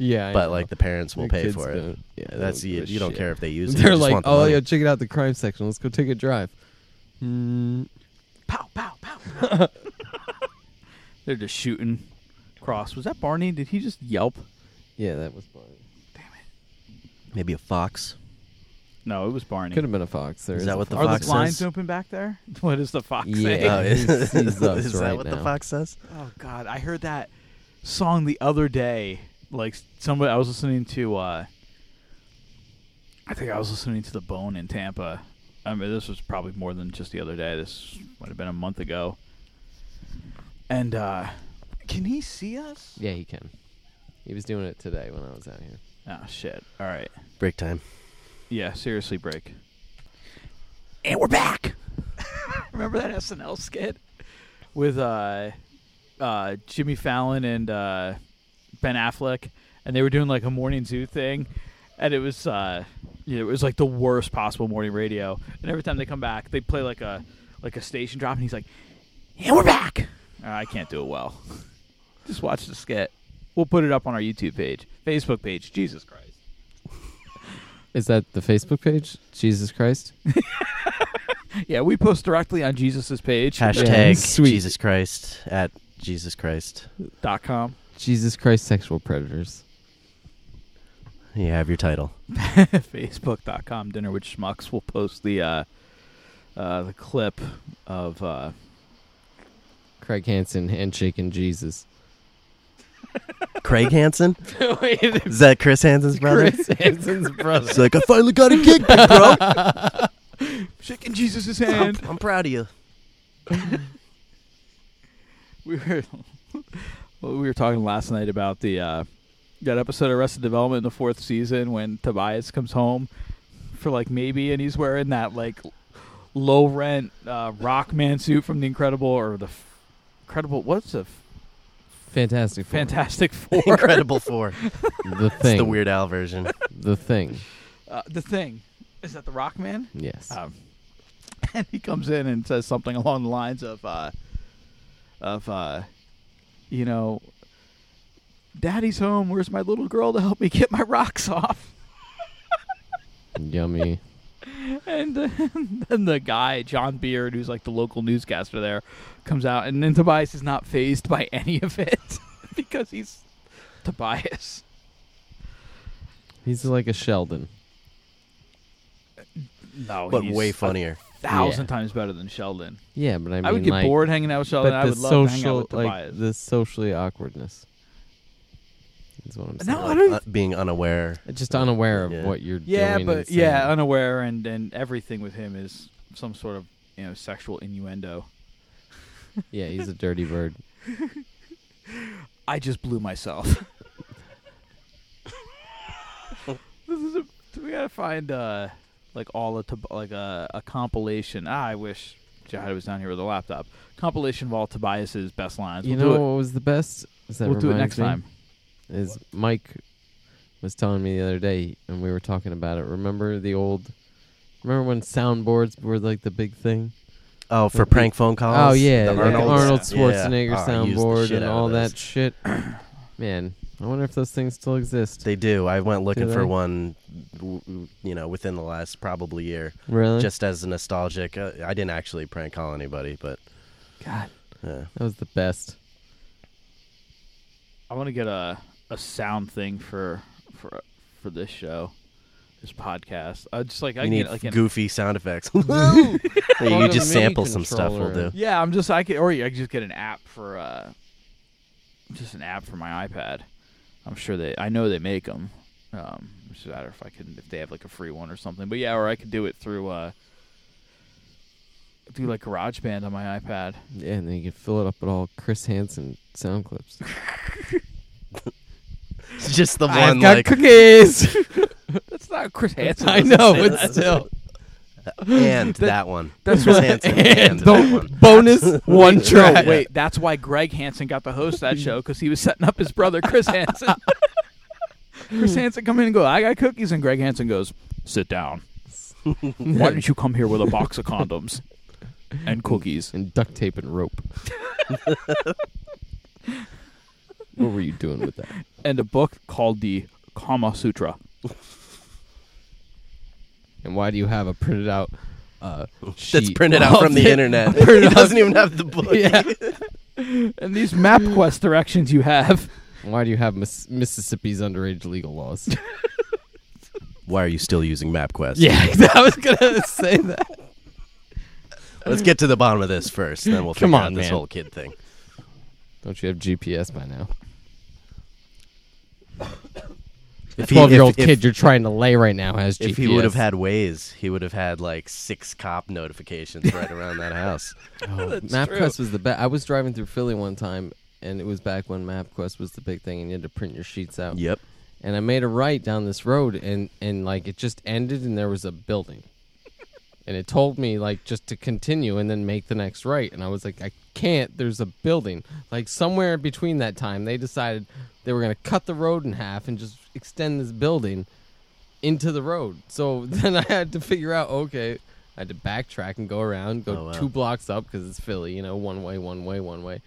Speaker 3: yeah, I
Speaker 4: but
Speaker 3: know.
Speaker 4: like the parents will
Speaker 3: The
Speaker 4: pay
Speaker 3: kids
Speaker 4: for it.
Speaker 3: don't- Yeah, they
Speaker 4: That's
Speaker 3: don't
Speaker 4: you,
Speaker 3: give a
Speaker 4: you don't
Speaker 3: shit.
Speaker 4: care if they use it. you
Speaker 3: They're
Speaker 4: just
Speaker 3: like,
Speaker 4: want the
Speaker 3: oh,
Speaker 4: money.
Speaker 3: yeah, check it out, the crime section. Let's go take a drive. Mm,
Speaker 1: Pow pow pow. They're just shooting. Cross was that Barney? Did he just yelp?
Speaker 3: yeah, that was fun.
Speaker 4: maybe a fox.
Speaker 1: No, it was Barney.
Speaker 3: Could have been a fox. There
Speaker 4: Is
Speaker 3: is
Speaker 4: that
Speaker 3: a
Speaker 4: what the
Speaker 3: fox.
Speaker 1: are
Speaker 4: fox
Speaker 1: the blinds
Speaker 4: says?
Speaker 1: open back there? What is the fox saying?
Speaker 3: Yeah.
Speaker 4: Oh, is,
Speaker 3: He's- he's us
Speaker 4: is that
Speaker 3: right
Speaker 4: what the
Speaker 3: now.
Speaker 4: fox says?
Speaker 1: Oh God, I heard that song the other day. Like somebody, I was listening to. uh I think I was listening to the Bone in Tampa. I mean, this was probably more than just the other day. This might have been a month ago. And uh can he see us?
Speaker 3: Yeah, he can. He was doing it today when I was out here.
Speaker 1: Oh shit! All right.
Speaker 4: Break time.
Speaker 1: Yeah, seriously, break. And we're back. Remember that SNL skit with uh, uh, Jimmy Fallon and uh, Ben Affleck, and they were doing like a morning zoo thing, and it was uh, you know, it was like the worst possible morning radio. And every time they come back, they play like a like a station drop, and he's like, "And we're back." Uh, I can't do it well. Just watch the skit. We'll put it up on our YouTube page, Facebook page. Jesus Christ.
Speaker 3: Is that the Facebook page? Jesus Christ.
Speaker 1: Yeah, we post directly on Jesus's page uh,
Speaker 4: Hashtag
Speaker 3: Sweet.
Speaker 4: Jesus Christ at Jesus Christ.
Speaker 1: dot com.
Speaker 3: Jesus Christ sexual predators.
Speaker 4: You have your title.
Speaker 1: Facebook.com dinner with schmucks. We'll post the uh, uh, the clip of uh,
Speaker 3: Craig Hansen handshaking Jesus.
Speaker 4: Craig Hansen?
Speaker 3: Wait,
Speaker 4: Is that Chris Hansen's brother?
Speaker 3: Chris Hansen's brother.
Speaker 4: He's like, I finally got a gig, big bro.
Speaker 1: shaking Jesus's
Speaker 4: I'm,
Speaker 1: hand.
Speaker 4: I'm proud of you.
Speaker 1: we were well, we were talking last night about the uh, that episode of Arrested Development in the fourth season when Tobias comes home for like maybe, and he's wearing that like low rent uh, rock man suit from the Incredible or the F- Incredible. What's the F-
Speaker 3: Fantastic. Four.
Speaker 1: Fantastic Four?
Speaker 4: Incredible Four.
Speaker 3: The
Speaker 4: It's
Speaker 3: thing.
Speaker 4: the Weird Al version.
Speaker 3: The thing.
Speaker 1: Uh, the thing is that the rock man
Speaker 3: Yes.
Speaker 1: um, and he comes in and says something along the lines of uh, of uh, you know daddy's home where's my little girl to help me get my rocks off
Speaker 3: Yummy.
Speaker 1: and uh, then the guy john beard who's like the local newscaster there comes out and then tobias is not phased by any of it because he's tobias
Speaker 3: He's like a Sheldon.
Speaker 1: no
Speaker 4: But way funnier.
Speaker 1: thousand
Speaker 3: Yeah.
Speaker 1: times better than sheldon
Speaker 3: Yeah, but I mean,
Speaker 1: i, would get
Speaker 3: like,
Speaker 1: bored hanging out with sheldon
Speaker 3: But
Speaker 1: Oh, i
Speaker 3: the
Speaker 1: would love
Speaker 3: social,
Speaker 1: to hang out with tobias
Speaker 3: like the socially awkwardness. Is what I'm saying.
Speaker 1: No, I don't
Speaker 4: Uh, being unaware.
Speaker 3: Just unaware of
Speaker 4: Yeah.
Speaker 3: what you're
Speaker 1: Yeah,
Speaker 3: doing.
Speaker 1: but
Speaker 3: and saying.
Speaker 1: yeah, unaware and and everything with him is some sort of you know sexual innuendo. um,
Speaker 3: yeah, he's a dirty bird.
Speaker 1: I just blew myself. this is a, we gotta find uh like all a Tob- like uh, a, a compilation. Ah, I wish Jihad was down here with a laptop. Compilation of all Tobias's best lines.
Speaker 3: you
Speaker 1: we'll
Speaker 3: know
Speaker 1: do
Speaker 3: what was the best?
Speaker 1: it,
Speaker 3: Is that
Speaker 1: we'll do it next
Speaker 3: reminds me?
Speaker 1: time.
Speaker 3: Is Mike was telling me the other day, and we were talking about it. Remember the old? Remember when soundboards were like the big thing?
Speaker 4: Oh, for
Speaker 3: With the-
Speaker 4: prank phone calls.
Speaker 3: Oh yeah,
Speaker 4: The
Speaker 3: like the Arnold,
Speaker 4: Arnolds? Yeah.
Speaker 3: Schwarzenegger
Speaker 4: Oh, I used the
Speaker 3: soundboard
Speaker 4: shit
Speaker 3: and
Speaker 4: out of
Speaker 3: all
Speaker 4: those.
Speaker 3: that shit. Man, I wonder if those things still exist.
Speaker 4: They do. I went looking
Speaker 3: Do
Speaker 4: for
Speaker 3: they?
Speaker 4: one, w- w- you know, within the last probably year,
Speaker 3: really?
Speaker 4: just as a nostalgic. Uh, I didn't actually prank call anybody, but
Speaker 1: God,
Speaker 4: uh,
Speaker 3: that was the best.
Speaker 1: I want to get a a sound thing for for for this show, this podcast. I just like I
Speaker 4: you
Speaker 1: can
Speaker 4: need
Speaker 1: get like an,
Speaker 4: goofy sound effects. you
Speaker 3: Plug
Speaker 4: could just
Speaker 3: a MIDI
Speaker 4: sample some stuff. We'll
Speaker 3: controller
Speaker 4: do.
Speaker 3: in.
Speaker 1: yeah, I'm just I could or I could just get an app for uh just an app for my iPad. I'm sure they I know they make them. Um, it's just a matter if I can if they have like a free one or something. But yeah, or I could do it through uh through like GarageBand on my iPad.
Speaker 3: Yeah, and then you can fill it up with all Chris Hansen sound clips.
Speaker 4: Just the one
Speaker 3: I've got
Speaker 4: like
Speaker 3: cookies.
Speaker 1: That's not Chris Hansen.
Speaker 3: I know, but still,
Speaker 4: and that one.
Speaker 1: that's
Speaker 4: Chris
Speaker 1: what-
Speaker 4: Hansen
Speaker 3: and
Speaker 4: and that one.
Speaker 3: the bonus one track.
Speaker 1: No, wait, that's why Greg Hansen got to host that show because he was setting up his brother Chris Hansen. Chris Hansen come in and go, I got cookies, and Greg Hansen goes, sit down. Why didn't you come here with a box of condoms and cookies?
Speaker 3: and duct tape and rope. what were you doing with that?
Speaker 1: And a book called the Kama Sutra.
Speaker 3: And why do you have a printed out uh,
Speaker 4: That's
Speaker 3: sheet
Speaker 4: printed out
Speaker 3: of
Speaker 4: from the
Speaker 3: it?
Speaker 4: internet.
Speaker 3: Printed
Speaker 4: He
Speaker 3: out-
Speaker 4: doesn't even have the book.
Speaker 3: Yeah.
Speaker 1: And these MapQuest directions you have.
Speaker 3: Why do you have Miss- Mississippi's underage legal laws?
Speaker 4: Why are you still using MapQuest?
Speaker 3: I was gonna say that.
Speaker 4: Let's get to the bottom of this first, then we'll
Speaker 3: Come
Speaker 4: figure
Speaker 3: on,
Speaker 4: out this
Speaker 3: man.
Speaker 4: whole kid thing.
Speaker 3: Don't you have GPS by now?
Speaker 4: If
Speaker 3: Twelve-year-old
Speaker 4: if-
Speaker 3: kid you're trying to lay right now has GPS.
Speaker 4: If, if he would have had ways, he would have had like six cop notifications right around that house.
Speaker 3: MapQuest was the best. I was driving through Philly one time, and it was back when MapQuest was the big thing, and you had to print your sheets out.
Speaker 4: Yep.
Speaker 3: And I made a right down this road, and and like it just ended, and there was a building, and it told me like just to continue and then make the next right, and I was like, I can't. There's a building. Like somewhere between that time, they decided they were gonna cut the road in half and just extend this building into the road. So then I had to figure out, okay, I had to backtrack and go around, go
Speaker 4: Oh, wow.
Speaker 3: two blocks up because it's Philly, you know, one way, one way, one way,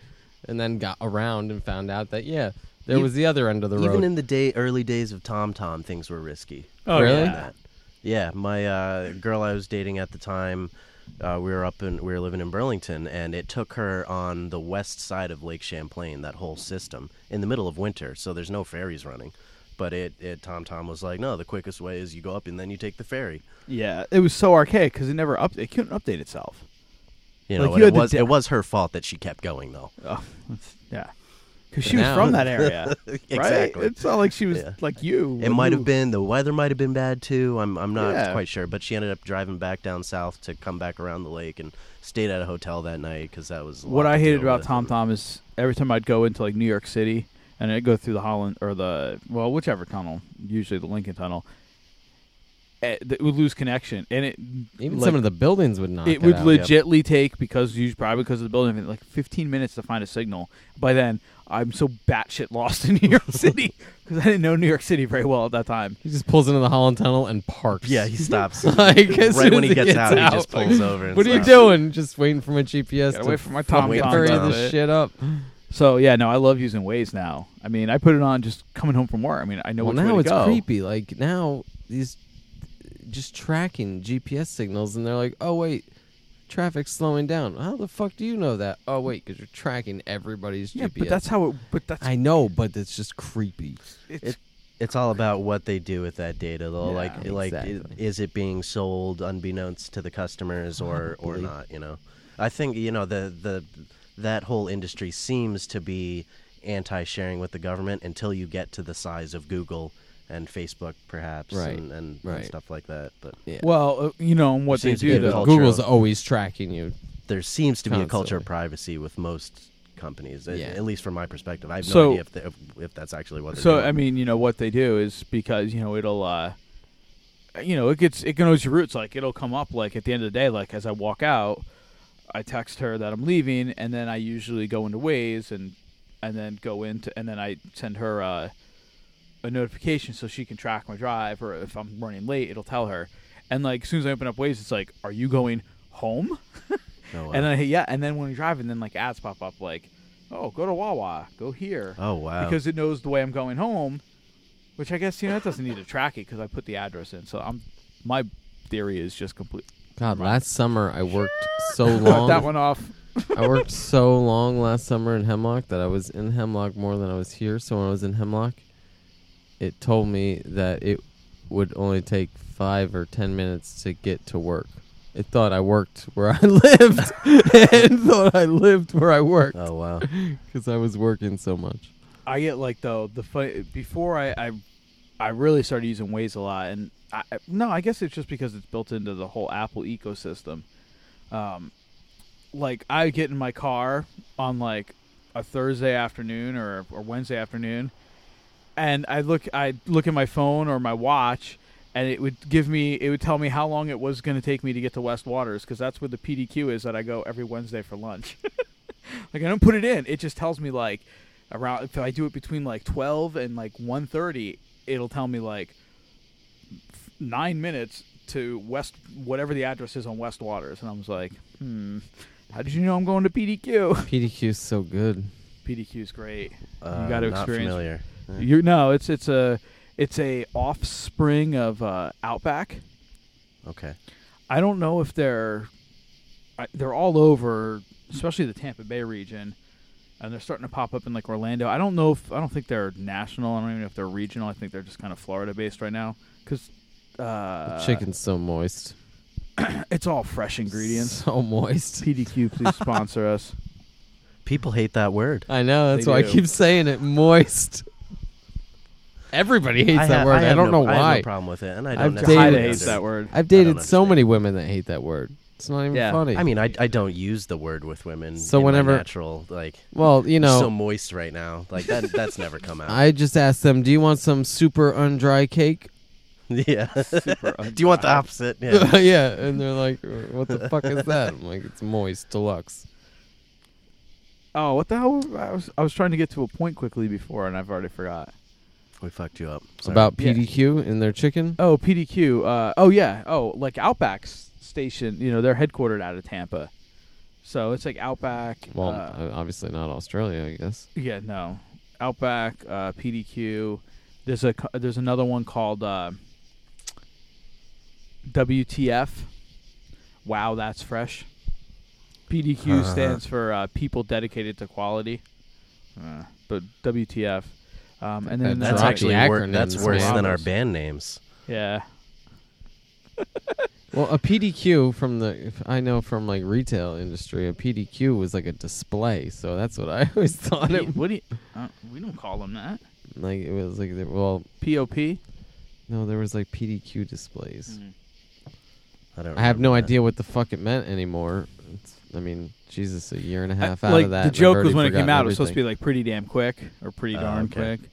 Speaker 3: and then got around and found out that yeah, there
Speaker 4: You-
Speaker 3: was the other end of the road.
Speaker 4: Even in the day early days of TomTom, things were risky.
Speaker 1: Oh.
Speaker 3: really?
Speaker 4: on that. Yeah, my uh, girl I was dating at the time, uh, we were up in we were living in Burlington, and it took her on the west side of Lake Champlain, that whole system, in the middle of winter. So there's no ferries running, but it it Tom Tom was like, no, the quickest way is you go up and then you take the ferry.
Speaker 1: Yeah, it was so archaic because it never up it couldn't update itself.
Speaker 4: You
Speaker 1: Like,
Speaker 4: know,
Speaker 1: you
Speaker 4: and
Speaker 1: had
Speaker 4: it
Speaker 1: to
Speaker 4: was
Speaker 1: da-
Speaker 4: it was her fault that she kept going though.
Speaker 1: Oh, that's- yeah. Because she was
Speaker 3: now-
Speaker 1: from that area,
Speaker 4: Exactly.
Speaker 1: right? It's not like she was
Speaker 4: Yeah.
Speaker 1: like you.
Speaker 4: It
Speaker 1: when
Speaker 4: might
Speaker 1: you-
Speaker 4: have been the weather might have been bad too. I'm I'm not
Speaker 1: Mm-hmm. Yeah.
Speaker 4: quite sure, but she ended up driving back down south to come back around the lake and stayed at a hotel that night because that was a
Speaker 1: What
Speaker 4: lot
Speaker 1: I
Speaker 4: to
Speaker 1: hated
Speaker 4: deal
Speaker 1: about
Speaker 4: with.
Speaker 1: Tom Tom is every time I'd go into like New York City and I'd go through the Holland or the well, whichever tunnel, usually the Lincoln Tunnel, eh, th- it would lose connection, and it
Speaker 3: Even
Speaker 1: like,
Speaker 3: some of the buildings would knock.
Speaker 1: it would
Speaker 3: out.
Speaker 1: legitly take because you probably because of the building like 15 minutes to find a signal. By then, I'm so batshit lost in New York City because I didn't know New York City very well at that time.
Speaker 3: He just pulls into the Holland Tunnel and parks.
Speaker 4: Yeah, he stops.
Speaker 3: Like, as
Speaker 4: right
Speaker 3: soon
Speaker 4: when
Speaker 3: as
Speaker 4: he gets, out, he just
Speaker 3: like,
Speaker 4: pulls over. And
Speaker 3: What are you
Speaker 4: stops.
Speaker 3: doing? Just waiting for my GPS
Speaker 1: Get
Speaker 3: to
Speaker 1: away from my
Speaker 3: fucking
Speaker 1: Tom
Speaker 4: Tom
Speaker 3: hurry
Speaker 4: Tom.
Speaker 3: this shit up.
Speaker 1: So yeah, no, I love using Waze now. I mean, I put it on just coming home from work. I mean, I know
Speaker 3: well,
Speaker 1: which
Speaker 3: now
Speaker 1: way to
Speaker 3: it's
Speaker 1: go.
Speaker 3: creepy. Like now these just tracking GPS signals, and they're like, "Oh wait, traffic's slowing down." How the fuck do you know that? Oh wait, because you're tracking everybody's
Speaker 1: Yeah,
Speaker 3: GPS.
Speaker 1: but that's how it. But that's
Speaker 3: I know, but it's just creepy.
Speaker 1: it's
Speaker 4: It's all about what they do with that data, though.
Speaker 1: Yeah,
Speaker 4: like, like, i-
Speaker 3: exactly.
Speaker 4: is it being sold unbeknownst to the customers or or
Speaker 3: Probably.
Speaker 4: not? You know, I think you know the the that whole industry seems to be anti-sharing with the government until you get to the size of Google and Facebook, perhaps,
Speaker 3: Right,
Speaker 4: and, and,
Speaker 3: right.
Speaker 4: and stuff like that. But
Speaker 3: Yeah.
Speaker 1: well, uh, you know, and what they
Speaker 4: Seems to
Speaker 1: do
Speaker 4: be
Speaker 1: though.
Speaker 4: the culture
Speaker 3: Google's
Speaker 4: of-
Speaker 3: always tracking you.
Speaker 4: there seems to be a culture
Speaker 3: Constantly.
Speaker 4: of privacy with most companies, a-
Speaker 3: Yeah.
Speaker 4: at least from my perspective. I have no
Speaker 1: So-
Speaker 4: idea if, the, if if that's actually what. They're
Speaker 1: So
Speaker 4: doing.
Speaker 1: I mean, you know what they do is because you know it'll, uh, you know, it gets it knows your roots. Like it'll come up like at the end of the day, like as I walk out, I text her that I'm leaving, and then I usually go into Waze and and then go into and then I send her uh, a notification so she can track my drive, or if I'm running late, it'll tell her. And like as soon as I open up Waze, it's like, are you going home?
Speaker 4: Oh, wow.
Speaker 1: And then yeah, and then when you're driving, then like ads pop up like, oh, go to Wawa, go here,
Speaker 4: oh wow.
Speaker 1: because it knows the way I'm going home. Which I guess you know it doesn't need to track it because I put the address in. So I'm my theory is just complete.
Speaker 3: God, last summer I worked so
Speaker 1: Cut
Speaker 3: long.
Speaker 1: that one off.
Speaker 3: I worked so long last summer in Hemlock that I was in Hemlock more than I was here. So when I was in Hemlock, it told me that it would only take five or ten minutes to get to work. It thought I worked where I lived and thought I lived where I worked
Speaker 4: oh wow.
Speaker 3: because I was working so much.
Speaker 1: I get like though the fu- before I, I I really started using Waze a lot, and I, I- no, I guess it's just because it's built into the whole Apple ecosystem. Um, like I get in my car on like a Thursday afternoon or or Wednesday afternoon, and I look I look at my phone or my watch. And it would give me, it would tell me how long it was going to take me to get to West Waters because that's where the PDQ is that I go every Wednesday for lunch. like I don't put it in; it just tells me like around if I do it between like 12 and like 1:30, it'll tell me like f- 9 minutes to west whatever the address is on West Waters and I was like, "Hmm, how did you know I'm going to PDQ?"
Speaker 3: PDQ's so good.
Speaker 1: PDQ's great.
Speaker 4: Uh,
Speaker 1: gotta
Speaker 4: not
Speaker 1: experience-
Speaker 4: Familiar. Yeah.
Speaker 1: You no, it's it's a it's a offspring of uh, Outback.
Speaker 4: Okay.
Speaker 1: I don't know if they're I, they're all over, especially the Tampa Bay region, and they're starting to pop up in like Orlando. I don't know if I don't think they're national. I don't even know if they're regional. I think they're just kind of Florida based right now because
Speaker 3: The
Speaker 1: uh,
Speaker 3: chicken's so moist.
Speaker 1: It's all fresh ingredients.
Speaker 3: So moist.
Speaker 1: PDQ, please sponsor us.
Speaker 4: People hate that word.
Speaker 3: I know. That's
Speaker 1: They
Speaker 3: why
Speaker 1: do.
Speaker 3: I keep saying it. Moist. Everybody hates that
Speaker 4: ha-
Speaker 3: word. I,
Speaker 4: have
Speaker 3: don't
Speaker 4: no-
Speaker 3: know
Speaker 4: I have
Speaker 3: why.
Speaker 4: no problem with it, and I
Speaker 3: I've
Speaker 4: don't.
Speaker 1: Heide
Speaker 3: dated-
Speaker 4: necessarily
Speaker 1: hates that
Speaker 4: under-
Speaker 1: word.
Speaker 3: I've
Speaker 4: I
Speaker 3: dated
Speaker 4: don't
Speaker 3: so
Speaker 4: understand.
Speaker 3: many women that hate that word. It's not even
Speaker 1: Yeah.
Speaker 3: funny.
Speaker 4: I mean, I, I don't use the word with women.
Speaker 3: So
Speaker 4: in my
Speaker 3: whenever-
Speaker 4: natural like
Speaker 3: well, you
Speaker 4: you're so
Speaker 3: know,
Speaker 4: moist right now, like that that's never come out.
Speaker 3: I just asked them, "Do you want some super undry cake?"
Speaker 4: yeah.
Speaker 1: Super
Speaker 4: Do you want the
Speaker 1: undried.
Speaker 4: opposite? Yeah.
Speaker 3: and they're like, "What the fuck is that?" I'm like, "It's moist deluxe."
Speaker 1: Oh, what the hell? I was I was trying to get to a point quickly before, and I've already forgot.
Speaker 4: we fucked you up. Sorry.
Speaker 3: About
Speaker 1: Yeah.
Speaker 3: PDQ and their chicken.
Speaker 1: Oh, PDQ. Uh, oh yeah. Oh, like Outback's station. You know, they're headquartered out of Tampa, so it's like Outback.
Speaker 3: Well,
Speaker 1: uh,
Speaker 3: uh, obviously not Australia, I guess.
Speaker 1: yeah, no, Outback, uh, PDQ. There's a co- there's another one called uh, WTF. Wow, that's fresh. PDQ
Speaker 4: Uh-huh.
Speaker 1: stands for uh, people dedicated to quality, uh, but WTF. Um, and then
Speaker 4: that's
Speaker 1: uh,
Speaker 3: Rocky
Speaker 4: actually wor-
Speaker 3: acronyms,
Speaker 4: that's worse
Speaker 1: man.
Speaker 4: than our band names.
Speaker 1: yeah.
Speaker 3: Well, a PDQ from the if I know from like retail industry, a PDQ was like a display, so that's what I always
Speaker 1: What
Speaker 3: thought
Speaker 1: do
Speaker 3: it
Speaker 1: you, what do you, uh, we don't call them that.
Speaker 3: like. It was like the- well,
Speaker 1: POP.
Speaker 3: no, there was like PDQ displays.
Speaker 4: I don't.
Speaker 3: I have no
Speaker 4: remember that.
Speaker 3: idea what the fuck it meant anymore. It's, I mean, Jesus, a year and a half
Speaker 1: I-
Speaker 3: out
Speaker 1: like
Speaker 3: of that.
Speaker 1: the
Speaker 3: and I've
Speaker 1: joke
Speaker 3: already
Speaker 1: was when it came
Speaker 3: forgotten
Speaker 1: out, it was supposed to
Speaker 3: everything.
Speaker 1: be like pretty damn quick or pretty
Speaker 4: Oh,
Speaker 1: darn
Speaker 4: okay.
Speaker 1: quick,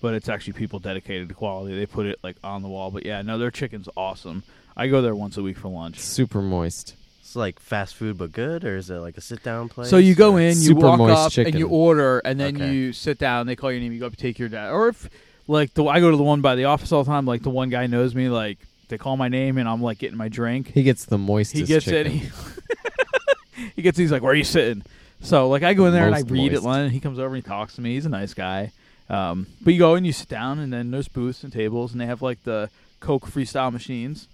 Speaker 1: but it's actually people dedicated to quality. They put it like on the wall. But yeah, no, their chicken's awesome. I go there once a week for lunch.
Speaker 3: super moist.
Speaker 4: It's like fast food but good, or is it like a sit down place?
Speaker 1: So you go
Speaker 4: or-
Speaker 1: in, you
Speaker 3: Super
Speaker 1: walk
Speaker 3: moist
Speaker 1: up, and
Speaker 3: chicken.
Speaker 1: you order, and then
Speaker 4: Okay.
Speaker 1: you sit down. They call your name. You go up, take your dad, or if like the I go to the one by the office all the time. Like the one guy knows me. Like they call my name, and I'm like getting my drink.
Speaker 3: He gets the moistest.
Speaker 1: he gets
Speaker 3: chicken.
Speaker 1: in. He, he gets. He's like, "Where are you sitting?" So like, I go in there and I
Speaker 3: Most
Speaker 1: read at
Speaker 3: moist.
Speaker 1: lunch. He comes over and he talks to me. He's a nice guy. Um, but you go and you sit down, and then there's booths and tables, and they have like the Coke freestyle machines.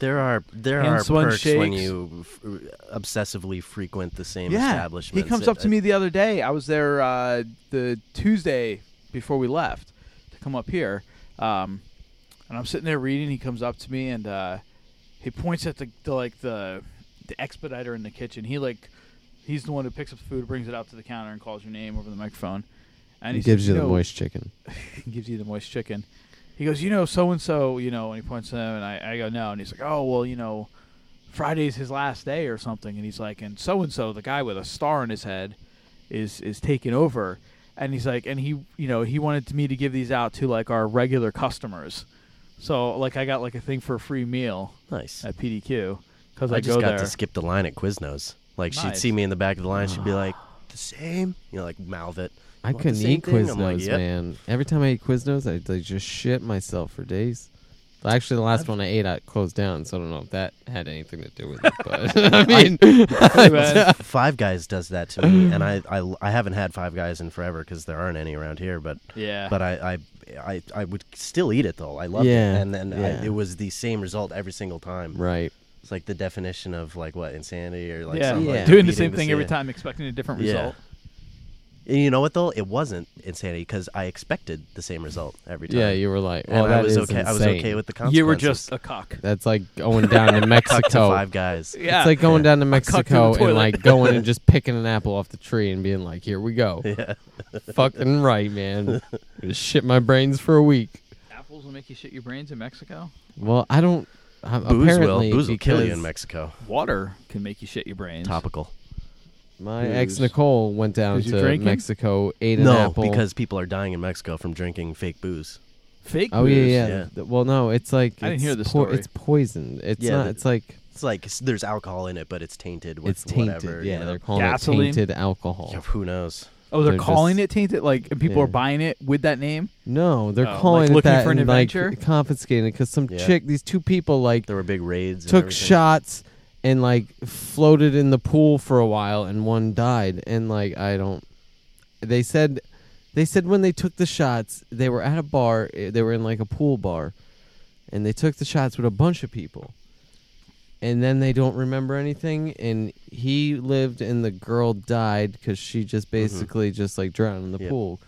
Speaker 4: There are there
Speaker 1: And
Speaker 4: are
Speaker 1: Swan
Speaker 4: perks when
Speaker 1: shakes.
Speaker 4: you f- obsessively frequent the same
Speaker 1: yeah, he
Speaker 4: establishment.
Speaker 1: comes up to me the other day. I was there uh, the Tuesday before we left to come up here, um, and I'm sitting there reading. He comes up to me and uh, he points at the, the like the the expediter in the kitchen. He like he's the one who picks up the food, brings it out to the counter, and calls your name over the microphone. And
Speaker 3: He
Speaker 1: he
Speaker 3: gives
Speaker 1: says,
Speaker 3: you the
Speaker 1: know,
Speaker 3: moist chicken.
Speaker 1: he gives you the moist chicken. He goes, you know, so and so, you know, and he points to him, and I, I go, no, and he's like, oh, well, you know, Friday's his last day or something, and he's like, and so and so, the guy with a star in his head, is is taking over, and he's like, and he, you know, he wanted me to give these out to like our regular customers, so like I got like a thing for a free meal
Speaker 4: Nice.
Speaker 1: at PDQ because I,
Speaker 4: I, just
Speaker 1: go
Speaker 4: got
Speaker 1: there.
Speaker 4: to skip the line at Quiznos. Like she'd
Speaker 1: Nice.
Speaker 4: see me in the back of the line, she'd be like, "The same," you know, like mouth it.
Speaker 3: I
Speaker 4: "Want the
Speaker 3: couldn't
Speaker 4: same
Speaker 3: eat
Speaker 4: thing?"
Speaker 3: Quiznos,
Speaker 4: I'm like, "Yep."
Speaker 3: man. Every time I eat Quiznos, I like, just shit myself for days. Actually, the last one I ate, I closed down, so I don't know if that had anything to do with it. But I mean,
Speaker 4: Five Guys does that to me, and I, I, I haven't had Five Guys in forever because there aren't any around here. But
Speaker 1: Yeah.
Speaker 4: but I, I I I would still eat it though. I loved
Speaker 3: Yeah,
Speaker 4: it, and then
Speaker 3: yeah.
Speaker 4: I, it was the same result every single time.
Speaker 3: right.
Speaker 4: It's like the definition of like what insanity or like
Speaker 1: yeah.
Speaker 4: something,
Speaker 3: Yeah.
Speaker 4: like,
Speaker 1: Doing the
Speaker 4: eating
Speaker 1: same thing every
Speaker 4: same-
Speaker 1: time, expecting a different
Speaker 4: Yeah.
Speaker 1: result.
Speaker 4: And you know what though? It wasn't insanity because I expected the same result every time.
Speaker 3: Yeah, you were like,
Speaker 4: and
Speaker 3: well, that
Speaker 4: I was
Speaker 3: is
Speaker 4: okay. I was
Speaker 3: insane.
Speaker 4: okay with the consequences.
Speaker 1: You were just a cock.
Speaker 3: That's like going down to
Speaker 4: Fuck to
Speaker 3: Mexico.
Speaker 4: Five Guys.
Speaker 1: Yeah.
Speaker 3: It's like going
Speaker 1: cucked in
Speaker 3: down to
Speaker 1: the
Speaker 3: Mexico
Speaker 1: toilet.
Speaker 3: and like going and just picking an apple off the tree and being like, "Here we go."
Speaker 4: Yeah.
Speaker 3: Fucking right, man. Just shit my brains for a week.
Speaker 1: Apples will make you shit your brains in Mexico.
Speaker 3: Well, I don't. i
Speaker 4: Booze will,
Speaker 3: apparently,
Speaker 4: booze will kill you
Speaker 3: because
Speaker 4: in Mexico.
Speaker 1: Water can make you shit your brains.
Speaker 4: Topical.
Speaker 3: My ex
Speaker 1: Booze.
Speaker 3: Nicole went down
Speaker 1: Did you
Speaker 3: to
Speaker 1: drink it?
Speaker 3: Mexico, ate an
Speaker 4: No,
Speaker 3: apple.
Speaker 4: because people are dying in Mexico from drinking fake booze.
Speaker 1: Fake.
Speaker 3: oh
Speaker 1: booze.
Speaker 3: yeah, yeah,
Speaker 4: yeah.
Speaker 3: Th- Well, no, it's like
Speaker 1: I didn't
Speaker 3: it's
Speaker 1: hear this
Speaker 3: po-
Speaker 1: story.
Speaker 3: It's poisoned. It's
Speaker 4: Yeah,
Speaker 3: not.
Speaker 4: the-
Speaker 3: It's like
Speaker 4: It's like s- there's alcohol in it, but it's tainted with
Speaker 3: it's tainted.
Speaker 4: whatever.
Speaker 3: yeah,
Speaker 4: you know?
Speaker 3: they're calling
Speaker 1: Gasoline?
Speaker 3: it tainted alcohol.
Speaker 4: Yeah, who knows?
Speaker 1: Oh, they're,
Speaker 3: They're
Speaker 1: calling it
Speaker 3: just-
Speaker 1: tainted. Like, and people
Speaker 3: Yeah.
Speaker 1: are buying it with that name.
Speaker 3: No, they're
Speaker 1: Oh, like
Speaker 3: calling it
Speaker 1: looking
Speaker 3: that
Speaker 1: for an
Speaker 3: and like
Speaker 1: adventure?
Speaker 3: confiscating it because some
Speaker 4: Yeah.
Speaker 3: chick, these two people, like
Speaker 4: There were big raids. and
Speaker 3: took
Speaker 4: everything.
Speaker 3: shots and like floated in the pool for a while and one died and like I don't they said they said when they took the shots they were at a bar eh, they were in like a pool bar and they took the shots with a bunch of people and then they don't remember anything and he lived and the girl died cuz she just
Speaker 4: Mm-hmm.
Speaker 3: basically just like drowned in the
Speaker 4: Yep.
Speaker 3: pool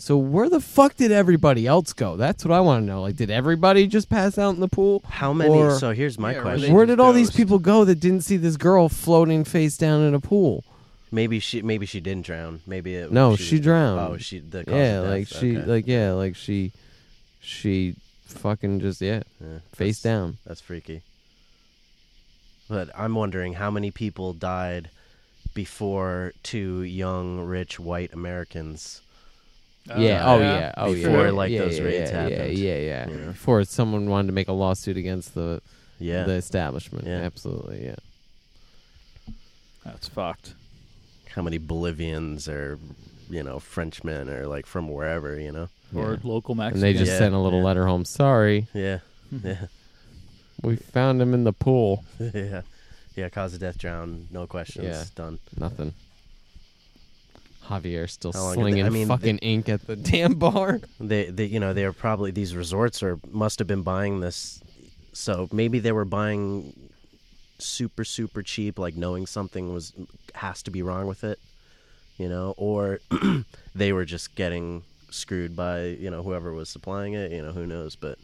Speaker 3: so where the fuck did everybody else go that's what I want to know like did everybody just pass out in the pool
Speaker 4: How many?
Speaker 3: Or-
Speaker 4: so here's my
Speaker 1: Yeah, or
Speaker 4: question.
Speaker 1: they-
Speaker 3: where did all these
Speaker 1: dosed.
Speaker 3: people go that didn't see this girl floating face down in a pool?
Speaker 4: Maybe she. Maybe she didn't drown. Maybe it.
Speaker 3: No, she
Speaker 4: was-
Speaker 3: drowned.
Speaker 4: Oh, she. The cause
Speaker 3: yeah,
Speaker 4: of
Speaker 3: like
Speaker 4: death,
Speaker 3: she,
Speaker 4: okay.
Speaker 3: like yeah, like she, she fucking just yeah,
Speaker 4: Yeah,
Speaker 3: face
Speaker 4: that's-
Speaker 3: down.
Speaker 4: That's freaky. But I'm wondering how many people died before two young, rich, white Americans.
Speaker 3: yeah,
Speaker 1: Uh,
Speaker 3: oh yeah, oh yeah.
Speaker 4: Before,
Speaker 3: yeah,
Speaker 4: like,
Speaker 3: yeah,
Speaker 4: those
Speaker 3: yeah,
Speaker 4: raids
Speaker 3: yeah,
Speaker 4: happened.
Speaker 3: Yeah, yeah, yeah.
Speaker 4: Yeah.
Speaker 3: Before someone wanted to make a lawsuit against the
Speaker 4: Yeah.
Speaker 3: the establishment.
Speaker 4: Yeah.
Speaker 3: Absolutely, yeah.
Speaker 1: That's fucked.
Speaker 4: how many Bolivians or, you know, Frenchmen or like from wherever, you know?
Speaker 1: Or
Speaker 3: Yeah.
Speaker 1: local Hmm.
Speaker 3: And
Speaker 1: Mexican.
Speaker 3: they just
Speaker 4: Yeah,
Speaker 3: sent a little
Speaker 4: yeah.
Speaker 3: letter home. Sorry,
Speaker 4: Yeah. Yeah.
Speaker 3: we found him in the pool.
Speaker 4: yeah. Yeah. Cause of death, drown, no questions.
Speaker 3: Yeah.
Speaker 4: Done.
Speaker 3: Nothing. Javier still
Speaker 4: How long did they-
Speaker 3: slinging
Speaker 4: I mean, they-
Speaker 3: fucking ink at the damn bar.
Speaker 4: They, they, you know, they were probably, these resorts are, must have been buying this. So maybe they were buying super, super cheap, like knowing something was, has to be wrong with it, you know, or they were just getting screwed by, you know, whoever was supplying it, you know, who knows, but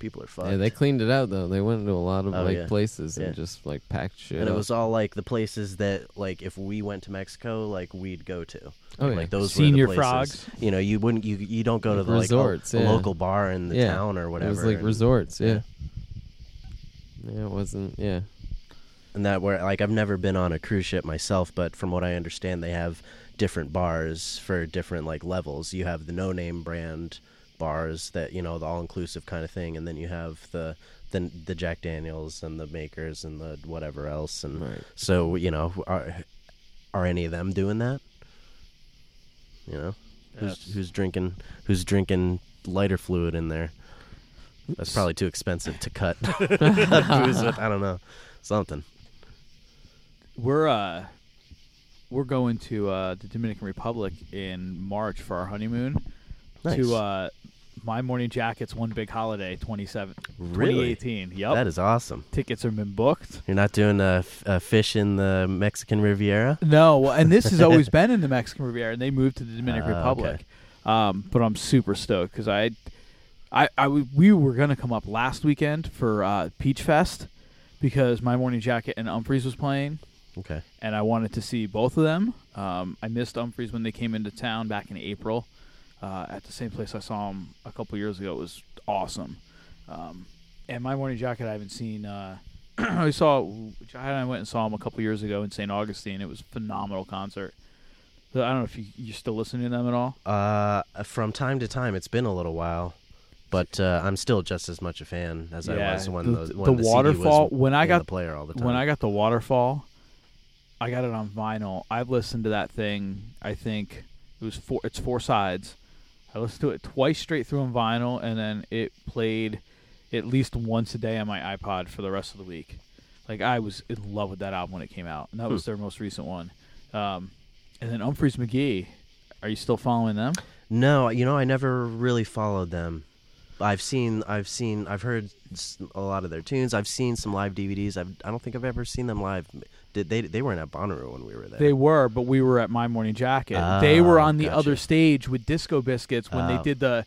Speaker 4: people are fucked.
Speaker 3: Yeah, they cleaned it out though. They went into a lot of
Speaker 4: Oh,
Speaker 3: like
Speaker 4: yeah.
Speaker 3: places
Speaker 4: Yeah.
Speaker 3: and just like packed shit.
Speaker 4: and it
Speaker 3: up.
Speaker 4: was all like the places that like if we went to Mexico, like we'd go to.
Speaker 3: Oh, yeah.
Speaker 4: Like those
Speaker 1: Senior
Speaker 4: were the places.
Speaker 1: frogs.
Speaker 4: You know, you wouldn't you you don't go to the
Speaker 3: Resorts,
Speaker 4: like a,
Speaker 3: yeah.
Speaker 4: local bar in the
Speaker 3: Yeah.
Speaker 4: town or whatever.
Speaker 3: It was like
Speaker 4: and,
Speaker 3: resorts. Yeah. Yeah, it wasn't. Yeah.
Speaker 4: and that where like I've never been on a cruise ship myself, but from what I understand, they have different bars for different like levels. You have the no name brand bars that you know the all inclusive kind of thing, and then you have the the the Jack Daniels and the Makers and the whatever else. And
Speaker 3: Right.
Speaker 4: so you know, are are any of them doing that? You know,
Speaker 1: That's-
Speaker 4: who's, who's drinking who's drinking lighter fluid in there? That's probably too expensive to cut. cut booze with. I don't know, something.
Speaker 1: We're uh, we're going to uh, the Dominican Republic in March for our honeymoon.
Speaker 4: Nice.
Speaker 1: To uh, my morning jacket's one big holiday, 27,
Speaker 4: Really?
Speaker 1: 2018. Yep.
Speaker 4: That is awesome.
Speaker 1: Tickets have been booked.
Speaker 4: You're not doing a, f- a fish in the Mexican Riviera?
Speaker 1: No, well, and this has always been in the Mexican Riviera, and they moved to the Dominican
Speaker 4: Ah,
Speaker 1: Republic.
Speaker 4: okay.
Speaker 1: Um, but I'm super stoked because I, I, I w- we were gonna come up last weekend for uh, Peach Fest because my morning jacket and Umphreys was playing,
Speaker 4: Okay.
Speaker 1: and I wanted to see both of them. Um, I missed Umphreys when they came into town back in April. Uh, at the same place I saw them a couple years ago, it was awesome. Um, and my morning jacket, I haven't seen. Uh, I saw Jai and I went and saw him a couple years ago in St. Augustine. It was a phenomenal concert. So I don't know if you, you're still listening to them at all.
Speaker 4: Uh, from time to time, it's been a little while, but uh, I'm still just as much a fan as
Speaker 1: Yeah,
Speaker 4: I was when
Speaker 1: the-
Speaker 4: the,
Speaker 1: the
Speaker 4: when CD was
Speaker 1: waterfall- when I
Speaker 4: in
Speaker 1: got-
Speaker 4: the player all the time.
Speaker 1: When I got the waterfall, I got it on vinyl. I've listened to that thing. I think it was four. It's four sides. I listened to it twice straight through on vinyl, and then it played. at least once a day on my iPod for the rest of the week. Like I was in love with that album when it came out, and that
Speaker 4: Hmm.
Speaker 1: was their most recent one. Um, and then Humphreys McGee, are you still following them?
Speaker 4: No, you know, I never really followed them. I've seen, I've seen, I've heard s- a lot of their tunes. I've seen some live DVDs. I've, I don't think I've ever seen them live. Did they? They weren't at Bonnaroo when we were there.
Speaker 1: They were, but we were at My Morning Jacket. they were
Speaker 4: Oh,
Speaker 1: on the
Speaker 4: gotcha.
Speaker 1: other stage with Disco Biscuits when they
Speaker 4: Oh.
Speaker 1: did the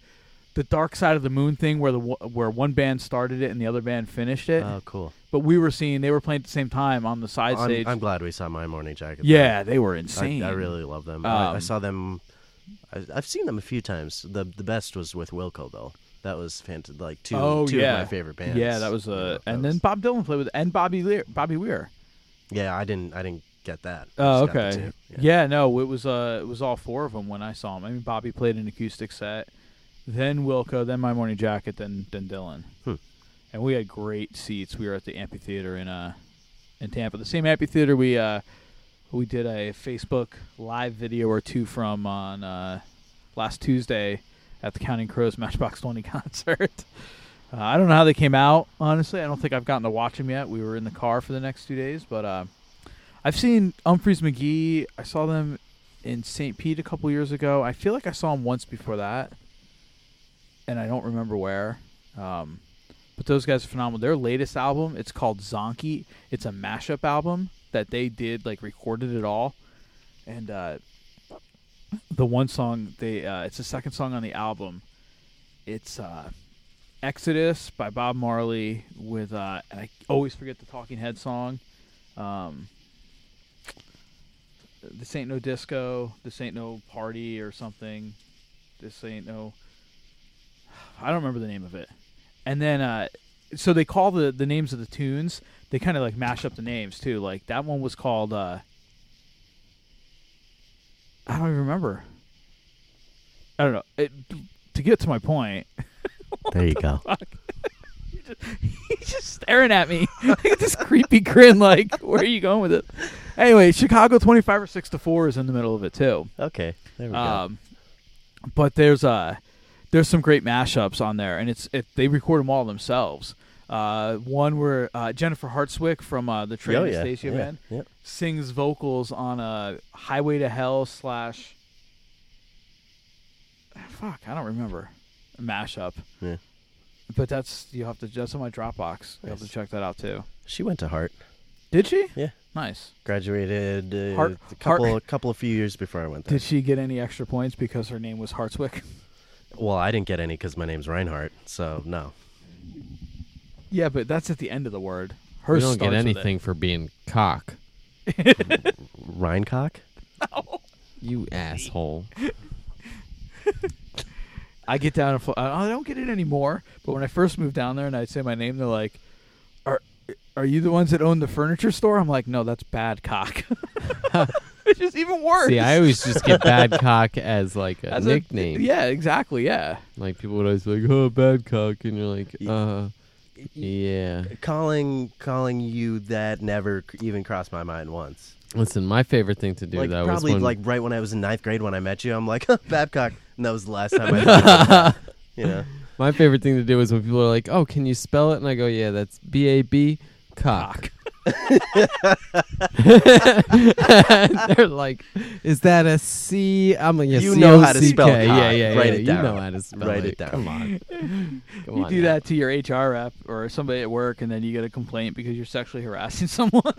Speaker 1: the Dark Side of the Moon thing, where the wo- where one band started it and the other band finished it.
Speaker 4: Oh, cool.
Speaker 1: but we were seeing they were playing at the same time on the side
Speaker 4: I'm,
Speaker 1: stage.
Speaker 4: I'm glad we saw my morning jacket.
Speaker 1: yeah, they were
Speaker 4: though. I,
Speaker 1: insane.
Speaker 4: I really love them. I, I
Speaker 1: Um,
Speaker 4: saw them. I, I've seen them a few times. the The best was with Wilco though. That was fantastic. Like two,
Speaker 1: Oh
Speaker 4: two
Speaker 1: yeah,
Speaker 4: of my favorite bands.
Speaker 1: Yeah, that was
Speaker 4: You know,
Speaker 1: uh,
Speaker 4: that
Speaker 1: and
Speaker 4: was-
Speaker 1: then Bob Dylan played with and Bobby Lear, Bobby Weir.
Speaker 4: yeah, I didn't, I didn't get that. I
Speaker 1: Oh,
Speaker 4: just got the
Speaker 1: okay.
Speaker 4: two.
Speaker 1: Yeah. no, it was uh, it was all four of them when I saw them. I mean, Bobby played an acoustic set, then Wilco, then My Morning Jacket, then then Dylan.
Speaker 4: Hmm.
Speaker 1: And we had great seats. We were at the amphitheater in uh in Tampa, the same amphitheater we uh we did a Facebook live video or two from on uh, last Tuesday at the Counting Crows Matchbox Twenty concert. Uh, I don't know how they came out. Honestly, I don't think I've gotten to watch them yet. We were in the car for the next two days, but. Uh, I've seen Humphreys McGee. I saw them in St. Pete a couple years ago. I feel like I saw them once before that, and I don't remember where. Um, but those guys are phenomenal. Their latest album, it's called Zonky. It's a mashup album that they did, like recorded it all, and uh, the one song they uh, it's the second song on the album. It's uh, Exodus by Bob Marley with uh, and I always forget the Talking Head song. Um, this ain't no disco. This ain't no party or something. This ain't no. I don't remember the name of it. And then, uh, so they call the the names of the tunes. They kind of like mash up the names too. Like that one was called. Uh, I don't even remember. I don't know. It, to get to my point,
Speaker 4: There you go.
Speaker 1: he's just staring at me like this creepy grin. Like, where are you going with it? Anyway, Chicago twenty five or six to four is in the middle of it too.
Speaker 4: Okay, there we go.
Speaker 1: Um, but there's uh, there's some great mashups on there, and it's it, they record them all themselves. Uh, one where uh, Jennifer Hartswick from uh, the Train
Speaker 4: Oh,
Speaker 1: and
Speaker 4: yeah,
Speaker 1: Stacia
Speaker 4: yeah,
Speaker 1: band
Speaker 4: yeah.
Speaker 1: sings vocals on a Highway to Hell slash fuck I don't remember mashup.
Speaker 4: Yeah.
Speaker 1: But that's you have to that's on my Dropbox. You have to
Speaker 4: Nice.
Speaker 1: check that out too.
Speaker 4: She went to Hart.
Speaker 1: Did she?
Speaker 4: Yeah.
Speaker 1: Nice.
Speaker 4: Graduated uh,
Speaker 1: Hart-
Speaker 4: a couple, a couple of few years before I went there.
Speaker 1: Did she get any extra points because her name was Hartswick?
Speaker 4: Well, I didn't get any because my name's Reinhardt, so no.
Speaker 1: Yeah, but that's at the end of the word. Her
Speaker 3: We don't get
Speaker 1: starts with it.
Speaker 3: anything for being cock.
Speaker 4: Reincock?
Speaker 3: You asshole.
Speaker 1: I get down and fl- I I don't get it anymore. But when I first moved down there and I'd say my name, they're like, "Are are you the ones that own the furniture store?" I'm like, "No, that's bad cock." it's just even worse.
Speaker 3: See, I always just get bad cock as like a
Speaker 1: As a-
Speaker 3: nickname.
Speaker 1: yeah, exactly. Yeah,
Speaker 3: Like people would always be like, "Oh, bad cock," and you're like,
Speaker 4: Y-
Speaker 3: "Uh, yeah."
Speaker 4: Calling calling you that never c- even crossed my mind once.
Speaker 3: Listen, my favorite thing to do
Speaker 4: like
Speaker 3: though
Speaker 4: probably
Speaker 3: was when
Speaker 4: like right when I was in ninth grade when I met you, I'm like Babcock, and that was the last time I. Thought you know,
Speaker 3: my favorite thing to do is when people are like, "Oh, can you spell it?" and I go, "Yeah, that's B A B cock." They're like, "Is that a C?" I'm like, yeah,
Speaker 4: You know how to
Speaker 3: C-O-C-K."
Speaker 4: spell cock.
Speaker 3: Yeah, yeah,
Speaker 4: Write
Speaker 3: yeah,
Speaker 4: it
Speaker 3: you
Speaker 4: down.
Speaker 3: know how to spell
Speaker 4: Write it down.
Speaker 3: Come on, Come
Speaker 1: you
Speaker 3: on
Speaker 1: do
Speaker 3: now.
Speaker 1: that to your HR rep or somebody at work, and then you get a complaint because you're sexually harassing someone.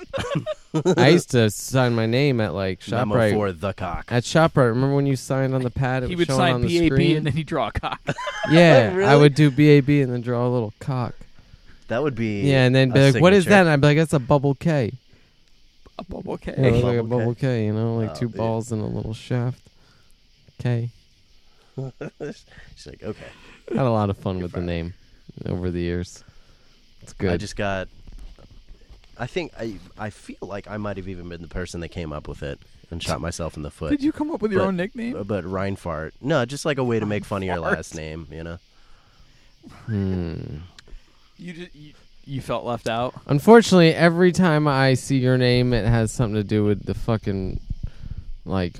Speaker 3: I used to sign my name at like
Speaker 4: number
Speaker 3: Shoprite.
Speaker 4: four, the cock.
Speaker 3: At Shoprite, remember when you signed on the pad? It
Speaker 1: he
Speaker 3: was
Speaker 1: would
Speaker 3: showing
Speaker 1: sign
Speaker 3: on the
Speaker 1: BAB
Speaker 3: screen.
Speaker 1: and then he would draw a cock.
Speaker 3: Yeah, I
Speaker 4: Really?
Speaker 3: would do BAB and then draw a little cock.
Speaker 4: That would be.
Speaker 3: Yeah, and then
Speaker 4: a
Speaker 3: be like, "What is
Speaker 4: signature.
Speaker 3: that?" And I'd be like, "That's a bubble K."
Speaker 1: a bubble K.
Speaker 3: Yeah, it was like a
Speaker 4: Bubble
Speaker 3: bubble
Speaker 4: K.
Speaker 3: K, you know, like
Speaker 4: Oh,
Speaker 3: two
Speaker 4: yeah.
Speaker 3: balls and a little shaft. K.
Speaker 4: She's like, okay.
Speaker 3: Had a lot of fun with the name over the years. It's good.
Speaker 4: I just got. I think I I feel like I might have even been the person that came up with it and shot myself in the foot.
Speaker 1: Did you come up with your
Speaker 4: but-
Speaker 1: own nickname?
Speaker 4: Uh, But Reinfart. No, just like a way to make fun of your last name, you know?
Speaker 3: Hmm.
Speaker 1: You just you, you felt left out.
Speaker 3: Unfortunately, every time I see your name, it has something to do with the fucking like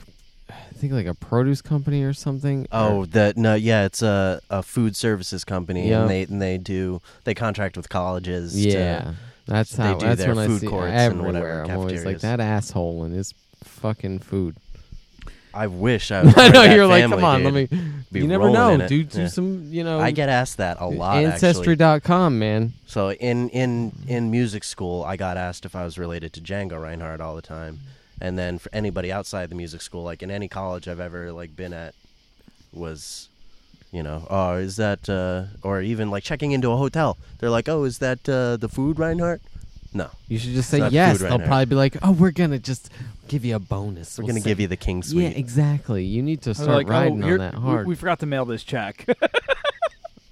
Speaker 3: think like a produce company or something.
Speaker 4: Oh,
Speaker 3: or-
Speaker 4: that no, yeah, it's a, a food services company,
Speaker 3: Yeah.
Speaker 4: and they and they do they contract with colleges. to-
Speaker 3: yeah, that's
Speaker 4: uh, they
Speaker 3: how.
Speaker 4: do
Speaker 3: that's
Speaker 4: their
Speaker 3: when I
Speaker 4: food
Speaker 3: see
Speaker 4: courts and whatever,
Speaker 3: everywhere. I'm always like
Speaker 4: cafeterias.
Speaker 3: that asshole and his fucking food.
Speaker 4: I wish I. Was
Speaker 3: I know
Speaker 4: Oh, that
Speaker 3: you're like,
Speaker 4: family,
Speaker 3: come on,
Speaker 4: dude.
Speaker 3: let me.
Speaker 4: Be
Speaker 3: You never
Speaker 4: rolling in
Speaker 3: know,
Speaker 4: it.
Speaker 3: dude. Do
Speaker 4: Yeah.
Speaker 3: some, you know.
Speaker 4: I get asked that a lot. actually.
Speaker 3: Ancestry.com, man.
Speaker 4: So in in in music school, I got asked if I was related to Django Reinhardt all the time, and then for anybody outside the music school, like in any college I've ever like been at, was, you know, oh is that uh, or even like checking into a hotel, they're like, oh is that uh, the food Reinhardt? No,
Speaker 3: You should just
Speaker 4: It's
Speaker 3: say
Speaker 4: not
Speaker 3: yes.
Speaker 4: food right
Speaker 3: They'll
Speaker 4: now.
Speaker 3: probably be like, "Oh, we're gonna just give you a bonus.
Speaker 4: we're
Speaker 3: We'll
Speaker 4: gonna
Speaker 3: say-
Speaker 4: give you the king suite.
Speaker 3: Yeah, exactly. You need to
Speaker 1: They're
Speaker 3: start
Speaker 1: like, oh,
Speaker 3: riding on
Speaker 1: you're-
Speaker 3: that
Speaker 1: we-
Speaker 3: hard.
Speaker 1: We, forgot to mail this check.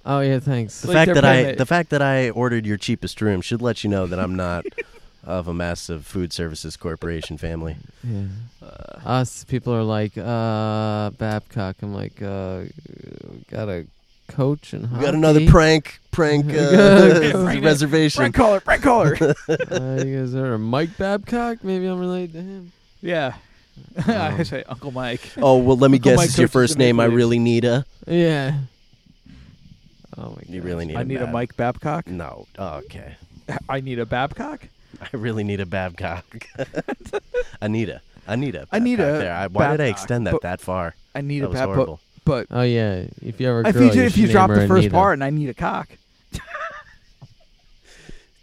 Speaker 3: oh yeah, thanks.
Speaker 4: The
Speaker 1: Like
Speaker 4: fact
Speaker 1: they're
Speaker 4: that I
Speaker 1: payment.
Speaker 4: the fact that I ordered your cheapest room should let you know that I'm not of a massive food services corporation family.
Speaker 3: Yeah.
Speaker 1: uh,
Speaker 3: Us people are like uh, Babcock. I'm like, uh, got a coach and
Speaker 4: We got another prank prank uh,
Speaker 1: Prank-
Speaker 4: reservation.
Speaker 1: Brent caller, Brent caller.
Speaker 3: uh, you guys are Mike Babcock. Maybe I'm related to him.
Speaker 1: yeah.
Speaker 3: Um,
Speaker 1: I say Uncle Mike.
Speaker 4: Oh well, let me
Speaker 1: Uncle
Speaker 4: guess.
Speaker 1: Mike
Speaker 4: it's your
Speaker 1: coaches the
Speaker 4: first name. I
Speaker 1: Maple Leafs.
Speaker 4: really need a.
Speaker 3: Yeah. Oh my god.
Speaker 4: You really need.
Speaker 1: I need a
Speaker 4: Bab-
Speaker 1: Mike Babcock.
Speaker 4: No. Oh, okay.
Speaker 1: I need a Babcock.
Speaker 4: I really need a Babcock. Anita. Anita.
Speaker 1: I need a
Speaker 4: There. I, why did I
Speaker 1: Babcock,
Speaker 4: extend that
Speaker 1: but-
Speaker 4: that far?
Speaker 1: I need
Speaker 4: That
Speaker 1: a
Speaker 4: was
Speaker 1: Babcock.
Speaker 4: horrible.
Speaker 1: But
Speaker 3: Oh yeah. If you ever
Speaker 1: if
Speaker 3: girl,
Speaker 1: you, if
Speaker 3: should
Speaker 1: you
Speaker 3: name
Speaker 1: drop
Speaker 3: her
Speaker 1: the first
Speaker 3: Anita.
Speaker 1: part and I need a cock,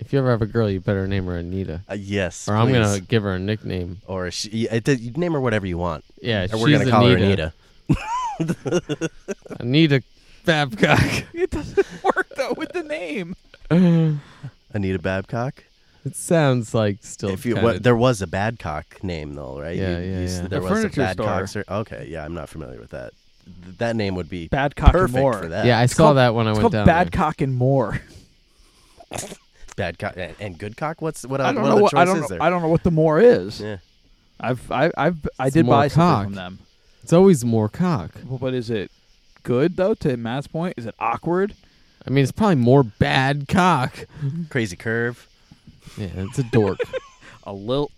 Speaker 3: If you ever have a girl, you better name her Anita.
Speaker 4: Uh, yes.
Speaker 3: Or I'm
Speaker 4: please.
Speaker 3: gonna give her a nickname.
Speaker 4: Or she, yeah, it, you name her whatever you want.
Speaker 3: Yeah,
Speaker 4: Or
Speaker 3: she's
Speaker 4: we're gonna call her Anita.
Speaker 3: Anita Babcock.
Speaker 1: it doesn't work though with the name.
Speaker 4: Anita Babcock.
Speaker 3: it sounds like still.
Speaker 4: If you,
Speaker 3: kinda-
Speaker 4: what, there was a Badcock name though, right?
Speaker 3: Yeah,
Speaker 4: You-
Speaker 3: yeah,
Speaker 4: you s-
Speaker 3: yeah.
Speaker 4: There
Speaker 1: A
Speaker 4: was a
Speaker 1: furniture
Speaker 4: Badcock.
Speaker 1: store.
Speaker 4: Sir, okay, yeah, I'm not familiar with that. Th- that name would be
Speaker 1: Badcock
Speaker 4: perfect
Speaker 1: and More.
Speaker 4: for that.
Speaker 3: yeah, I
Speaker 1: It's
Speaker 3: saw
Speaker 1: called-
Speaker 3: that when I
Speaker 1: It's
Speaker 3: went
Speaker 1: called
Speaker 3: down. there.
Speaker 1: Badcock and More.
Speaker 4: Badcock and, and Goodcock. What's what?
Speaker 1: I
Speaker 4: other
Speaker 1: don't
Speaker 4: what
Speaker 1: know
Speaker 4: other
Speaker 1: what I
Speaker 4: choices
Speaker 1: don't know,
Speaker 4: there?
Speaker 1: I don't know what the more is.
Speaker 4: Yeah.
Speaker 1: I've I, I've I
Speaker 3: It's
Speaker 1: did
Speaker 3: more
Speaker 1: buy
Speaker 3: cock.
Speaker 1: something from them.
Speaker 3: It's always more cock.
Speaker 1: Well, But is it good though? To Matt's point, is it awkward?
Speaker 3: I mean, it's probably more bad cock.
Speaker 4: Crazy curve.
Speaker 3: Yeah, it's a dork.
Speaker 1: A little.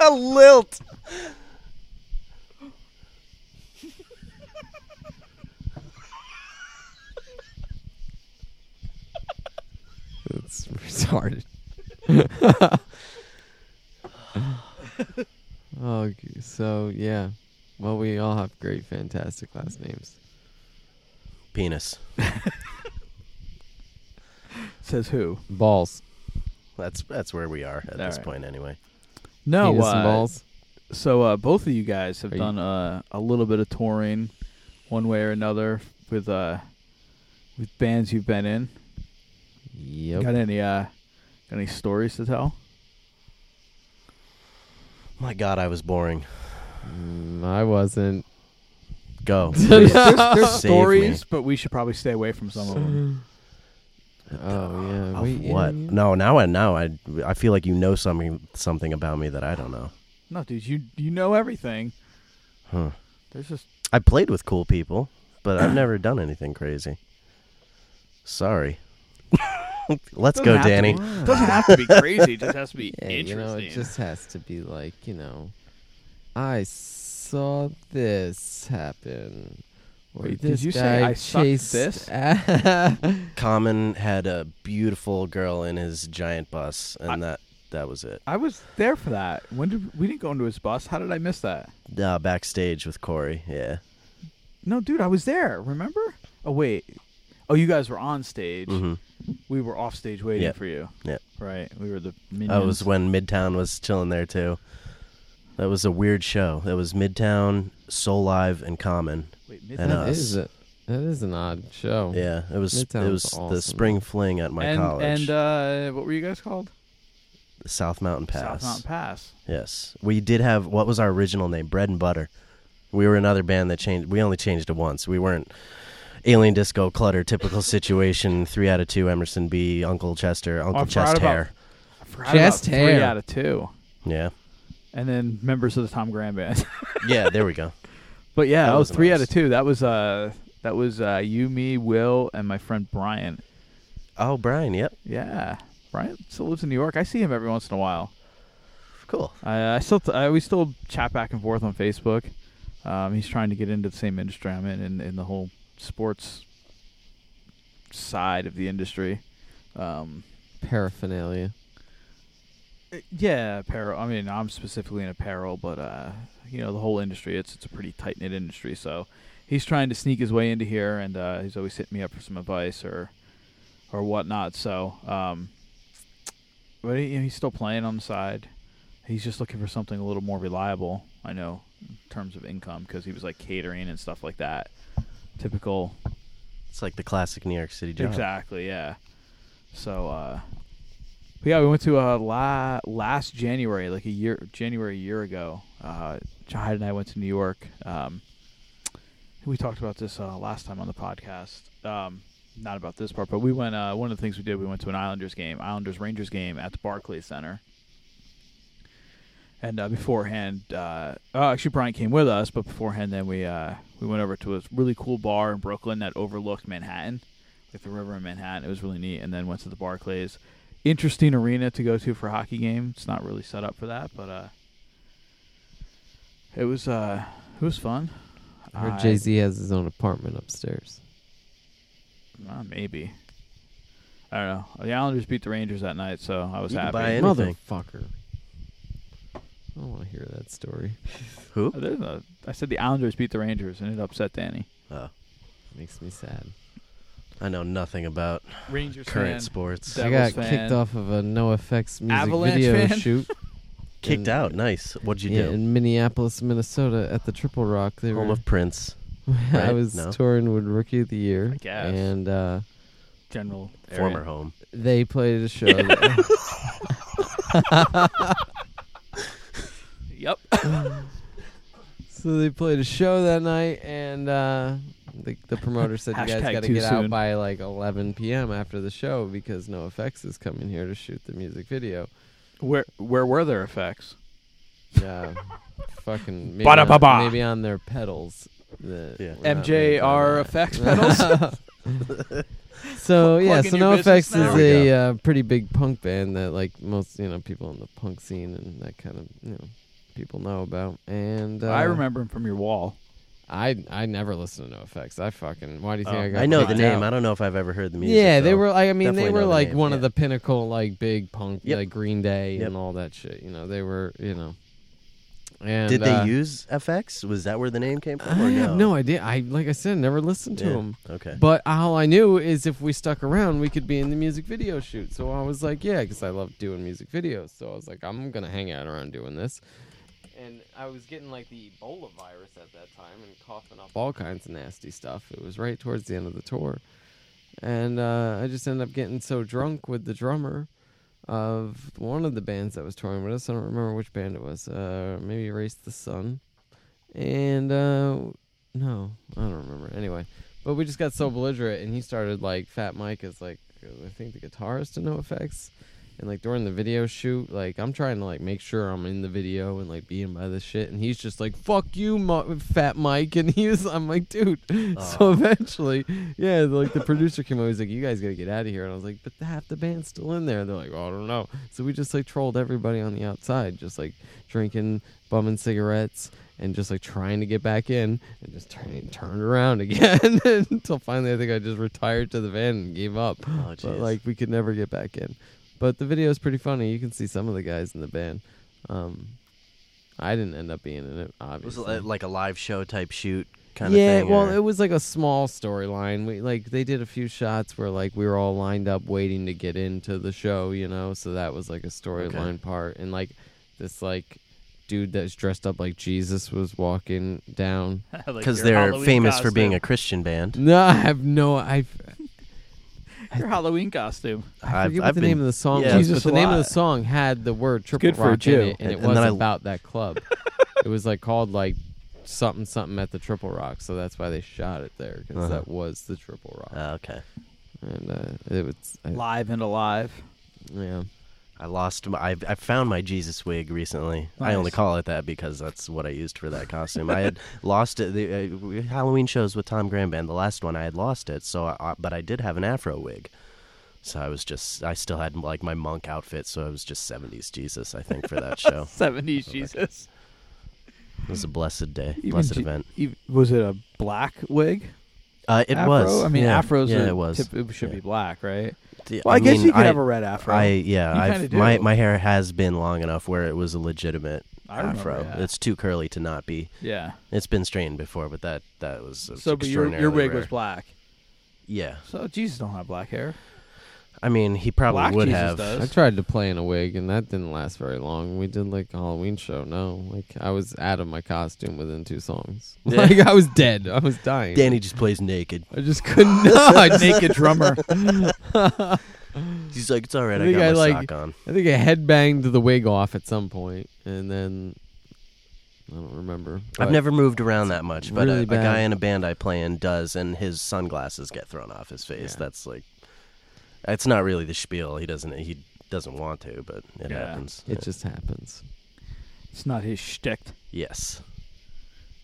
Speaker 4: A lilt.
Speaker 3: it's retarded. oh, g- so yeah. Well, we all have great, fantastic last names.
Speaker 4: Penis.
Speaker 1: Says who?
Speaker 3: Balls.
Speaker 4: That's that's where we are at
Speaker 1: All
Speaker 4: this
Speaker 1: right.
Speaker 4: point, anyway.
Speaker 1: No.
Speaker 3: Penis
Speaker 1: uh,
Speaker 3: and balls.
Speaker 1: So uh, both of you guys have
Speaker 3: Are you-
Speaker 1: done uh, a little bit of touring, one way or another, with uh, with bands you've been in.
Speaker 3: Yep.
Speaker 1: Got any uh, got any stories to tell?
Speaker 4: My God, I was boring.
Speaker 3: Mm, I wasn't.
Speaker 4: Go. please.
Speaker 1: There's
Speaker 4: Save
Speaker 1: stories,
Speaker 4: me.
Speaker 1: but we should probably stay away from some of them.
Speaker 3: Oh yeah.
Speaker 4: Of
Speaker 3: Wait, yeah,
Speaker 4: what?
Speaker 3: yeah.
Speaker 4: No, now I now I I feel like you know something something about me that I don't know. Hmm.
Speaker 1: No, dude, you you know everything.
Speaker 4: Huh.
Speaker 1: There's just
Speaker 4: I played with cool people, but I've never done anything crazy. Sorry. Let's
Speaker 1: Doesn't
Speaker 4: go,
Speaker 1: have to
Speaker 4: Danny.
Speaker 1: be- doesn't have to be crazy. It just has to be
Speaker 3: Yeah, you
Speaker 1: interesting.
Speaker 3: know, it just has to be like, you know, I saw this happen. Or
Speaker 1: Wait, did
Speaker 3: this
Speaker 1: you say
Speaker 3: guy
Speaker 1: I sucked
Speaker 3: chased
Speaker 1: this?
Speaker 3: a-
Speaker 4: Common had a beautiful girl in his giant bus, and
Speaker 1: I-
Speaker 4: that that was it.
Speaker 1: I was there for that. When did we didn't go into his bus? How did I miss that?
Speaker 4: Uh, backstage with Corey. Yeah.
Speaker 1: No, dude, I was there. Remember? Oh wait. Oh, you guys were on stage.
Speaker 4: hmm
Speaker 1: We were off stage waiting
Speaker 4: Yeah.
Speaker 1: for you.
Speaker 4: Yeah.
Speaker 1: Right. We were the
Speaker 4: That
Speaker 1: minions.
Speaker 4: was when Midtown was chilling there too. That was a weird show. That was Midtown, Soul Live, and Common.
Speaker 1: Wait,
Speaker 4: and,
Speaker 1: Midtown
Speaker 4: uh,
Speaker 3: that
Speaker 4: Us.
Speaker 3: is a, that is an odd show.
Speaker 4: Yeah, it was
Speaker 3: Midtown
Speaker 4: it
Speaker 3: was
Speaker 4: was
Speaker 3: awesome.
Speaker 4: the spring fling at my
Speaker 1: and,
Speaker 4: college,
Speaker 1: And uh, what were you guys called?
Speaker 4: South Mountain
Speaker 1: South
Speaker 4: Pass.
Speaker 1: Mountain Pass.
Speaker 4: Yes, we did have what was our original name, Bread and Butter. We were another band that changed. We only changed it once. We weren't Alien Disco Clutter, typical situation. Three out of two, Emerson B, Uncle Chester, Uncle
Speaker 1: I forgot
Speaker 4: Chest
Speaker 1: about-
Speaker 4: Hair.
Speaker 1: I forgot
Speaker 3: Just
Speaker 1: about
Speaker 3: hair.
Speaker 1: three out of two.
Speaker 4: Yeah,
Speaker 1: And then members of the Tom Graham band.
Speaker 4: yeah. There we go.
Speaker 1: but yeah,
Speaker 4: That
Speaker 1: that, was
Speaker 4: wasn't
Speaker 1: three
Speaker 4: us.
Speaker 1: out of two. That was uh that was uh you, me, Will, and my friend Brian.
Speaker 4: Oh, Brian. Yep.
Speaker 1: Yeah. Brian still lives in New York. I see him every once in a while.
Speaker 4: Cool.
Speaker 1: I, I still, t- I, we still chat back and forth on Facebook. Um, he's trying to get into the same industry I'm in, in, in the whole sports side of the industry. Um,
Speaker 3: Paraphernalia.
Speaker 1: Uh, yeah, apparel. I mean, I'm specifically in apparel, but uh, you know, the whole industry. It's it's a pretty tight knit industry. So he's trying to sneak his way into here, and uh, he's always hitting me up for some advice or or whatnot. So, um, but he, you know, he's still playing on the side. He's just looking for something a little more reliable. I know in terms of income because he was like catering and stuff like that. Typical
Speaker 4: It's like the classic New York City job.
Speaker 1: Exactly, yeah. So, uh, but yeah, we went to uh, la- last January, like a year, January a year ago. Uh, Jihad and I went to New York. Um, we talked about this uh, last time on the podcast. Um, not about this part, but we went. Uh, one of the things we did, we went to an Islanders game, Islanders Rangers game at the Barclays Center. And uh, beforehand, uh, oh, actually Brian came with us, but beforehand, then we uh, we went over to a really cool bar in Brooklyn that overlooked Manhattan, like the river in Manhattan. It was really neat. And then went to the Barclays, interesting arena to go to for a hockey game. It's not really set up for that, but uh, it was uh, it was fun.
Speaker 3: I heard
Speaker 1: I-
Speaker 3: Jay Z has his own apartment upstairs.
Speaker 1: Uh, maybe. I don't know. The Islanders beat the Rangers that night, so I was
Speaker 4: You can
Speaker 1: happy.
Speaker 4: buy it. Anything.
Speaker 3: Motherfucker. I don't want to hear that story.
Speaker 4: Who?
Speaker 1: Oh, there's no- I said the Islanders beat the Rangers, and it upset Danny.
Speaker 4: Oh,
Speaker 3: Makes me sad.
Speaker 4: I know nothing about
Speaker 1: Rangers
Speaker 4: current sports.
Speaker 1: That-
Speaker 3: I
Speaker 1: Devils
Speaker 3: got
Speaker 1: fan.
Speaker 3: kicked off of a NoFX music
Speaker 1: Avalanche
Speaker 3: video
Speaker 1: fan?
Speaker 3: shoot.
Speaker 4: Kicked
Speaker 3: in-
Speaker 4: out. Nice. What'd you
Speaker 3: yeah,
Speaker 4: do?
Speaker 3: in Minneapolis, Minnesota, at the Triple Rock. They
Speaker 4: Home
Speaker 3: were,
Speaker 4: of Prince.
Speaker 3: I
Speaker 4: right?
Speaker 3: was
Speaker 4: No.
Speaker 3: touring with Rookie of the Year,
Speaker 1: I guess.
Speaker 3: and uh,
Speaker 1: General area.
Speaker 4: Former home.
Speaker 3: they played a show. that-
Speaker 1: Yep.
Speaker 3: so they played a show that night, and uh, the, the promoter said you guys
Speaker 1: Hashtag
Speaker 3: got to
Speaker 1: too
Speaker 3: get
Speaker 1: soon.
Speaker 3: out by like 11 p.m. after the show because NoFX is coming here to shoot the music video.
Speaker 1: Where where were their effects?
Speaker 3: Yeah, fucking maybe
Speaker 1: Ba-da-ba-ba.
Speaker 3: on, maybe on their pedals. The,
Speaker 4: Yeah.
Speaker 3: we're not really
Speaker 1: MJR
Speaker 3: doing
Speaker 1: effects
Speaker 3: that. so
Speaker 1: Plug
Speaker 3: yeah,
Speaker 1: in your
Speaker 3: so
Speaker 1: business
Speaker 3: NoFX
Speaker 1: now.
Speaker 3: is
Speaker 4: There we
Speaker 3: a uh, pretty big punk band that like most you know people in the punk scene and that kind of you know people know about. And uh,
Speaker 1: I remember him from your wall.
Speaker 3: I I never listened to NoFX. I fucking why do you think
Speaker 1: Oh,
Speaker 3: I got?
Speaker 4: I know the
Speaker 3: freaked
Speaker 4: name.
Speaker 3: out?
Speaker 4: I don't know if I've ever heard the music.
Speaker 3: yeah, they
Speaker 4: though.
Speaker 3: were like I mean
Speaker 4: Definitely
Speaker 3: they were
Speaker 4: know the
Speaker 3: like
Speaker 4: name,
Speaker 3: one
Speaker 4: yeah.
Speaker 3: of the pinnacle like big punk
Speaker 4: Yep.
Speaker 3: like Green Day
Speaker 4: Yep.
Speaker 3: and all that shit. You know they were you know. And,
Speaker 4: Did they
Speaker 3: uh,
Speaker 4: use FX? Was that where the name came
Speaker 3: I
Speaker 4: from? Or
Speaker 3: have
Speaker 4: no
Speaker 3: no idea. I like I said, never listened to
Speaker 4: Yeah,
Speaker 3: them.
Speaker 4: Okay.
Speaker 3: But all I knew is if we stuck around, we could be in the music video shoot. So I was like, yeah, because I love doing music videos. So I was like, I'm gonna hang out around doing this. And I was getting like the Ebola virus at that time and coughing up all kinds of nasty stuff. It was right towards the end of the tour, and uh, I just ended up getting so drunk with the drummer of one of the bands that was touring with us. I don't remember which band it was. Uh, maybe Erase the Sun, and uh, no, I don't remember. Anyway, but we just got so belligerent, and he started like Fat Mike is like I think the guitarist in NoFX, and like during the video shoot, like I'm trying to like make sure I'm in the video and like being by this shit, and he's just like fuck you, Mo- Fat Mike, and he was I'm like dude. So eventually, yeah, like the producer came over, he's like you guys gotta get out of here, and I was like but half the band's still in there. They're like oh, I don't know, so we just like trolled everybody on the outside, just like drinking, bumming cigarettes, and just like trying to get back in and just turning turned around again until finally I think I just retired to the van and gave up.
Speaker 4: Oh,
Speaker 3: but
Speaker 4: jeez.
Speaker 3: like we could never get back in. But the video is pretty funny. You can see some of the guys in the band. Um, I didn't end up being in it,
Speaker 4: was
Speaker 3: obviously.
Speaker 4: it li- like a live show type shoot kind
Speaker 3: yeah,
Speaker 4: of thing?
Speaker 3: well,
Speaker 4: or-
Speaker 3: it was like a small storyline. We like they did a few shots where like we were all lined up waiting to get into the show, you know. So that was like a storyline part, and like this like dude that's dressed up like Jesus was walking down.
Speaker 4: because they're famous for being a Christian band.
Speaker 3: No, I have no. I
Speaker 1: your Halloween costume.
Speaker 3: I
Speaker 4: I've-
Speaker 3: forget what
Speaker 4: I've
Speaker 3: the
Speaker 4: been-
Speaker 3: name of the song
Speaker 4: yeah.
Speaker 3: was,
Speaker 1: Jesus
Speaker 3: but the name of the
Speaker 1: alive.
Speaker 3: song had the word triple
Speaker 1: good for a
Speaker 3: rock in
Speaker 1: Jew.
Speaker 3: it, and it
Speaker 4: And then
Speaker 3: was
Speaker 4: I-
Speaker 3: about that club. it was like called like something something at the triple rock, so that's why they shot it there because
Speaker 4: Uh-huh.
Speaker 3: that was the triple rock.
Speaker 4: Uh, okay.
Speaker 3: and uh, it was I,
Speaker 1: Live and alive.
Speaker 3: yeah.
Speaker 4: I lost my. I, I found my Jesus wig recently. I only
Speaker 1: Nice.
Speaker 4: call it that because that's what I used for that costume. I had lost it. The uh, we- Halloween shows with Tom Graham band. The last one I had lost it. So, I, I- but I did have an afro wig. So I was just. I still had like my monk Oh. outfit. So I was just seventies Jesus. I think for that show.
Speaker 1: Seventies Jesus.
Speaker 4: was a blessed day,
Speaker 1: Even
Speaker 4: blessed
Speaker 1: Ju-
Speaker 4: event.
Speaker 1: Ev- E, Was it a black wig?
Speaker 4: Uh, it
Speaker 1: afro?
Speaker 4: was.
Speaker 1: I mean,
Speaker 4: yeah.
Speaker 1: afros.
Speaker 4: Yeah,
Speaker 1: are
Speaker 4: it was.
Speaker 1: typ- it should
Speaker 4: Yeah.
Speaker 1: be black, right?
Speaker 4: D-
Speaker 1: Well, I, guess
Speaker 4: mean,
Speaker 1: you could
Speaker 4: I,
Speaker 1: have a red afro.
Speaker 4: I yeah,
Speaker 1: You
Speaker 4: I've,
Speaker 1: kinda
Speaker 4: my
Speaker 1: do.
Speaker 4: my hair has been long enough where it was a legitimate
Speaker 1: I remember
Speaker 4: afro.
Speaker 1: that.
Speaker 4: It's too curly to not be.
Speaker 1: yeah.
Speaker 4: It's been strained before, but that that was it was
Speaker 1: So, but your your
Speaker 4: extraordinarily
Speaker 1: wig
Speaker 4: rare.
Speaker 1: was black.
Speaker 4: Yeah,
Speaker 1: So Jesus don't have black hair.
Speaker 4: I mean, he probably
Speaker 1: Black
Speaker 4: would
Speaker 1: Jesus
Speaker 4: have.
Speaker 1: does.
Speaker 3: I tried to play in a wig, and that didn't last very long. We did like a Halloween show. No, like I was out of my costume within two songs.
Speaker 4: Yeah.
Speaker 3: Like I was dead. I was dying.
Speaker 4: Danny just plays naked.
Speaker 3: I just couldn't. I
Speaker 1: Naked drummer.
Speaker 4: He's like, it's all right.
Speaker 3: I
Speaker 4: I,
Speaker 3: think
Speaker 4: got
Speaker 3: I,
Speaker 4: my
Speaker 3: like-
Speaker 4: sock on.
Speaker 3: think I headbanged the wig off at some point, and then I don't remember.
Speaker 4: I've
Speaker 3: but-
Speaker 4: never moved around that much, but
Speaker 3: really
Speaker 4: a, a
Speaker 3: bad.
Speaker 4: guy in a band I play in does, and his sunglasses get thrown off his face.
Speaker 3: Yeah.
Speaker 4: That's like, it's not really the spiel. He doesn't. He doesn't want to, but it
Speaker 1: Yeah.
Speaker 4: happens.
Speaker 3: It just happens.
Speaker 1: it's not his shtick.
Speaker 4: yes,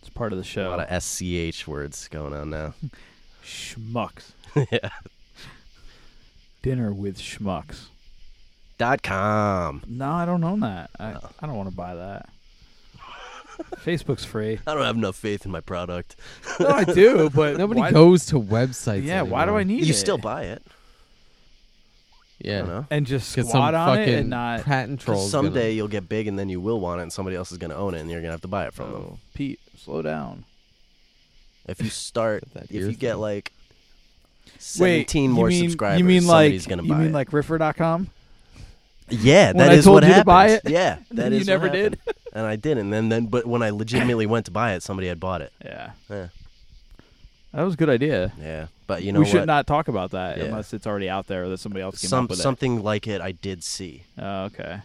Speaker 1: It's part of the
Speaker 4: a
Speaker 1: show.
Speaker 4: lot of sch words going on now.
Speaker 1: schmucks.
Speaker 4: yeah.
Speaker 1: Dinner with schmucks.
Speaker 4: Dot com.
Speaker 1: No, I don't own that. I, I don't want to buy that. Facebook's free.
Speaker 4: I don't have enough faith in my product.
Speaker 1: No, I do, but
Speaker 3: Nobody
Speaker 1: why-
Speaker 3: goes to websites.
Speaker 1: Yeah, why do I
Speaker 3: anymore.
Speaker 1: need
Speaker 4: You
Speaker 1: it?
Speaker 4: still buy it. I don't
Speaker 3: Yeah,
Speaker 4: know.
Speaker 1: and just
Speaker 3: because
Speaker 1: squat
Speaker 3: some
Speaker 1: on it
Speaker 3: fucking
Speaker 1: and not
Speaker 3: patent
Speaker 4: 'Cause
Speaker 3: trolls.
Speaker 4: someday you'll get big, and then you will want it, and somebody else is going to own it, and you're going to have to buy it from them.
Speaker 1: Oh, Pete, slow down.
Speaker 4: If you start,
Speaker 3: That
Speaker 4: if
Speaker 3: ear
Speaker 4: you get
Speaker 3: thing.
Speaker 4: like seventeen
Speaker 1: Wait,
Speaker 4: more
Speaker 1: you mean,
Speaker 4: subscribers,
Speaker 1: You mean like
Speaker 4: somebody's going to
Speaker 1: you
Speaker 4: buy
Speaker 1: mean
Speaker 4: it.
Speaker 1: like Riffer.com?
Speaker 4: Yeah,
Speaker 1: When
Speaker 4: that
Speaker 1: I
Speaker 4: is
Speaker 1: told
Speaker 4: what
Speaker 1: you
Speaker 4: happened.
Speaker 1: to buy it?
Speaker 4: Yeah, that
Speaker 1: then
Speaker 4: is
Speaker 1: you
Speaker 4: what
Speaker 1: never did.
Speaker 4: happened. And I didn't. And then, but when I legitimately went to buy it, somebody had bought it.
Speaker 1: Yeah,
Speaker 4: Yeah,
Speaker 1: that was a good idea.
Speaker 4: yeah. But you know
Speaker 1: we
Speaker 4: what?
Speaker 1: should not talk about that
Speaker 4: Yeah.
Speaker 1: unless it's already out there or that somebody else came
Speaker 4: Some
Speaker 1: up with
Speaker 4: something like it I did see,
Speaker 1: it. Oh, okay.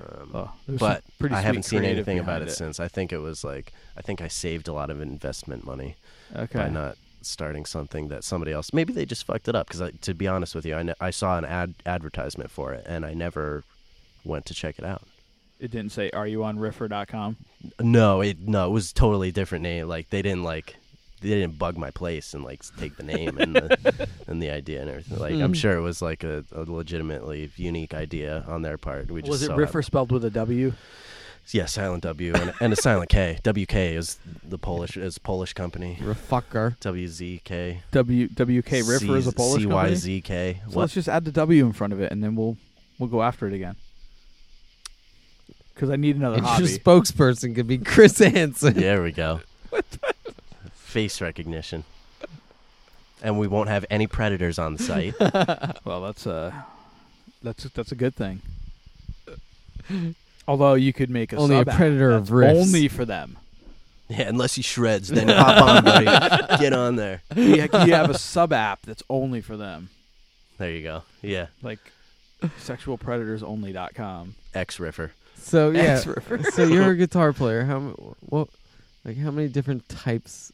Speaker 4: um,
Speaker 1: Oh, there's some
Speaker 4: but
Speaker 1: pretty
Speaker 4: I
Speaker 1: sweet
Speaker 4: haven't seen
Speaker 1: creative
Speaker 4: anything about
Speaker 1: behind
Speaker 4: it, since. I think it was like I think I saved a lot of investment money
Speaker 1: Okay.
Speaker 4: by not starting something that somebody else. Maybe they just fucked it up. Because to be honest with you, I, ne- I saw an ad advertisement for it, and I never went to check it out.
Speaker 1: It didn't say, "Are you on Riffer.com?"
Speaker 4: No, it no, it was totally different name. Like they didn't like they didn't bug my place and like take the name and the and the idea and everything.
Speaker 1: Hmm.
Speaker 4: Like I'm sure it was like a, a legitimately unique idea on their part. We just
Speaker 1: Was it
Speaker 4: so
Speaker 1: Riffer spelled with a W?
Speaker 4: happened- Yeah, silent W and, and a silent K. WK is the Polish is a Polish company.
Speaker 3: refucker.
Speaker 4: WZK.
Speaker 1: W WK Riffer is a
Speaker 4: C-
Speaker 1: Polish company. So
Speaker 4: CYZK.
Speaker 1: let's
Speaker 4: What?
Speaker 1: just add the W in front of it, and then we'll we'll go after it again. Because I need another
Speaker 3: And
Speaker 1: hobby.
Speaker 3: your spokesperson could be Chris Hansen.
Speaker 4: There we go. Face recognition. And we won't have any predators on the site.
Speaker 1: well, that's uh, a that's that's a good thing. Although you could make a
Speaker 3: Only a
Speaker 1: sub-app
Speaker 3: predator of
Speaker 1: that's
Speaker 3: riffs.
Speaker 1: only for them.
Speaker 4: Yeah, unless he shreds, then hop on, buddy. Get on there.
Speaker 1: You, ha- you have a sub app that's only for them,
Speaker 4: There you go. Yeah,
Speaker 1: like sexualpredatorsonly.com.
Speaker 4: X Riffer.
Speaker 3: So yeah.
Speaker 1: Ex-Riffer.
Speaker 3: so you're a guitar player. How m- what like how many different types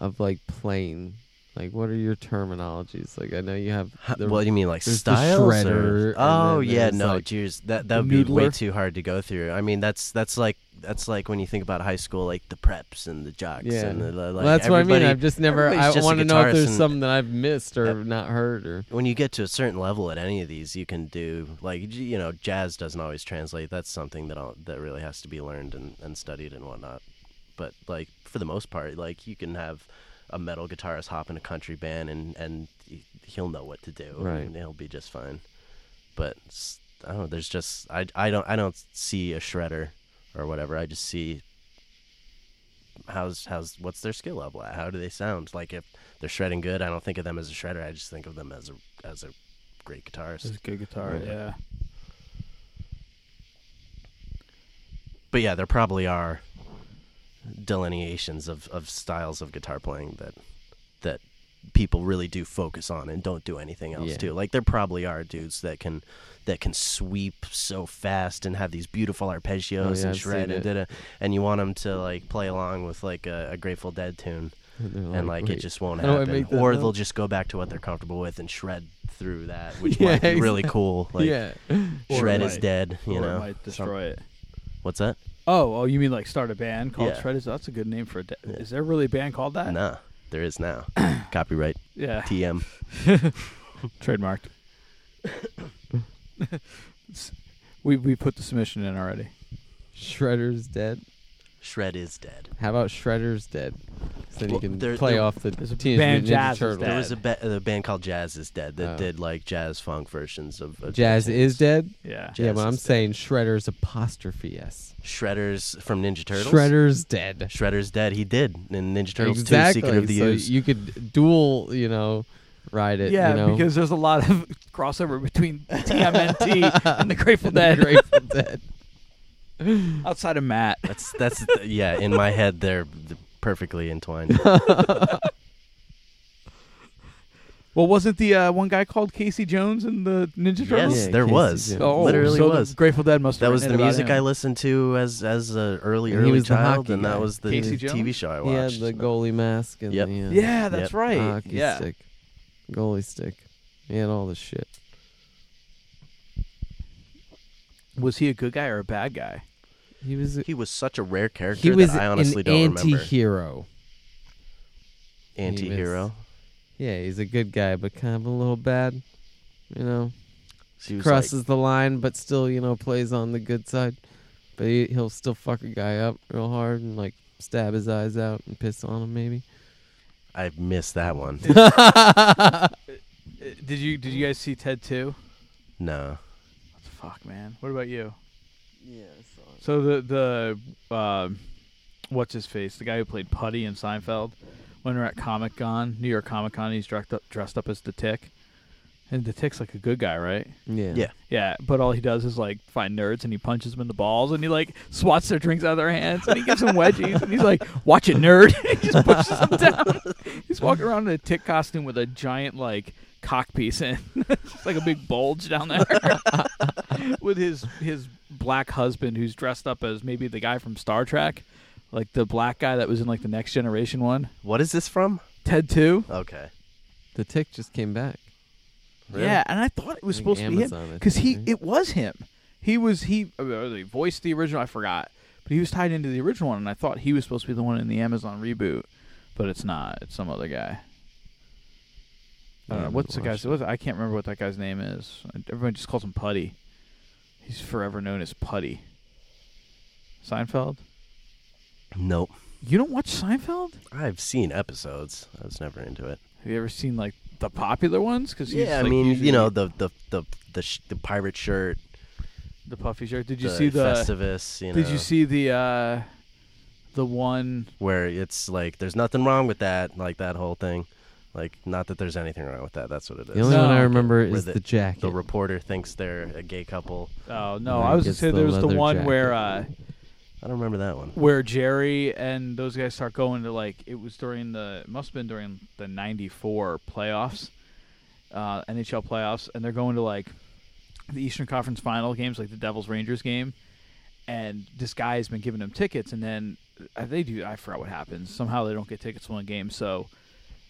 Speaker 3: of like playing? Like what are your terminologies? Like I know you have the
Speaker 4: what do you mean, like
Speaker 3: there's the
Speaker 4: styles?
Speaker 3: shredder,
Speaker 4: or-
Speaker 3: and
Speaker 4: Oh
Speaker 3: then
Speaker 4: yeah,
Speaker 3: there's,
Speaker 4: no,
Speaker 3: like,
Speaker 4: Jeez, that
Speaker 1: the
Speaker 4: that would be way
Speaker 1: noodler.
Speaker 4: too hard to go through. I mean, that's that's like that's like when you think about high school, like the preps and the jocks
Speaker 3: Yeah.
Speaker 4: and the like.
Speaker 3: well, that's what I mean.
Speaker 4: everybody-
Speaker 3: I've just never. I
Speaker 4: everybody's just a
Speaker 3: want to know if
Speaker 4: guitarist
Speaker 3: there's
Speaker 4: and-
Speaker 3: something that I've missed or
Speaker 4: Yeah.
Speaker 3: not heard or
Speaker 4: when you get to a certain level at any of these, you can do like j- you know, jazz doesn't always translate. That's something that all, that really has to be learned and, and studied and whatnot. But like for the most part, like you can have a metal guitarist hop in a country band and and he- he'll know what to do.
Speaker 3: Right.
Speaker 4: and he'll be just fine. But s- I don't know. There's just I I don't I don't see a shredder or whatever. I just see how's how's what's their skill level at? How do they sound? Like if they're shredding good, I don't think of them as a shredder. I just think of them as a as a great
Speaker 1: This
Speaker 4: guitarist.
Speaker 1: is good guitar.
Speaker 4: Right.
Speaker 1: Yeah.
Speaker 4: But yeah, there probably are delineations of, of styles of guitar playing that that people really do focus on and don't do anything else
Speaker 3: Yeah.
Speaker 4: to. Like there probably are dudes that can that can sweep so fast and have these beautiful arpeggios
Speaker 3: Oh, yeah,
Speaker 4: and
Speaker 3: I've
Speaker 4: shred
Speaker 3: seen
Speaker 4: and
Speaker 3: it.
Speaker 4: da-da, and you want them to like play along with like a, a Grateful Dead tune.
Speaker 3: they're
Speaker 4: and
Speaker 1: Oh,
Speaker 4: like
Speaker 3: wait.
Speaker 4: it just won't
Speaker 3: how do I
Speaker 4: happen.
Speaker 3: make that
Speaker 4: Or
Speaker 3: up?
Speaker 4: they'll just go back to what they're comfortable with and shred through that, which
Speaker 3: Yeah,
Speaker 4: might be really cool. Like
Speaker 3: yeah.
Speaker 1: Or
Speaker 4: shred
Speaker 1: it
Speaker 4: is
Speaker 1: might-
Speaker 4: dead, you
Speaker 1: or it
Speaker 4: know.
Speaker 1: might destroy it.
Speaker 4: What's that?
Speaker 1: Oh, oh, you mean like start a band called
Speaker 4: Yeah.
Speaker 1: Shred? Is that's a good name for a. De- Is there really a band called
Speaker 3: Uh.
Speaker 1: that?
Speaker 4: nah, there is now. Copyright
Speaker 1: Yeah,
Speaker 4: TM.
Speaker 1: trademarked. S- we we put the submission in already.
Speaker 3: Shredder's dead.
Speaker 4: Shred is dead.
Speaker 3: How about Shredder's dead? So then
Speaker 4: Well,
Speaker 3: you can
Speaker 4: there-
Speaker 3: play
Speaker 4: there-
Speaker 3: off the
Speaker 1: There's a
Speaker 3: Teenage
Speaker 1: band
Speaker 3: Mutant
Speaker 1: Jazz
Speaker 3: Ninja
Speaker 1: is
Speaker 3: Turtles.
Speaker 4: There was a,
Speaker 1: Dead.
Speaker 4: ba- a band called Jazz is Dead that
Speaker 3: Oh.
Speaker 4: did like jazz funk versions of, of
Speaker 3: Jazz
Speaker 4: tunes.
Speaker 3: is dead.
Speaker 1: Yeah.
Speaker 3: yeah,
Speaker 4: Jazz
Speaker 3: but I'm
Speaker 4: is dead.
Speaker 3: saying Shredder's apostrophe s.
Speaker 4: Shredder's from Ninja Turtles.
Speaker 3: Shredder's dead.
Speaker 4: Shredder's dead. He did in Ninja Turtles
Speaker 3: exactly.
Speaker 4: 2: Secret of the
Speaker 3: so
Speaker 4: Ooze.
Speaker 3: you could dual, you know, ride it.
Speaker 1: yeah,
Speaker 3: you know,
Speaker 1: because there's a lot of crossover between TMNT and the Grateful Dead.
Speaker 3: Grateful Dead.
Speaker 1: Outside of Matt,
Speaker 4: That's that's yeah. In my head, they're they're perfectly entwined.
Speaker 1: well, wasn't the uh, one guy called Casey Jones in the Ninja Turtles?
Speaker 4: yes,
Speaker 3: Yeah,
Speaker 4: there
Speaker 3: Casey
Speaker 4: was.
Speaker 3: Jones.
Speaker 1: Oh,
Speaker 4: literally
Speaker 1: so the
Speaker 4: was.
Speaker 1: Grateful Dead must.
Speaker 4: That
Speaker 1: have
Speaker 4: was
Speaker 1: written
Speaker 4: the
Speaker 1: it about
Speaker 4: music
Speaker 1: him.
Speaker 4: I listened to as as a early
Speaker 3: And he
Speaker 4: early
Speaker 3: was the
Speaker 4: child,
Speaker 3: hockey
Speaker 4: and that
Speaker 3: guy.
Speaker 4: was the
Speaker 1: Casey
Speaker 4: TV show I
Speaker 3: He had
Speaker 4: watched.
Speaker 3: the goalie mask and
Speaker 4: Yep.
Speaker 3: the, uh,
Speaker 1: Yeah, that's
Speaker 4: Yep.
Speaker 1: right.
Speaker 3: hockey
Speaker 1: yeah,
Speaker 3: stick, goalie stick. He had all the shit.
Speaker 1: was he a good guy or a bad guy?
Speaker 3: He was.
Speaker 4: He was such a rare character
Speaker 3: He was
Speaker 4: that I honestly
Speaker 3: an
Speaker 4: don't remember.
Speaker 3: anti-hero.
Speaker 4: Anti-hero.
Speaker 3: Yeah, he's a good guy, but kind of a little bad. You know,
Speaker 4: He was like-
Speaker 3: crosses the line, but still, you know, plays on the good side. But he, he'll still fuck a guy up real hard and like stab his eyes out and piss on him, maybe.
Speaker 4: I missed that one.
Speaker 1: Uh, Did you Did you guys see Ted Two?
Speaker 4: no.
Speaker 1: Fuck, man. What about you?
Speaker 3: Yeah,
Speaker 1: So the the um what's his face, the guy who played Putty in Seinfeld, when we're at Comic Con, New York Comic Con, he's dressed up dressed up as the Tick, and the Tick's like a good guy, right?
Speaker 3: yeah,
Speaker 4: Yeah.
Speaker 1: Yeah, but all he does is like find nerds and he punches them in the balls and he like swats their drinks out of their hands and he gives them wedgies and he's like, "Watch it, nerd!" he just pushes them down. He's walking around in a tick costume with a giant like cock piece in, It's just like a big bulge down there, with his his black husband who's dressed up as maybe the guy from Star Trek, like the black guy that was in like the Next Generation one,
Speaker 4: What is this from?
Speaker 1: Ted Two.
Speaker 4: Okay.
Speaker 3: The tick just came back.
Speaker 4: Really?
Speaker 1: Yeah, and I thought it was
Speaker 3: I think
Speaker 1: supposed to be
Speaker 3: Amazon,
Speaker 1: him
Speaker 3: I
Speaker 1: because
Speaker 3: think,
Speaker 1: he
Speaker 4: Mm-hmm.
Speaker 3: right?
Speaker 1: it was him. He was he uh, he voiced the original. I forgot, but he was tied into the original one, and I thought he was supposed to be the one in the Amazon reboot, but it's not. It's some other guy. I don't
Speaker 3: Yeah,
Speaker 1: know what's the
Speaker 3: watch
Speaker 1: guy's. What's, I can't remember what that guy's name is. Everyone just calls him Putty. He's forever known as Putty. Seinfeld.
Speaker 4: Nope.
Speaker 1: You don't watch Seinfeld?
Speaker 4: I've seen episodes. I was never into it.
Speaker 1: Have you ever seen like the popular ones? Because
Speaker 4: yeah, I mean, you know, the the the the, sh- the pirate shirt.
Speaker 1: the puffy shirt. Did you
Speaker 4: the
Speaker 1: see the
Speaker 4: Festivus? You know,
Speaker 1: Did you see the uh the one
Speaker 4: where it's like there's nothing wrong with that, like that whole thing. Like, not that there's anything wrong with that. That's what it is.
Speaker 3: The only
Speaker 1: No.
Speaker 3: one I remember
Speaker 4: Where
Speaker 3: is
Speaker 4: the-
Speaker 3: the, jacket.
Speaker 4: The reporter thinks they're a gay couple.
Speaker 1: Oh no,
Speaker 3: Where
Speaker 1: I
Speaker 3: he
Speaker 1: was gonna
Speaker 3: gets
Speaker 1: say
Speaker 3: the
Speaker 1: there was the
Speaker 3: leather
Speaker 1: one where uh
Speaker 3: jacket.
Speaker 4: I don't remember that one.
Speaker 1: where Jerry and those guys start going to like it was during the it must have been during the '94 playoffs, uh, NHL playoffs, and they're going to like the Eastern Conference final games, like the Devils Rangers game, and this guy has been giving them tickets, and then uh, they do I forgot what happens. Somehow they don't get tickets to one game, so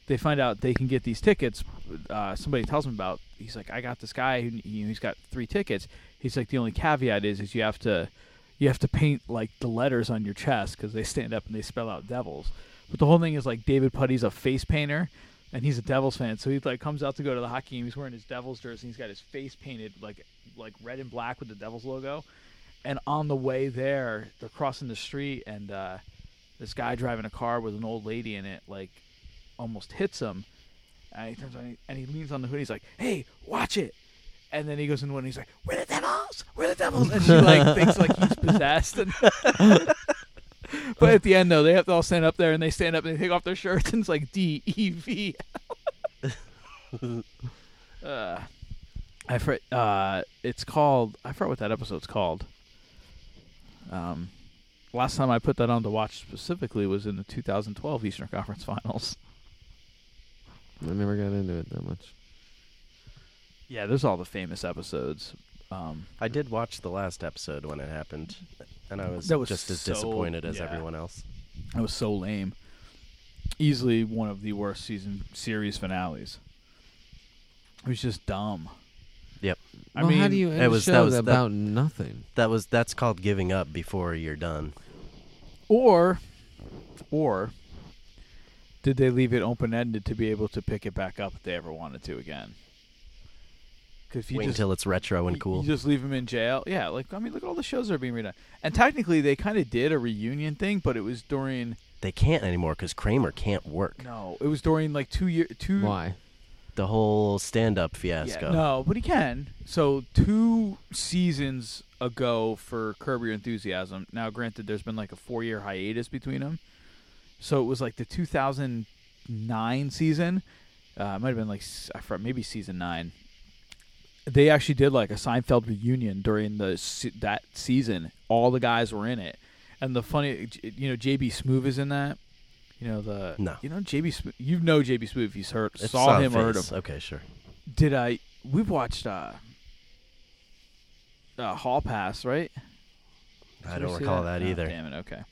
Speaker 1: they find out they can get these tickets. Uh, somebody tells him about. He's like, I got this guy. Who, you know, he's got three tickets. He's like, the only caveat is, is you have to, you have to paint like the letters on your chest because they stand up and they spell out devils. But the whole thing is like David Putty's a face painter, and he's a Devils fan. So he like comes out to go to the hockey game. He's wearing his Devils jersey. He's got his face painted like like red and black with the Devils logo. And on the way there, they're crossing the street, and uh, this guy driving a car with an old lady in it, like almost hits him. And he turns on and he, and he leans on the hood. He's like, "Hey, watch it!" And then he goes into one. And he's like, "We're the devils! We're the devils!" And she like thinks like he's possessed. And but at the end though, they have to all stand up there and they stand up and they take off their shirts and it's like D E V. Uh, I fr- uh, it's called. I forgot what that episode's called. Um, last time I put that on to watch specifically was in the 2012 Eastern Conference Finals.
Speaker 3: I never got into it that much.
Speaker 1: Yeah, there's all the famous episodes. Um,
Speaker 4: I did watch the last episode when it happened, and I was,
Speaker 1: That was
Speaker 4: just as
Speaker 1: so-
Speaker 4: disappointed as
Speaker 1: yeah.
Speaker 4: everyone else.
Speaker 1: it was so lame. Easily one of the worst season series finales. It was just dumb.
Speaker 4: Yep.
Speaker 1: I
Speaker 3: well,
Speaker 1: mean,
Speaker 3: how do you end
Speaker 4: it
Speaker 3: a
Speaker 4: was- that
Speaker 3: show
Speaker 4: was the-
Speaker 3: about nothing?
Speaker 4: That was that's called giving up before you're done.
Speaker 1: or, or, did they leave it open ended to be able to pick it back up if they ever wanted to again? 'Cause if you
Speaker 4: Wait
Speaker 1: just
Speaker 4: until it's retro and
Speaker 1: you-
Speaker 4: cool.
Speaker 1: You just leave them in jail. Yeah, like I mean, look at all the shows that are being redone. And technically, they kind of did a reunion thing, but it was during
Speaker 4: They can't anymore because Kramer can't work.
Speaker 1: no, it was during like two year two.
Speaker 3: Why?
Speaker 4: The whole stand-up
Speaker 1: yeah,
Speaker 4: fiasco.
Speaker 1: no, but he can. So two seasons ago for Curb Your Enthusiasm. Now, granted, there's been like a four year hiatus between them. So it was like the 2009 season. Uh, it might have been like s- I forgot, maybe season nine. They actually did like a Seinfeld reunion during the se- that season. All the guys were in it, and the funny, you know, JB Smoove is in that. You know the
Speaker 4: No.
Speaker 1: You know JB. Smoove, you know JB Smoove. if You heard,
Speaker 4: It's
Speaker 1: saw
Speaker 4: not
Speaker 1: him or heard him
Speaker 4: face. Okay, sure.
Speaker 1: did I? We watched uh, uh Hall Pass, right?
Speaker 4: I
Speaker 1: Did we
Speaker 4: don't
Speaker 1: see
Speaker 4: recall that,
Speaker 1: Oh,
Speaker 4: either.
Speaker 1: damn it. Okay.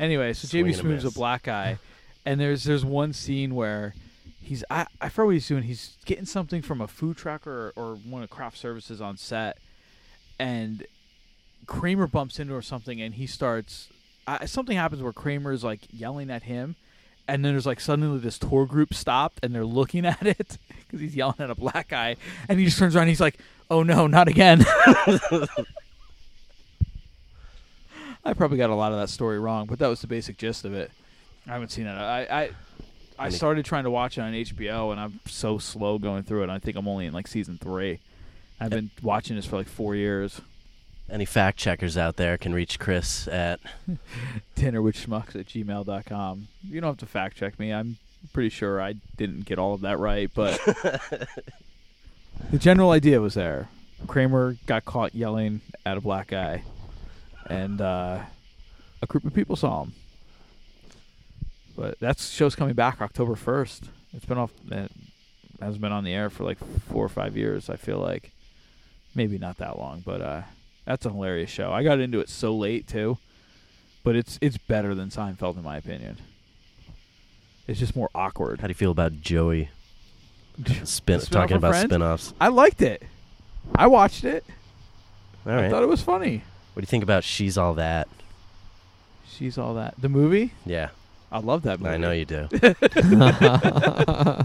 Speaker 1: Anyway, so
Speaker 4: Swing
Speaker 1: JB
Speaker 4: and a
Speaker 1: Smooth's a
Speaker 4: miss.
Speaker 1: black guy, and there's there's one scene where he's I I forget what he's doing. He's getting something from a food truck or or one of craft services on set, and Kramer bumps into or something, and he starts. I, something happens where Kramer's like yelling at him, and then there's like suddenly this tour group stopped and they're looking at it because he's yelling at a black guy, and he just turns around. and He's like, "Oh no, not again." I probably got a lot of that story wrong, but that was the basic gist of it. I haven't seen it. I I, I
Speaker 4: Any-
Speaker 1: started trying to watch it on HBO, and I'm so slow going through it. I think I'm only in like season three. I've been watching this for like four years.
Speaker 4: Any fact checkers out there can reach Chris at
Speaker 1: dinnerwithschmucks at gmail.com. You don't have to fact check me. I'm pretty sure I didn't get all of that right, but the general idea was there. Kramer got caught yelling at a black guy, and uh, a group of people saw him. But that show's coming back October 1st. It's been off, it hasn't been on the air for like four or five years, I feel like. Maybe not that long, but uh, that's a hilarious show. I got into it so late, too but it's it's better than Seinfeld in my opinion. It's just more
Speaker 4: How
Speaker 1: awkward.
Speaker 4: do you feel about Joey? Spin,
Speaker 1: spin-off
Speaker 4: talking
Speaker 1: of
Speaker 4: about
Speaker 1: Friends?
Speaker 4: spin-offs.
Speaker 1: I liked it. I watched it.
Speaker 4: All
Speaker 1: I
Speaker 4: right.
Speaker 1: thought it was funny.
Speaker 4: What do you think about She's All That?
Speaker 1: She's all that. The movie?
Speaker 4: Yeah,
Speaker 1: I love that movie.
Speaker 4: I know you do. that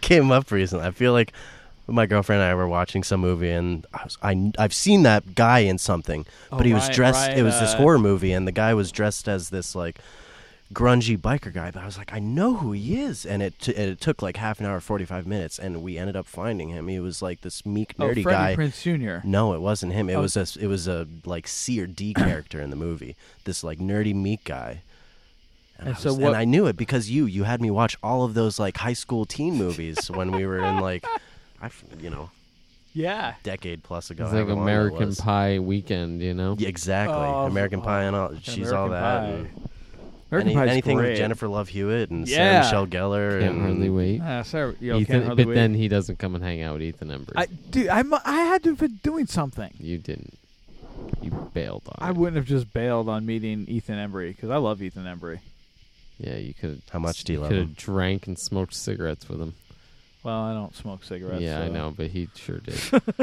Speaker 4: came up recently. I feel like my girlfriend and I were watching some movie, and I was, I, have seen that guy in something,
Speaker 1: Oh,
Speaker 4: but he was
Speaker 1: Ryan-
Speaker 4: dressed. it
Speaker 1: Ryan,
Speaker 4: was this
Speaker 1: uh,
Speaker 4: horror movie, and the guy was dressed as this like grungy biker guy. But I was like, I know who he is, and it t- it took like half an hour, forty five minutes, and we ended up finding him. He was like this meek,
Speaker 1: Oh,
Speaker 4: nerdy
Speaker 1: Freddie
Speaker 4: guy.
Speaker 1: Prince Jr.
Speaker 4: No, it wasn't him. It
Speaker 1: Oh.
Speaker 4: was a it was a like C or D character in the movie. This like nerdy meek guy. And,
Speaker 1: And
Speaker 4: I
Speaker 1: so
Speaker 4: was-
Speaker 1: what-
Speaker 4: and I knew it because you you had me watch all of those like high school teen movies when we were in like I f- you know
Speaker 1: Yeah.
Speaker 4: decade plus ago.
Speaker 3: It's like
Speaker 4: however long that
Speaker 3: American
Speaker 4: was.
Speaker 3: Pie weekend, you know?
Speaker 4: Yeah, exactly.
Speaker 1: Oh,
Speaker 4: American
Speaker 1: oh,
Speaker 4: Pie and all. She's all
Speaker 1: American
Speaker 4: that.
Speaker 1: Pie.
Speaker 4: and
Speaker 1: American
Speaker 4: any-
Speaker 1: Pie's
Speaker 4: anything
Speaker 1: great.
Speaker 4: with Jennifer Love Hewitt and
Speaker 1: Yeah.
Speaker 4: Sarah Michelle Gellar
Speaker 3: Can't
Speaker 4: and
Speaker 3: hardly wait.
Speaker 1: Ah, sorry, yo,
Speaker 3: Ethan-
Speaker 1: can't hardly
Speaker 3: but
Speaker 1: wait.
Speaker 3: then he doesn't come and hang out with Ethan Embers.
Speaker 1: I dude, I mu- I had to have been doing something.
Speaker 3: you didn't. You bailed on.
Speaker 1: I
Speaker 3: it.
Speaker 1: wouldn't have just bailed on meeting Ethan Embry because I love Ethan Embry.
Speaker 3: Yeah, you could.
Speaker 4: How much do you love
Speaker 3: Could
Speaker 4: him?
Speaker 3: have drank and smoked cigarettes with him.
Speaker 1: Well, I don't smoke cigarettes. uh,
Speaker 3: yeah, I
Speaker 1: so-
Speaker 3: know, but he sure did.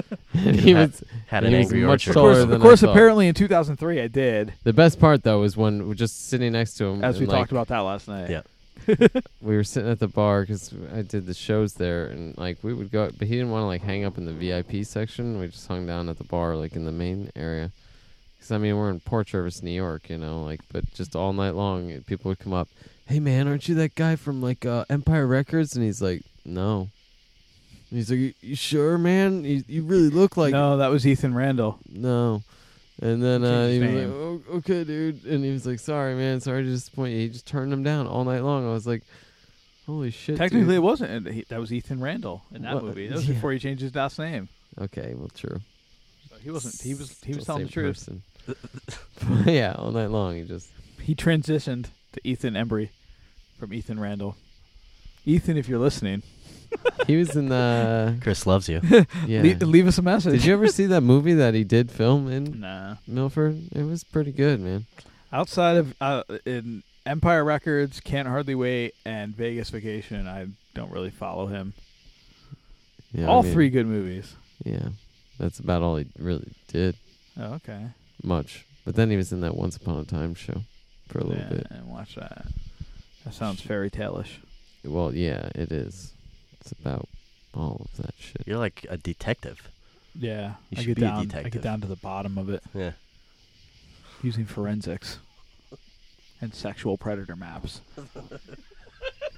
Speaker 3: And he
Speaker 4: had-
Speaker 3: was
Speaker 4: had
Speaker 3: he
Speaker 4: an
Speaker 3: was
Speaker 4: angry
Speaker 3: much
Speaker 4: orchard.
Speaker 1: Of course,
Speaker 3: taller
Speaker 1: of
Speaker 3: than I
Speaker 1: course
Speaker 3: thought.
Speaker 1: apparently in 2003 I did,
Speaker 3: the best part though was when we're just sitting next to him.
Speaker 1: as we
Speaker 3: and, Mm, like,
Speaker 1: talked about that last night.
Speaker 4: Yeah.
Speaker 3: we were sitting at the bar because I did the shows there, and like we would go, but he didn't want to like hang up in the VIP section. We just hung down at the bar, like in the main area. Because I mean, we're in Port Jervis, New York, you know, like, but just all night long, eh, people would come up, "Hey man, aren't you that guy from like uh, Empire Records?" And he's like, "No." And he's like, "You- "You sure, man? You, you really look like
Speaker 1: no, that was Ethan Randall.
Speaker 3: no. And then
Speaker 1: Change
Speaker 3: uh,
Speaker 1: his
Speaker 3: he was like,
Speaker 1: name.
Speaker 3: oh, okay, dude. And he was like, sorry, man. Sorry to disappoint you. He just turned him down all night long. I was like, holy shit.
Speaker 1: Technically, it
Speaker 3: dude.
Speaker 1: wasn't. He- That was Ethan Randall in that
Speaker 3: What?
Speaker 1: movie. That was
Speaker 3: Yeah.
Speaker 1: before he changed his last name.
Speaker 3: Okay, well, true.
Speaker 1: So he wasn't. He was. He was
Speaker 3: Still
Speaker 1: telling the
Speaker 3: same
Speaker 1: truth.
Speaker 3: person. yeah, all night long. He just.
Speaker 1: He transitioned to Ethan Embry from Ethan Randall. Ethan, if you're listening,
Speaker 3: He was in the.
Speaker 4: Chris loves you.
Speaker 3: Yeah.
Speaker 1: le- leave us a message.
Speaker 3: Did you ever see that movie that he did film in
Speaker 1: Nah.
Speaker 3: Milford? It was pretty good, man.
Speaker 1: Outside of uh, in Empire Records, Can't Hardly Wait, and Vegas Vacation, I don't really follow him.
Speaker 3: Yeah, I
Speaker 1: All
Speaker 3: mean,
Speaker 1: three good movies.
Speaker 3: Yeah, that's about all he really did
Speaker 1: Oh, okay.
Speaker 3: much. But then he was in that Once Upon a Time show for a little
Speaker 1: yeah,
Speaker 3: bit.
Speaker 1: And watch that. That sounds fairy tale ish.
Speaker 3: Well, yeah, it is. It's about all of that shit.
Speaker 4: You're like a detective.
Speaker 1: Yeah,
Speaker 4: You
Speaker 1: I
Speaker 4: should
Speaker 1: get
Speaker 4: be a
Speaker 1: down. I
Speaker 4: detective.
Speaker 1: get down to the bottom of it
Speaker 4: Yeah.
Speaker 1: using forensics and sexual predator maps.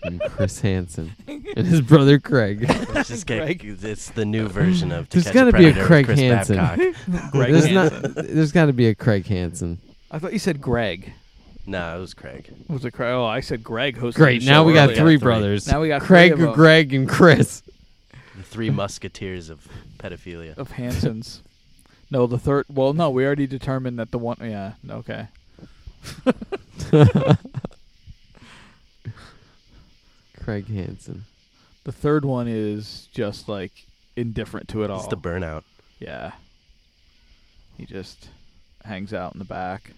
Speaker 3: And Chris Hansen and his brother Craig.
Speaker 4: Let's just get-
Speaker 1: Greg.
Speaker 4: it's the new version of. To
Speaker 3: There's
Speaker 4: Catch
Speaker 3: gotta
Speaker 4: a
Speaker 3: be a
Speaker 4: Predator with
Speaker 3: Craig
Speaker 4: Chris
Speaker 3: Hansen.
Speaker 4: Babcock.
Speaker 1: Greg
Speaker 3: there's
Speaker 1: Hansen.
Speaker 3: not. There's got to be a Craig Hansen.
Speaker 1: I thought you said Greg.
Speaker 4: no, it was Craig.
Speaker 1: Was it Craig? Oh, I said Greg. Hosting
Speaker 3: Great.
Speaker 1: the
Speaker 3: Now
Speaker 1: show
Speaker 3: we got
Speaker 1: earlier.
Speaker 3: three
Speaker 4: Three.
Speaker 3: brothers.
Speaker 1: Now we got
Speaker 3: Craig,
Speaker 1: three of 'em.
Speaker 3: Greg, and Chris.
Speaker 4: The three musketeers of pedophilia.
Speaker 1: of Hanson's. no, the third. Well, no, we already determined that the one. Yeah. Okay.
Speaker 3: Craig Hansen.
Speaker 1: The third one is just like indifferent to it all.
Speaker 4: It's the burnout.
Speaker 1: Yeah. He just hangs out in the back.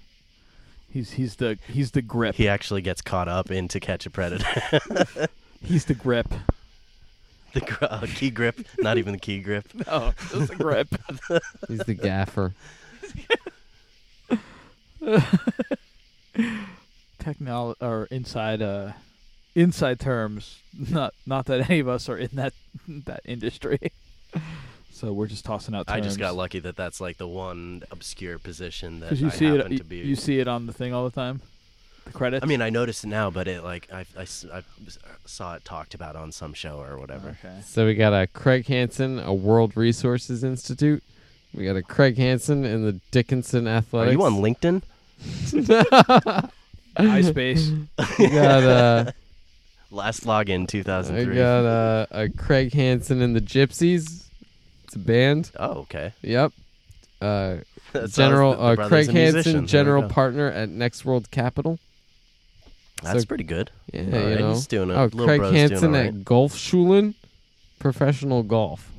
Speaker 1: He's he's the he's the grip.
Speaker 4: He actually gets caught up in To Catch a Predator.
Speaker 1: He's the grip.
Speaker 4: the gr- uh, key grip, not even the key grip.
Speaker 1: Oh, just the grip.
Speaker 3: He's the gaffer.
Speaker 1: Technol or inside uh inside terms. Not not that any of us are in that that industry. So we're just tossing out terms.
Speaker 4: I just got lucky that that's like the one obscure position that
Speaker 1: Because you
Speaker 4: I
Speaker 1: see
Speaker 4: happen
Speaker 1: it,
Speaker 4: to be.
Speaker 1: you see it on the thing all the time. The credits.
Speaker 4: I mean, I noticed it now, but it like I, I s- I s- saw it talked about on some show or whatever.
Speaker 1: okay.
Speaker 3: So we got a Craig Hansen, a World Resources Institute. We got a Craig Hansen and the Dickinson
Speaker 4: Are
Speaker 3: Athletics.
Speaker 4: you on LinkedIn?
Speaker 1: MySpace.
Speaker 3: We got uh,
Speaker 4: Last login
Speaker 3: I
Speaker 4: 2003.
Speaker 3: got uh, a Craig Hansen and the Gypsies. It's a band.
Speaker 4: Oh, okay.
Speaker 3: Yep. Uh,
Speaker 4: That's-
Speaker 3: General
Speaker 4: the- the
Speaker 3: uh,
Speaker 4: brother's
Speaker 3: Craig
Speaker 4: a musician. There
Speaker 3: Hansen,
Speaker 4: we
Speaker 3: general
Speaker 4: go.
Speaker 3: partner at Next World Capital.
Speaker 4: That's
Speaker 3: so-
Speaker 4: pretty good.
Speaker 3: Yeah,
Speaker 4: All
Speaker 3: you
Speaker 4: right,
Speaker 3: know.
Speaker 4: he's doing it.
Speaker 3: oh,
Speaker 4: Little
Speaker 3: Craig
Speaker 4: bro's doing
Speaker 3: Hansen
Speaker 4: all
Speaker 3: at Golfschulen, professional golf.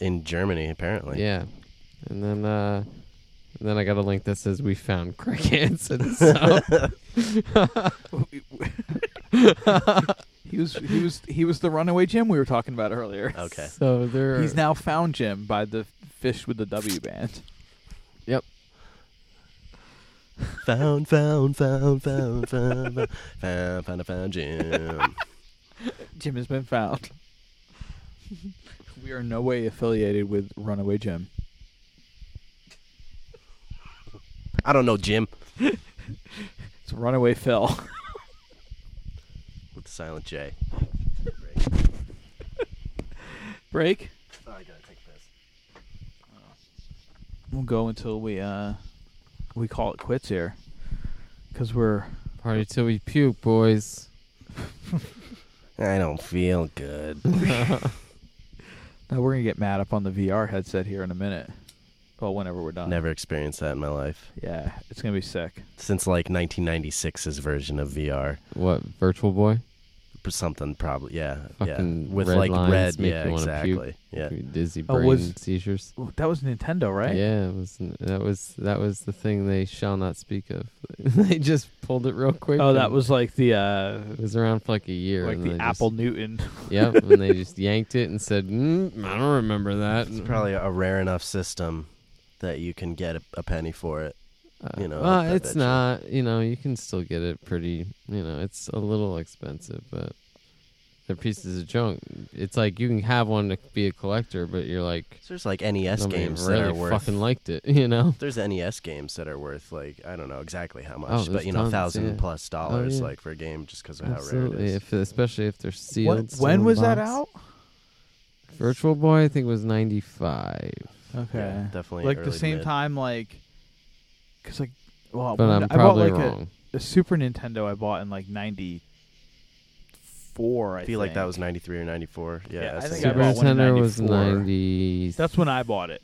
Speaker 4: In Germany, apparently.
Speaker 3: Yeah, and then uh, and then I got a link that says we found Craig Hansen. So
Speaker 1: he was he was he was the runaway Jim we were talking about earlier.
Speaker 4: Okay.
Speaker 3: so there.
Speaker 1: He's now found Jim by the Fish with the W band.
Speaker 3: Yep.
Speaker 4: Found, found, found, found, found, found, found, found, found Jim.
Speaker 1: Jim has been found. we are in no way affiliated with Runaway Jim.
Speaker 4: I don't know Jim.
Speaker 1: It's Runaway Phil.
Speaker 4: With the silent J.
Speaker 1: Break.
Speaker 4: Oh, I gotta take this.
Speaker 1: We'll go until we uh we call it quits here because we're
Speaker 3: Party till we puke, boys.
Speaker 4: I don't feel good.
Speaker 1: now we're gonna get mad up on the VR headset here in a minute. Well, whenever we're done.
Speaker 4: Never experienced that in my life.
Speaker 1: Yeah, it's gonna be sick.
Speaker 4: Since like 1996's version of VR.
Speaker 3: What virtual boy?
Speaker 4: Something probably, yeah.
Speaker 3: Fucking
Speaker 4: yeah. With
Speaker 3: red
Speaker 4: like
Speaker 3: lines
Speaker 4: red,
Speaker 3: make
Speaker 4: yeah,
Speaker 3: you wanna puke.
Speaker 4: exactly. Yeah.
Speaker 3: Dizzy
Speaker 1: Oh,
Speaker 3: brain
Speaker 1: was-
Speaker 3: seizures.
Speaker 1: Ooh, That was Nintendo, right?
Speaker 3: Yeah, it was that was that was the thing they shall not speak of. they just pulled it real quick.
Speaker 1: Oh, that
Speaker 3: and
Speaker 1: was like the uh
Speaker 3: It was around for like a year.
Speaker 1: like
Speaker 3: and then
Speaker 1: the
Speaker 3: they
Speaker 1: Apple
Speaker 3: Just,
Speaker 1: Newton.
Speaker 3: yep, and they just yanked it and said, mm, "I don't remember that."
Speaker 4: It's probably a rare enough system that you can get a, a penny for it.
Speaker 3: Uh,
Speaker 4: you know,
Speaker 3: well,
Speaker 4: I bet
Speaker 3: it's
Speaker 4: you-
Speaker 3: not. You know, you can still get it pretty. You know, it's a little expensive, but they're pieces of junk. It's like you can have one to be a collector, but you're like,
Speaker 4: So there's like NES
Speaker 3: nobody
Speaker 4: games that are
Speaker 3: really
Speaker 4: worth.
Speaker 3: fucking liked it. You know,
Speaker 4: there's NES games that are worth like I don't know exactly how much,
Speaker 3: Oh,
Speaker 4: but
Speaker 3: there's
Speaker 4: you know,
Speaker 3: tons,
Speaker 4: thousand
Speaker 3: yeah. Oh,
Speaker 4: plus dollars
Speaker 3: yeah.
Speaker 4: like for a game just because of how rare
Speaker 3: absolutely.
Speaker 4: it is.
Speaker 3: If especially if they're sealed.
Speaker 1: When,
Speaker 3: still
Speaker 1: when
Speaker 3: in
Speaker 1: was that
Speaker 3: box.
Speaker 1: out?
Speaker 3: Virtual Boy, I think, was ninety five.
Speaker 1: Okay,
Speaker 4: Yeah, definitely
Speaker 1: like the
Speaker 4: early to
Speaker 1: same
Speaker 4: mid.
Speaker 1: time, like because like well,
Speaker 3: But
Speaker 1: when
Speaker 3: I'm
Speaker 1: I bought
Speaker 3: probably
Speaker 1: like a-
Speaker 3: wrong.
Speaker 1: A, Super Nintendo. I bought in like '94. I,
Speaker 4: I feel like that
Speaker 1: think.
Speaker 4: was ninety three or ninety four. Yeah,
Speaker 1: Yeah, I think I
Speaker 3: Super
Speaker 1: bought one in
Speaker 3: Nintendo was
Speaker 1: 94.
Speaker 3: ninety.
Speaker 1: That's when I bought it.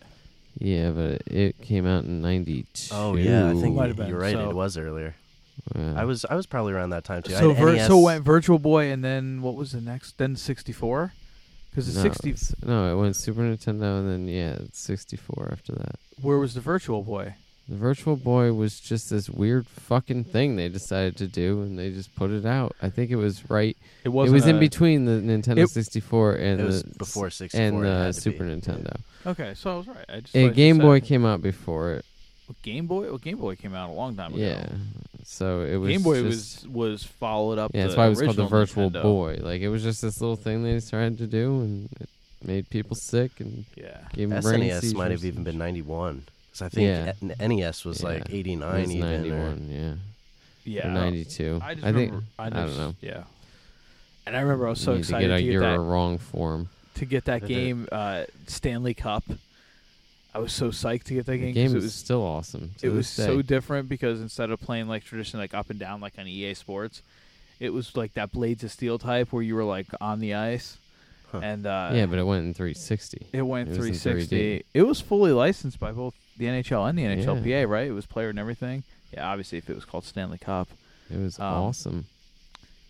Speaker 3: Yeah, but it came out in ninety two.
Speaker 4: Oh yeah, I think
Speaker 1: Might have been,
Speaker 4: you're right.
Speaker 1: so-
Speaker 4: It was earlier.
Speaker 3: Yeah.
Speaker 4: I was I was probably around that time too. I
Speaker 1: so
Speaker 4: had E
Speaker 1: vir-
Speaker 4: NES.
Speaker 1: so went Virtual Boy, and then what was the next? Then 64, because the
Speaker 3: no,
Speaker 1: 60.
Speaker 3: it's- No, it went Super Nintendo, and then yeah, it's 64 after that.
Speaker 1: Where was the Virtual Boy?
Speaker 3: The Virtual Boy was just this weird fucking thing they decided to do, and they just put it out. I think it was right.
Speaker 1: It
Speaker 3: It
Speaker 1: was
Speaker 3: was in between the Nintendo
Speaker 1: It-
Speaker 3: 64 and
Speaker 4: It was
Speaker 3: the
Speaker 4: before 64.
Speaker 3: and
Speaker 4: it
Speaker 3: the
Speaker 4: had to
Speaker 3: Super
Speaker 4: be.
Speaker 3: Nintendo.
Speaker 1: Okay, so I was right. I just
Speaker 3: A
Speaker 1: thought you
Speaker 3: Game
Speaker 1: said-
Speaker 3: Boy came out before it.
Speaker 1: Game Boy. Well, Game Boy came out a long time ago.
Speaker 3: Yeah, so it was
Speaker 1: Game Boy
Speaker 3: just-
Speaker 1: was was followed up.
Speaker 3: Yeah,
Speaker 1: the
Speaker 3: that's why it was called the
Speaker 1: original
Speaker 3: Virtual
Speaker 1: Nintendo.
Speaker 3: Boy. Like it was just this little thing they decided to do, and it made people sick and
Speaker 1: Yeah.
Speaker 3: gave them brain
Speaker 4: SNES E might have
Speaker 3: seizures.
Speaker 4: even been 91 because I think
Speaker 3: Yeah.
Speaker 4: N- NES was
Speaker 3: Yeah.
Speaker 4: like
Speaker 3: It was
Speaker 4: 89
Speaker 3: It was
Speaker 4: even. or-
Speaker 3: 91, yeah.
Speaker 1: Yeah.
Speaker 3: Or 92.
Speaker 1: I just
Speaker 3: think
Speaker 1: remember. I,
Speaker 3: I
Speaker 1: just,
Speaker 3: don't know.
Speaker 1: Yeah. And I remember I was so
Speaker 3: you need
Speaker 1: excited
Speaker 3: to get
Speaker 1: to
Speaker 3: out
Speaker 1: get,
Speaker 3: your
Speaker 1: that,
Speaker 3: wrong form.
Speaker 1: to get that
Speaker 4: Mhm.
Speaker 1: game, uh, Stanley Cup. I was so psyched to get that
Speaker 3: The
Speaker 1: game
Speaker 3: game
Speaker 1: because it
Speaker 3: is
Speaker 1: was
Speaker 3: still awesome. to
Speaker 1: it
Speaker 3: this
Speaker 1: was so
Speaker 3: day.
Speaker 1: different because instead of playing like tradition like up and down like on EA Sports, it was like that Blades of Steel type where you were like on the ice,
Speaker 4: Huh.
Speaker 1: and uh,
Speaker 3: yeah, but it went in 360.
Speaker 1: it went
Speaker 3: it was in
Speaker 1: 360.
Speaker 3: 3D.
Speaker 1: It was fully licensed by both the NHL and the NHLPA,
Speaker 3: Yeah.
Speaker 1: right? It was player and everything. Yeah, obviously if it was called Stanley Cup,
Speaker 3: It was
Speaker 1: Um,
Speaker 3: awesome.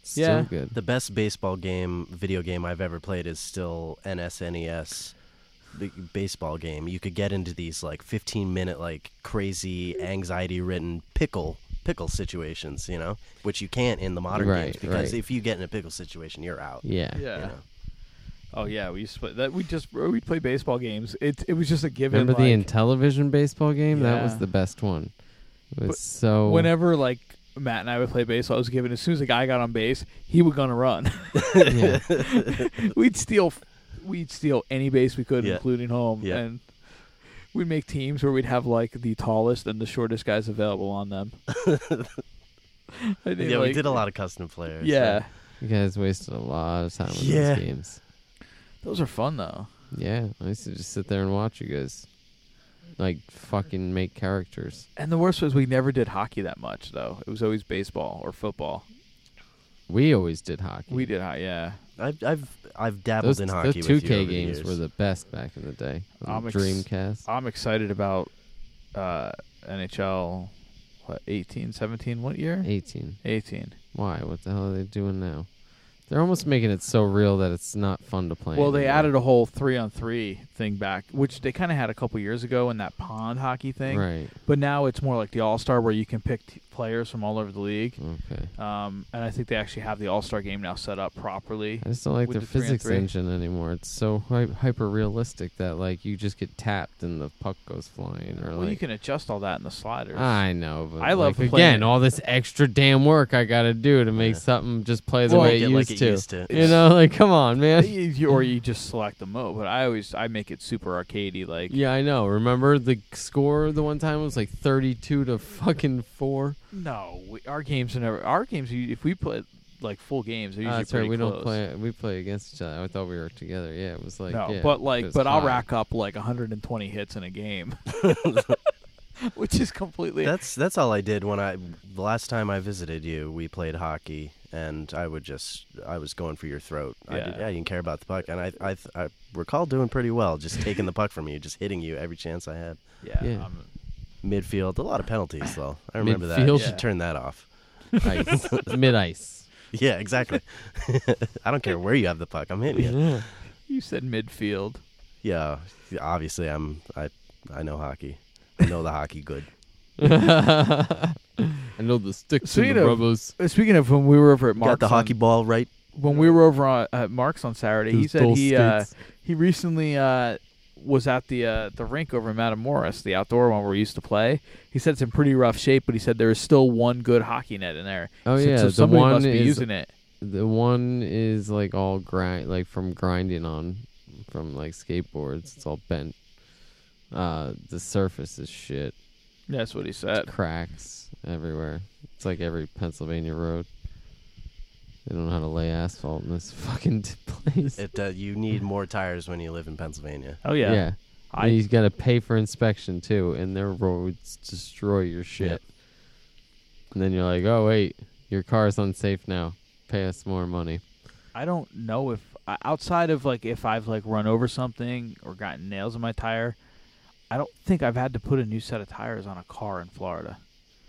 Speaker 3: Still
Speaker 1: yeah.
Speaker 3: good.
Speaker 4: The best baseball game, video game I've ever played is still NSNES b- E baseball game. You could get into these like 15 minute, like crazy, anxiety ridden pickle pickle situations, you know, which you can't in the modern games
Speaker 3: Right,
Speaker 4: because
Speaker 3: right.
Speaker 4: if you get in a pickle situation, you're out.
Speaker 3: Yeah.
Speaker 1: Yeah.
Speaker 4: You know?
Speaker 1: Oh yeah, we used to play that. We just we play baseball games. It it was just a given.
Speaker 3: Remember the
Speaker 1: like,
Speaker 3: Intellivision baseball game? That was
Speaker 1: Yeah.
Speaker 3: the best one. It was
Speaker 1: But
Speaker 3: so
Speaker 1: whenever like Matt and I would play baseball, I was given as soon as the guy got on base, he would gonna run.
Speaker 3: yeah.
Speaker 1: we'd steal, we'd steal any base we could,
Speaker 4: Yeah.
Speaker 1: including home,
Speaker 4: Yeah.
Speaker 1: and we'd make teams where we'd have like the tallest and the shortest guys available on them. I think,
Speaker 4: Yeah, we
Speaker 1: like-
Speaker 4: did a lot of custom players.
Speaker 1: Yeah,
Speaker 3: You guys wasted a lot of time on
Speaker 4: Yeah.
Speaker 3: those games.
Speaker 1: those are fun though.
Speaker 3: Yeah, I used to just sit there and watch you guys, like fucking make characters.
Speaker 1: And the worst was we never did hockey that much though. It was always baseball or football.
Speaker 3: We always did hockey.
Speaker 4: Mm.
Speaker 1: We did, ho- yeah.
Speaker 4: I've I've I've dabbled
Speaker 3: Those,
Speaker 4: in hockey
Speaker 3: those
Speaker 4: with
Speaker 3: 2K
Speaker 4: you over the
Speaker 3: games
Speaker 4: years.
Speaker 3: were the best back in the day. The
Speaker 1: I'm ex-
Speaker 3: Dreamcast.
Speaker 1: I'm excited about uh, NHL what 18 17 what year?
Speaker 3: 18.
Speaker 1: 18.
Speaker 3: Why? What the hell are they doing now? They're almost making it so real that it's not fun to play.
Speaker 1: Well, they
Speaker 3: anymore.
Speaker 1: added a whole 3 on 3 thing back, which they kind of had a couple years ago in that pond hockey thing.
Speaker 3: Right.
Speaker 1: But now it's more like the All-Star where you can pick t- players from all over the league.
Speaker 3: Okay.
Speaker 1: Um, and I think they actually have the All-Star game now set up properly.
Speaker 3: I just don't like
Speaker 1: With
Speaker 3: their
Speaker 1: the three on
Speaker 3: physics
Speaker 1: three.
Speaker 3: engine anymore. It's so hy- hyper realistic that like you just get tapped and the puck goes flying or
Speaker 1: Well,
Speaker 3: like
Speaker 1: you can adjust all that in the sliders.
Speaker 3: Ah, I know, but
Speaker 1: I love
Speaker 3: like,
Speaker 1: playing-
Speaker 3: again all this extra damn work I gotta do to make
Speaker 4: Yeah.
Speaker 3: something just play the
Speaker 4: Well,
Speaker 3: way
Speaker 4: make
Speaker 3: it
Speaker 4: it
Speaker 3: used
Speaker 4: like it
Speaker 3: to.
Speaker 4: used to.
Speaker 3: You know, like come on, man.
Speaker 1: You- or you just select the mode, but I always I make it super arcadey like
Speaker 3: Yeah, I know. Remember the score the one time was like thirty-two to fucking four.
Speaker 1: No, we, our games are never. Our games, you- if we play like full games, they're
Speaker 3: Ah,
Speaker 1: usually
Speaker 3: that's right.
Speaker 1: pretty
Speaker 3: We don't
Speaker 1: close.
Speaker 3: play. We play against each other. I thought we were together. Yeah, it was like
Speaker 1: no,
Speaker 3: yeah,
Speaker 1: but
Speaker 3: it
Speaker 1: like,
Speaker 3: was
Speaker 1: but I'll
Speaker 3: high.
Speaker 1: rack up like 120 hits in a game, which is completely.
Speaker 4: That's that's all I did when I the last time I visited you. We played hockey, and I would just I was going for your throat. I, did,
Speaker 1: Yeah.
Speaker 4: I didn't care about the puck, and I, I I recall doing pretty well, just taking the puck from you, just hitting you every chance I had.
Speaker 1: yeah.
Speaker 3: yeah.
Speaker 1: I'm-
Speaker 4: Midfield, a lot of penalties though. I remember that. You
Speaker 3: Midfield?
Speaker 4: should
Speaker 1: Yeah.
Speaker 4: turn that off.
Speaker 3: ice, mid ice.
Speaker 4: Yeah, exactly. I don't care where you have the puck. I'm hitting you.
Speaker 3: Yeah.
Speaker 1: you said midfield.
Speaker 4: Yeah, obviously I'm I I know hockey. I know the hockey good.
Speaker 3: I know the sticks
Speaker 1: So,
Speaker 3: and
Speaker 1: you
Speaker 3: the
Speaker 1: know-
Speaker 3: rubbers.
Speaker 1: Uh, Speaking of when we were over at Mark's,
Speaker 4: Got the hockey
Speaker 1: on,
Speaker 4: ball right.
Speaker 1: when we were over on, at Mark's on Saturday, he
Speaker 3: Those
Speaker 1: said
Speaker 3: dull
Speaker 1: he uh,
Speaker 3: skates.
Speaker 1: he recently uh, was at the uh, the rink over in Matamoros, the outdoor one where we used to play. He said it's in pretty rough shape, but he said there is still one good hockey net in there.
Speaker 3: Oh,
Speaker 1: He said,
Speaker 3: yeah,
Speaker 1: so
Speaker 3: the
Speaker 1: somebody
Speaker 3: one
Speaker 1: must be
Speaker 3: is-
Speaker 1: using it.
Speaker 3: The one is like all grind, like from grinding on, from like skateboards. It's all bent. Uh, the surface is shit.
Speaker 1: That's what he said.
Speaker 3: Cracks everywhere. It's like every Pennsylvania road. They don't know how to lay asphalt in this fucking place.
Speaker 4: It uh, you need more tires when you live in Pennsylvania.
Speaker 1: Oh
Speaker 3: yeah.
Speaker 1: I-
Speaker 3: and he's got to pay for inspection too, and their roads destroy your shit.
Speaker 4: Yep.
Speaker 3: And then you're like, oh wait, your car's unsafe now. Pay us more money.
Speaker 1: I don't know if I- outside of like if I've like run over something or gotten nails in my tire, I don't think I've had to put a new set of tires on a car in Florida.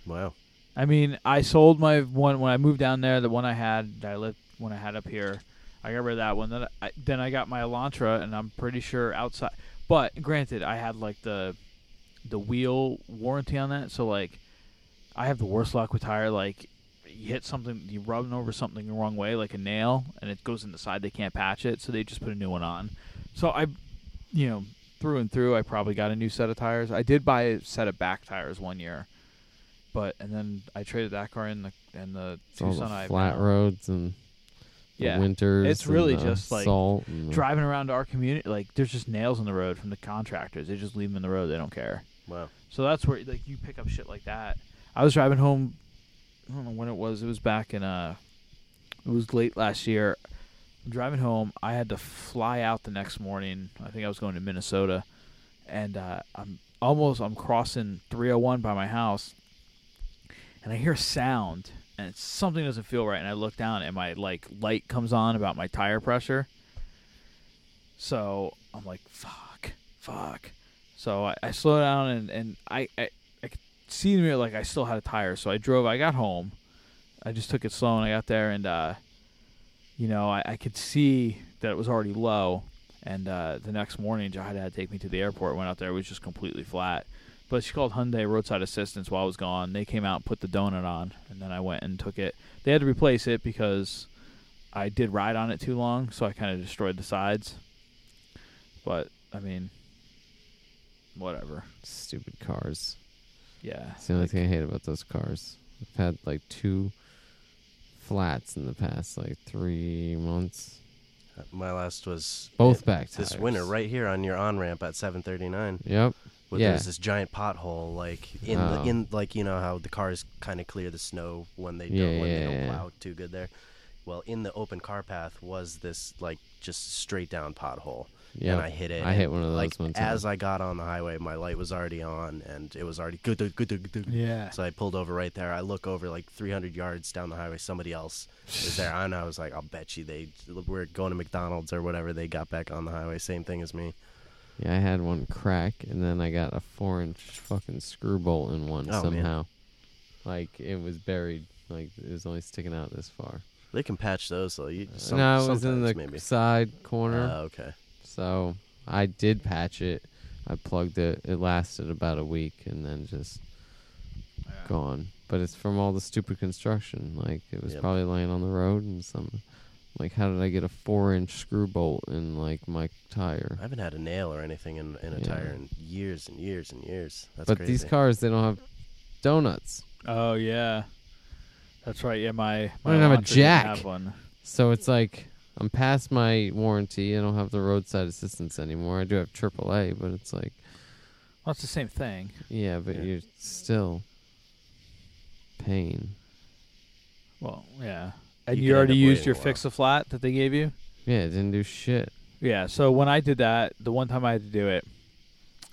Speaker 4: Wow.
Speaker 1: I mean, I sold my one when I moved down there. The one I had, that I lived when I had up here, I got rid of that one. Then I then I got my Elantra, and I'm pretty sure outside. But granted, I had like the the wheel warranty on that, so like I have the worst luck with tire. Like you hit something, you rub over something the wrong way, like a nail, and it goes in the side. They can't patch it, so they just put a new one on. So I, you know, through and through, I probably got a new set of tires. I did buy a set of back tires one year, but and then I traded that car in the and the
Speaker 3: It's all
Speaker 1: Tucson
Speaker 3: the
Speaker 1: I
Speaker 3: flat roads and
Speaker 1: Yeah.
Speaker 3: the winters.
Speaker 1: It's really
Speaker 3: and the
Speaker 1: just, like,
Speaker 3: salt and the-
Speaker 1: Driving around our community, like there's just nails in the road from the contractors. They just leave them in the road. They don't care.
Speaker 4: Wow.
Speaker 1: So that's where like you pick up shit like that. I was driving home. I don't know when it was. It was back in uh, it was late last year. I'm driving home. I had to fly out the next morning. I think I was going to Minnesota, and uh, I'm almost I'm crossing 301 by my house, and I hear a sound, and it's, something doesn't feel right. And I look down, and my like light comes on about my tire pressure. So I'm like, fuck, fuck. So I, I slow down and, and I, I, I could see in the mirror like I still had a tire. So I drove, I got home. I just took it slow and I got there and, uh, you know, I, I could see that it was already low. And uh, the next morning, Jahida had to take me to the airport. Went out there, it was just completely flat. But she called Hyundai roadside assistance while I was gone. They came out and put the donut on, and then I went and took it. They had to replace it because I did ride on it too long, so I kind of destroyed the sides. But I mean, whatever.
Speaker 3: stupid cars.
Speaker 1: Yeah.
Speaker 3: It's the only thing I hate about those cars. I've had like two flats in the past like three months.
Speaker 4: Uh, My last was
Speaker 3: Both back
Speaker 4: this
Speaker 3: tires.
Speaker 4: winter, right here on your on ramp at 739.
Speaker 3: Yep.
Speaker 4: Where
Speaker 3: Yeah.
Speaker 4: there's this giant pothole, like in
Speaker 3: Oh.
Speaker 4: the, in like you know how the cars kind of clear the snow when they don't
Speaker 3: Yeah,
Speaker 4: when
Speaker 3: yeah,
Speaker 4: they don't
Speaker 3: yeah.
Speaker 4: plow too good there. Well, in the open car path was this like just straight down pothole,
Speaker 3: Yeah.
Speaker 4: and I hit it.
Speaker 3: I hit one of those
Speaker 4: like
Speaker 3: one time.
Speaker 4: as I got on the highway, my light was already on, and it was already good, good, good, good, good.
Speaker 1: Yeah.
Speaker 4: So I pulled over right there. I look over like 300 yards down the highway. Somebody else was there. And I was like, I'll bet you they were going to McDonald's or whatever. They got back on the highway. Same thing as me.
Speaker 3: Yeah, I had one crack, and then I got a four-inch fucking screw bolt in one
Speaker 4: Oh, man.
Speaker 3: somehow. Like it was buried, like it was only sticking out this far.
Speaker 4: They can patch those though. You, some,
Speaker 3: Uh, no, it was in the
Speaker 4: sometimes, maybe.
Speaker 3: side corner,
Speaker 4: Oh, okay.
Speaker 3: so I did patch it. I plugged it. It lasted about a week, and then just gone. But it's from all the stupid construction. Like it was
Speaker 4: Yep.
Speaker 3: probably laying on the road and some. Like how did I get a four-inch screw bolt in like my tire?
Speaker 4: I haven't had a nail or anything in, in a
Speaker 3: Yeah.
Speaker 4: tire in years and years and years. That's
Speaker 3: but
Speaker 4: crazy.
Speaker 3: these cars, they don't have donuts.
Speaker 1: Oh yeah. That's right. Yeah, my
Speaker 3: I
Speaker 1: my
Speaker 3: don't have a
Speaker 1: Elantra didn't
Speaker 3: jack.
Speaker 1: Have one.
Speaker 3: So it's like I'm past my warranty. I don't have the roadside assistance anymore. I do have AAA, but it's like,
Speaker 1: Well, it's the same thing.
Speaker 3: yeah, but
Speaker 4: Yeah.
Speaker 3: you're still pain.
Speaker 1: Well, yeah. And
Speaker 4: You
Speaker 1: you,
Speaker 4: could
Speaker 1: already
Speaker 4: end up
Speaker 1: used
Speaker 4: waiting
Speaker 1: your
Speaker 4: a while.
Speaker 1: fix a flat that they gave you.
Speaker 3: Yeah, it didn't do shit.
Speaker 1: Yeah. So when I did that, the one time I had to do it,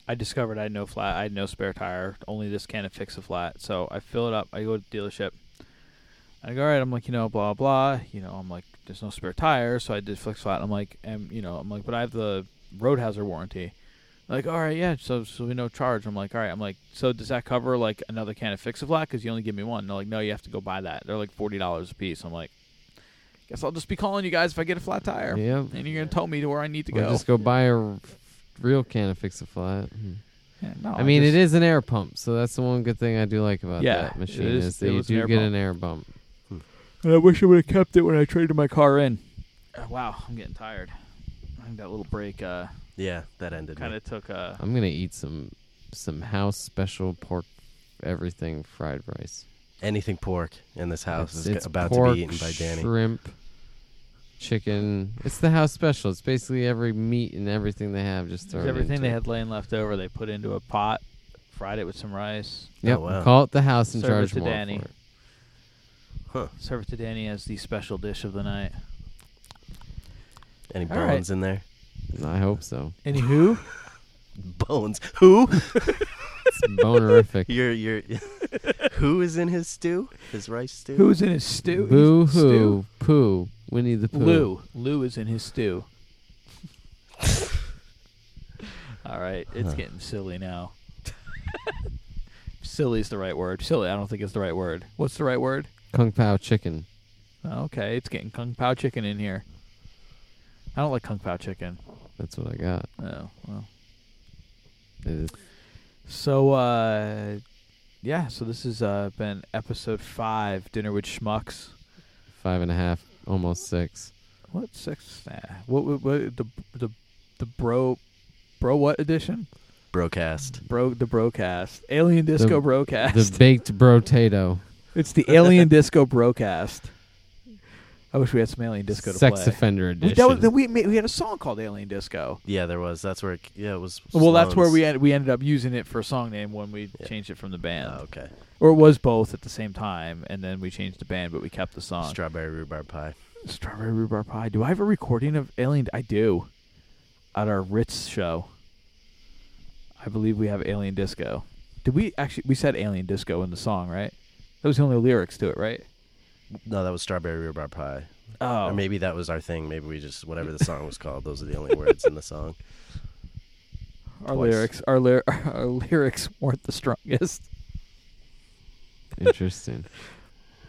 Speaker 1: I discovered I had no flat. I had no spare tire. Only this can of fix a flat. So I fill it up. I go to the dealership. I go, all right. I'm like, you know, blah blah. You know, I'm like, there's no spare tire. So I did fix flat. I'm like, and you know, I'm like, but I have the road hazard warranty. Like, all right, yeah. So so we no charge. I'm like, all right. I'm like, so does that cover like another can of fix a flat? Because you only give me one. They're like, no, you have to go buy that. They're like forty dollars a piece. I'm like. Guess I'll just be calling you guys if I get a flat tire.
Speaker 3: Yeah.
Speaker 1: And you're gonna tell me to where I need to
Speaker 3: Or
Speaker 1: go.
Speaker 3: just go buy a r- real can of Fix a Flat. Hmm.
Speaker 1: Yeah, no,
Speaker 3: I mean, it is an air pump, so that's the one good thing I do like about
Speaker 1: Yeah,
Speaker 3: that
Speaker 1: it
Speaker 3: machine
Speaker 1: is-
Speaker 3: is,
Speaker 1: it
Speaker 3: that you
Speaker 1: was an
Speaker 3: do
Speaker 1: air
Speaker 3: get
Speaker 1: pump.
Speaker 3: an air bump.
Speaker 1: And I wish I would have kept it when I traded my car in. Uh, wow, I'm getting tired. I think that little break uh,
Speaker 4: Yeah, that ended.
Speaker 1: kind
Speaker 4: Kind
Speaker 1: of took. Uh,
Speaker 3: I'm gonna eat some some house special pork everything fried rice.
Speaker 4: Anything pork in this house
Speaker 3: It's-
Speaker 4: is g-
Speaker 3: it's
Speaker 4: about to
Speaker 3: pork,
Speaker 4: be eaten by Danny.
Speaker 3: Shrimp, chicken. It's the house special. It's basically every meat and everything they have. Just thrown
Speaker 1: everything
Speaker 3: into
Speaker 1: they
Speaker 3: it.
Speaker 1: had laying left over, they put into a pot, fried it with some rice,
Speaker 3: Yep.
Speaker 4: Oh, wow.
Speaker 3: Call it the house and
Speaker 1: Serve it
Speaker 3: charge
Speaker 1: to
Speaker 3: more
Speaker 1: Danny.
Speaker 3: for it.
Speaker 4: Huh.
Speaker 1: serve it to Danny as the special dish of the night.
Speaker 4: Any
Speaker 1: All right.
Speaker 4: bones in there?
Speaker 3: I hope so.
Speaker 1: Anywho,
Speaker 4: Bones. Who?
Speaker 3: It's bonerific.
Speaker 4: Your your who is in his stew? His rice stew.
Speaker 1: who's in his stew?
Speaker 3: Boo
Speaker 1: He's- stew?
Speaker 3: hoo, poo, Winnie the Pooh.
Speaker 1: Lou. Lou is in his stew. All right, it's getting silly now. silly is the right word. Silly, I don't think is the right word. What's the right word? Oh,
Speaker 3: Kung Pao chicken.
Speaker 1: Okay, it's getting kung pao chicken in here. I don't like kung pao chicken.
Speaker 3: That's what I got.
Speaker 1: Oh well.
Speaker 3: It is
Speaker 1: So uh, yeah. So this has uh, been episode five, dinner with schmucks.
Speaker 3: five and a half, almost six.
Speaker 1: What six? Nah. What, what, what the the the bro bro what edition?
Speaker 4: Brocast.
Speaker 1: Bro the brocast. Alien disco brocast.
Speaker 3: The baked brotato.
Speaker 1: it's the alien disco brocast. I wish we had some alien disco to
Speaker 3: Sex
Speaker 1: play.
Speaker 3: offender
Speaker 1: We-
Speaker 3: edition.
Speaker 1: that was, we ma- we had a song called Alien Disco.
Speaker 4: Yeah, there was. That's where. It, yeah, it was.
Speaker 1: Well, that's where
Speaker 4: Sloan's.
Speaker 1: we had, we ended up using it for a song name when we
Speaker 4: Yeah.
Speaker 1: changed it from the band,
Speaker 4: Oh, okay.
Speaker 1: or it was both at the same time, and then we changed the band, but we kept the song.
Speaker 4: Strawberry rhubarb pie.
Speaker 1: Strawberry rhubarb pie. Do I have a recording of Alien? I do. At our Ritz show, I believe we have Alien Disco. Did we actually? We said Alien Disco in the song, right? That was the only lyrics to it, right?
Speaker 4: No, that was strawberry rhubarb pie.
Speaker 1: Oh,
Speaker 4: Or Uh, maybe that was our thing. Maybe we just whatever the song was called. Those are the only words in the song.
Speaker 1: our
Speaker 4: twice.
Speaker 1: lyrics, our, ly- our lyrics weren't the strongest.
Speaker 3: Interesting.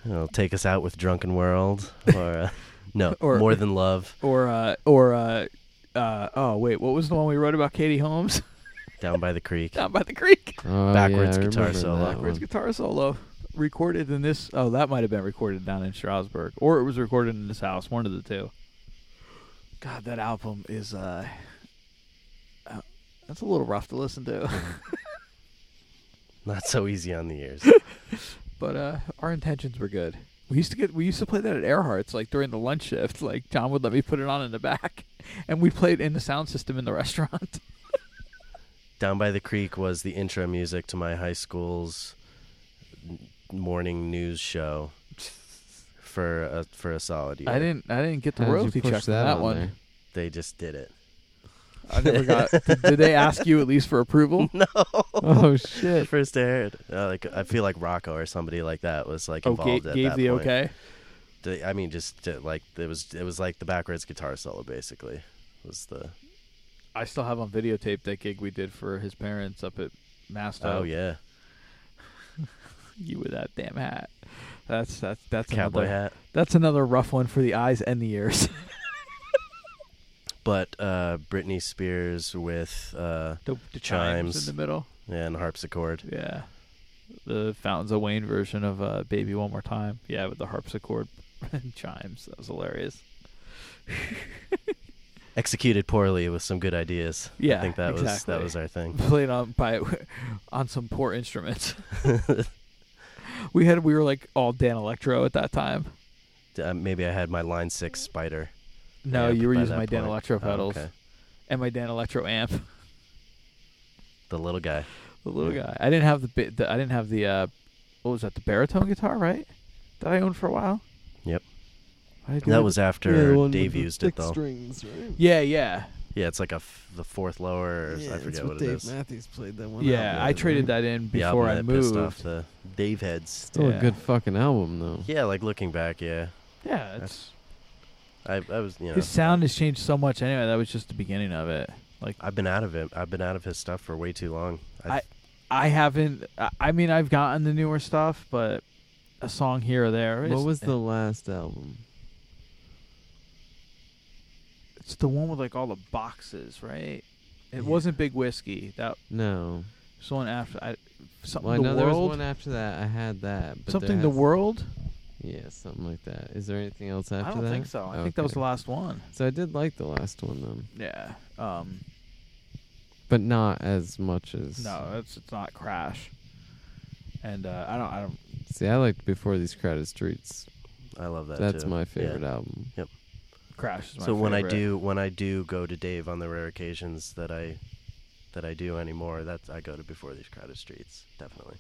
Speaker 4: You know, take us out with drunken world or uh, no
Speaker 1: Or-
Speaker 4: more than love
Speaker 1: Or, uh, or, uh, uh, oh wait, what was the one we wrote about Katie Holmes
Speaker 4: down by the creek.
Speaker 1: down by the creek?
Speaker 3: Oh,
Speaker 4: Backwards
Speaker 3: yeah, I
Speaker 4: guitar
Speaker 3: remember
Speaker 4: solo.
Speaker 3: that
Speaker 1: Backwards
Speaker 3: one.
Speaker 1: guitar solo, recorded in this. Oh, that might have been recorded down in Strasbourg, or it was recorded in this house. One of the two. God, that album is uh, uh, that's a little rough to listen to,
Speaker 4: Not so easy on the ears.
Speaker 1: but uh, our intentions were good. We used to get we used to play that at Earhart's like during the lunch shift. Like John would let me put it on in the back, and we played in the sound system in the restaurant.
Speaker 4: down by the creek was the intro music to my high school's n- morning news show for a, for a solid year.
Speaker 1: I didn't I didn't get the
Speaker 3: How did you
Speaker 1: royalty
Speaker 3: push
Speaker 1: check on that
Speaker 3: on
Speaker 1: one.
Speaker 3: there?
Speaker 4: They just did it.
Speaker 1: I never got. did, did they ask you at least for approval?
Speaker 3: Oh
Speaker 4: The
Speaker 3: shit!
Speaker 4: first aired. Uh, like I feel like Rocco or somebody like that was like
Speaker 1: Oh,
Speaker 4: involved
Speaker 1: gave,
Speaker 4: at
Speaker 1: gave
Speaker 4: that
Speaker 1: the
Speaker 4: point.
Speaker 1: okay.
Speaker 4: D- I mean, just uh, like it was. It was like the backwards guitar solo, basically. Was the
Speaker 1: I still have on videotape that gig we did for his parents up at Masto.
Speaker 4: oh yeah
Speaker 1: you with that damn hat. That's that's that's
Speaker 4: cowboy
Speaker 1: another,
Speaker 4: hat.
Speaker 1: That's another rough one for the eyes and the ears.
Speaker 4: But uh, Britney Spears with uh,
Speaker 1: the, the
Speaker 4: Chimes.
Speaker 1: in the middle.
Speaker 4: and harpsichord.
Speaker 1: Yeah, the Fountains of Wayne version of uh, "Baby One More Time." Yeah, with the harpsichord and chimes. That was hilarious.
Speaker 4: executed poorly with some good ideas.
Speaker 1: Yeah,
Speaker 4: I think that was
Speaker 1: exactly.
Speaker 4: that was our thing.
Speaker 1: played on by on some poor instruments. we had we were like all Dan Electro at that time.
Speaker 4: Uh, maybe I had my line six spider.
Speaker 1: No,
Speaker 4: amp
Speaker 1: you were
Speaker 4: by
Speaker 1: using
Speaker 4: that
Speaker 1: my Dan
Speaker 4: point.
Speaker 1: Electro
Speaker 4: Oh,
Speaker 1: pedals
Speaker 4: okay.
Speaker 1: and my Dan Electro amp.
Speaker 4: The little guy.
Speaker 1: The little guy. I didn't have the, bi- the I didn't have the uh what was that? The baritone guitar, right? That I owned for a while.
Speaker 4: Yep.
Speaker 1: Why did I
Speaker 4: That
Speaker 1: do-
Speaker 4: was after Dave used it though.
Speaker 3: Strings, right?
Speaker 1: Yeah, yeah.
Speaker 4: Yeah, it's like a f- the fourth lower. Or I forget what, it
Speaker 3: Dave
Speaker 4: is.
Speaker 3: Matthews played that one.
Speaker 1: Yeah, I traded that in
Speaker 4: The
Speaker 1: before
Speaker 4: album
Speaker 1: I
Speaker 4: that pissed
Speaker 1: moved.
Speaker 4: off the Dave heads.
Speaker 3: Still
Speaker 1: Yeah.
Speaker 3: a good fucking album though.
Speaker 4: Yeah, like looking back, yeah.
Speaker 1: Yeah, it's
Speaker 4: I I was you know
Speaker 1: his sound has changed so much anyway. That was just the beginning of it. Like
Speaker 4: I've been out of it. I've been out of his stuff for way too long. I,
Speaker 1: I haven't I- I mean I've gotten the newer stuff, but a song here or there.
Speaker 3: What
Speaker 1: it's-
Speaker 3: was the last album?
Speaker 1: It's the one with like all the boxes, right? It wasn't Big Whiskey. That
Speaker 3: No.
Speaker 1: was the one after I something
Speaker 3: Well, I
Speaker 1: the
Speaker 3: know
Speaker 1: world.
Speaker 3: there was one after that. I had that. But there
Speaker 1: something the
Speaker 3: has-
Speaker 1: world?
Speaker 3: Yeah, something like that. Is there anything else after
Speaker 1: I
Speaker 3: that?
Speaker 1: don't think so. I think that was the
Speaker 3: Okay.
Speaker 1: last one.
Speaker 3: So I did like the last one then,
Speaker 1: Yeah. Um
Speaker 3: but not as much as.
Speaker 1: no, it's it's not Crash. And uh, I don't I don't
Speaker 3: See, I liked Before These Crowded Streets.
Speaker 4: I love that.
Speaker 3: That's
Speaker 4: too.
Speaker 3: my
Speaker 4: Yeah.
Speaker 3: favorite album.
Speaker 1: Crash is my
Speaker 4: so when I
Speaker 1: favorite.
Speaker 4: do when I do go to Dave on the rare occasions that I that I do anymore, that's I go to before these crowded streets. Definitely.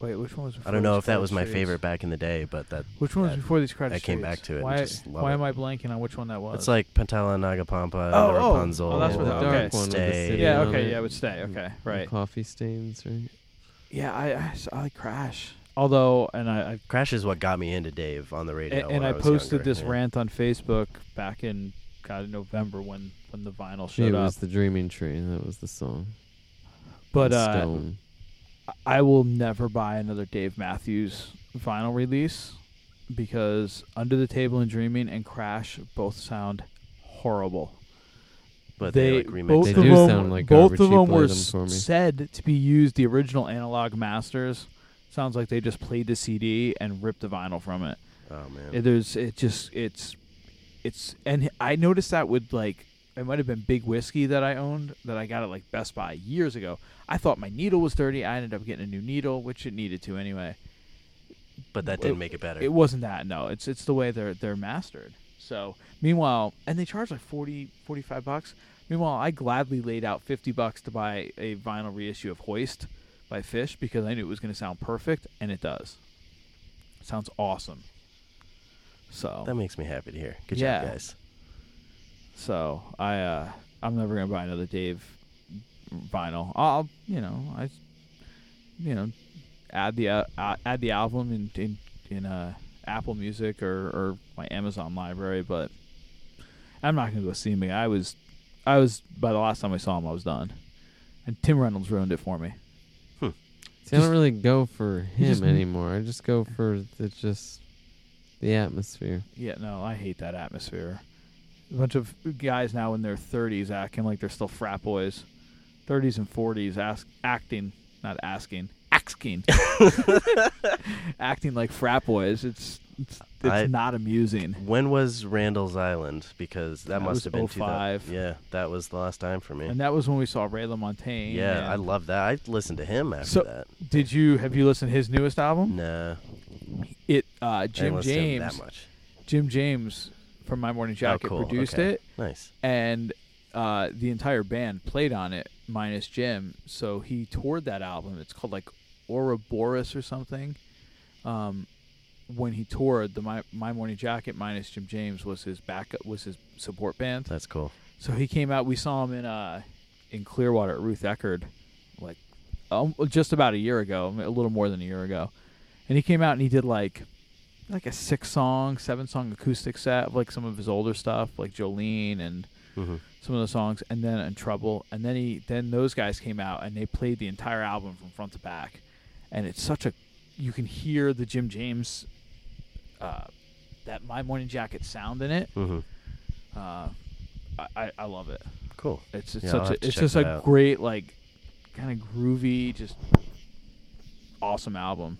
Speaker 1: Wait, which one was before
Speaker 4: I don't know
Speaker 1: these
Speaker 4: if that was my
Speaker 1: Crowded Streets?
Speaker 4: favorite back in the day, but that
Speaker 1: Which one was
Speaker 4: that-
Speaker 1: before these credits?
Speaker 4: I came back to it and
Speaker 1: Why,
Speaker 4: just love
Speaker 1: why
Speaker 4: it.
Speaker 1: am I blanking on which one that was?
Speaker 4: It's like Pentala and Nagapampa and
Speaker 1: Oh,
Speaker 4: the
Speaker 1: oh.
Speaker 4: Rapunzel.
Speaker 1: Oh, that's what
Speaker 4: and
Speaker 1: that- okay.
Speaker 3: Dark one with the
Speaker 4: Stay.
Speaker 3: city
Speaker 1: yeah,
Speaker 3: on
Speaker 1: okay,
Speaker 3: it.
Speaker 1: yeah, it would stay. Okay,
Speaker 4: Mm-hmm.
Speaker 3: And
Speaker 1: right.
Speaker 3: Coffee stains, right?
Speaker 1: Yeah, I, I s- I like Crash. Although, and I, I
Speaker 4: Crash is what got me into Dave on the radio.
Speaker 1: and, and
Speaker 4: when
Speaker 1: I
Speaker 4: was
Speaker 1: posted
Speaker 4: younger,
Speaker 1: this
Speaker 4: yeah.
Speaker 1: rant on Facebook back in God in November when when the vinyl
Speaker 3: it
Speaker 1: showed up.
Speaker 3: was the Dreaming Tree. That was the song.
Speaker 1: But
Speaker 3: And
Speaker 1: uh,
Speaker 3: Stone.
Speaker 1: I will never buy another Dave Matthews vinyl release because Under the Table and Dreaming and Crash both sound horrible.
Speaker 4: But they, like, remixed
Speaker 3: They
Speaker 4: it.
Speaker 3: do
Speaker 1: of 'em-
Speaker 3: sound like
Speaker 1: both
Speaker 3: garbage.
Speaker 1: of
Speaker 3: He
Speaker 1: them
Speaker 3: played
Speaker 1: were
Speaker 3: them
Speaker 1: s-
Speaker 3: for me.
Speaker 1: said to be used the original analog masters. Sounds like they just played the CD and ripped the vinyl from it.
Speaker 4: Oh man.
Speaker 1: It- there's it just it's it's and I noticed that with like it might have been Big Whiskey that I owned that I got at like Best Buy years ago. I thought my needle was dirty. I ended up getting a new needle, which it needed to anyway.
Speaker 4: but that didn't make it better.
Speaker 1: It wasn't that. No, it's it's the way they're they're mastered. So meanwhile, and they charge like 40, 45 bucks. Meanwhile, I gladly laid out fifty bucks to buy a vinyl reissue of Hoist by Fish because I knew it was going to sound perfect, and it does. sounds awesome. So
Speaker 4: that makes me happy to hear. Good
Speaker 1: Yeah.
Speaker 4: job, guys.
Speaker 1: so I uh, I'm never gonna buy another Dave vinyl. I'll you know I you know add the uh, uh, add the album in in, in uh, Apple Music or, or my Amazon library, but I'm not gonna go see him. again. I was I was by the last time I saw him, I was done, and Tim Reynolds ruined it for me.
Speaker 3: See, I don't really go for him
Speaker 1: just-
Speaker 3: anymore. I just go for the just the atmosphere.
Speaker 1: Yeah, no, I hate that atmosphere. A bunch of guys now in their 30s acting like they're still frat boys. 30s and 40s ask, acting, not asking, asking. acting like frat boys. It's it's, it's
Speaker 4: I-
Speaker 1: not amusing.
Speaker 4: When was Randall's Island? Because that,
Speaker 1: That
Speaker 4: must
Speaker 1: was
Speaker 4: have been
Speaker 1: 05.
Speaker 4: 2000. Yeah, that was the last time for me.
Speaker 1: And that was when we saw Ray LaMontagne.
Speaker 4: yeah,
Speaker 1: and-
Speaker 4: I love that. I listened to him after
Speaker 1: So-
Speaker 4: that.
Speaker 1: Did you have you listened to his newest album?
Speaker 4: Nah,
Speaker 1: It uh,
Speaker 4: I didn't
Speaker 1: Jim
Speaker 4: listen to him that
Speaker 1: James.
Speaker 4: much.
Speaker 1: Jim James from My Morning Jacket
Speaker 4: oh, cool.
Speaker 1: produced
Speaker 4: okay.
Speaker 1: it.
Speaker 4: Nice.
Speaker 1: and uh, the entire band played on it minus Jim. So he toured that album. It's called like Ouroboros or something. Um, when he toured, the My, My Morning Jacket minus Jim James was his backup, was his support band.
Speaker 4: That's cool.
Speaker 1: So he came out. We saw him in uh, in Clearwater at Ruth Eckerd, like um, just about a year ago, a little more than a year ago. And he came out and he did like like a six song, seven song acoustic set of like some of his older stuff, like Jolene and
Speaker 4: hmm
Speaker 1: some of the songs and then in trouble and then he then those guys came out and they played the entire album from front to back and it's such a you can hear the jim james uh, that my morning jacket sound in it
Speaker 4: hmm
Speaker 1: uh, I, I, I love it
Speaker 4: Cool.
Speaker 1: it's, it's
Speaker 4: Yeah, I'll
Speaker 1: such
Speaker 4: have
Speaker 1: a,
Speaker 4: to
Speaker 1: it's
Speaker 4: check
Speaker 1: just
Speaker 4: that
Speaker 1: a
Speaker 4: out.
Speaker 1: great like kind of groovy just awesome album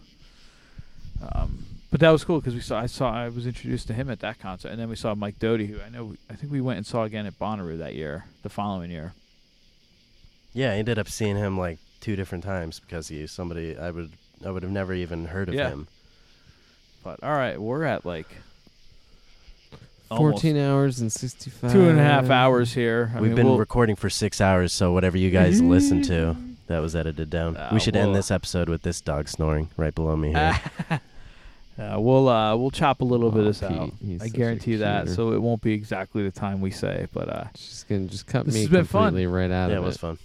Speaker 1: um, but that was cool because we saw I saw I was introduced to him at that concert and then we saw Mike Doty who I know I think we went and saw again at Bonnaroo that year the following year
Speaker 4: Yeah, I ended up seeing him like two different times because he was somebody I would I would have never even heard of
Speaker 1: Yeah.
Speaker 4: him.
Speaker 1: But all right, we're at like almost
Speaker 3: Fourteen hours and sixty-five.
Speaker 1: two and a half hours here. I
Speaker 4: Uh, We've
Speaker 1: mean,
Speaker 4: been
Speaker 1: we'll- Mm-hmm.
Speaker 4: recording for six hours, so whatever you guys listen to, that was edited down.
Speaker 1: Uh,
Speaker 4: we should
Speaker 1: well-
Speaker 4: end this episode with this dog snoring right below me here.
Speaker 1: Ah, uh, we'll uh, we'll chop a little bit
Speaker 3: Oh,
Speaker 1: of this out.
Speaker 3: Pete, he's
Speaker 1: I
Speaker 3: such a
Speaker 1: guarantee that,
Speaker 3: cuter.
Speaker 1: so it won't be exactly the time we say. But uh,
Speaker 3: She's gonna just cut
Speaker 1: This
Speaker 3: me
Speaker 1: has been fun.
Speaker 3: completely right out
Speaker 4: yeah,
Speaker 3: of
Speaker 4: it was
Speaker 3: it.
Speaker 4: fun.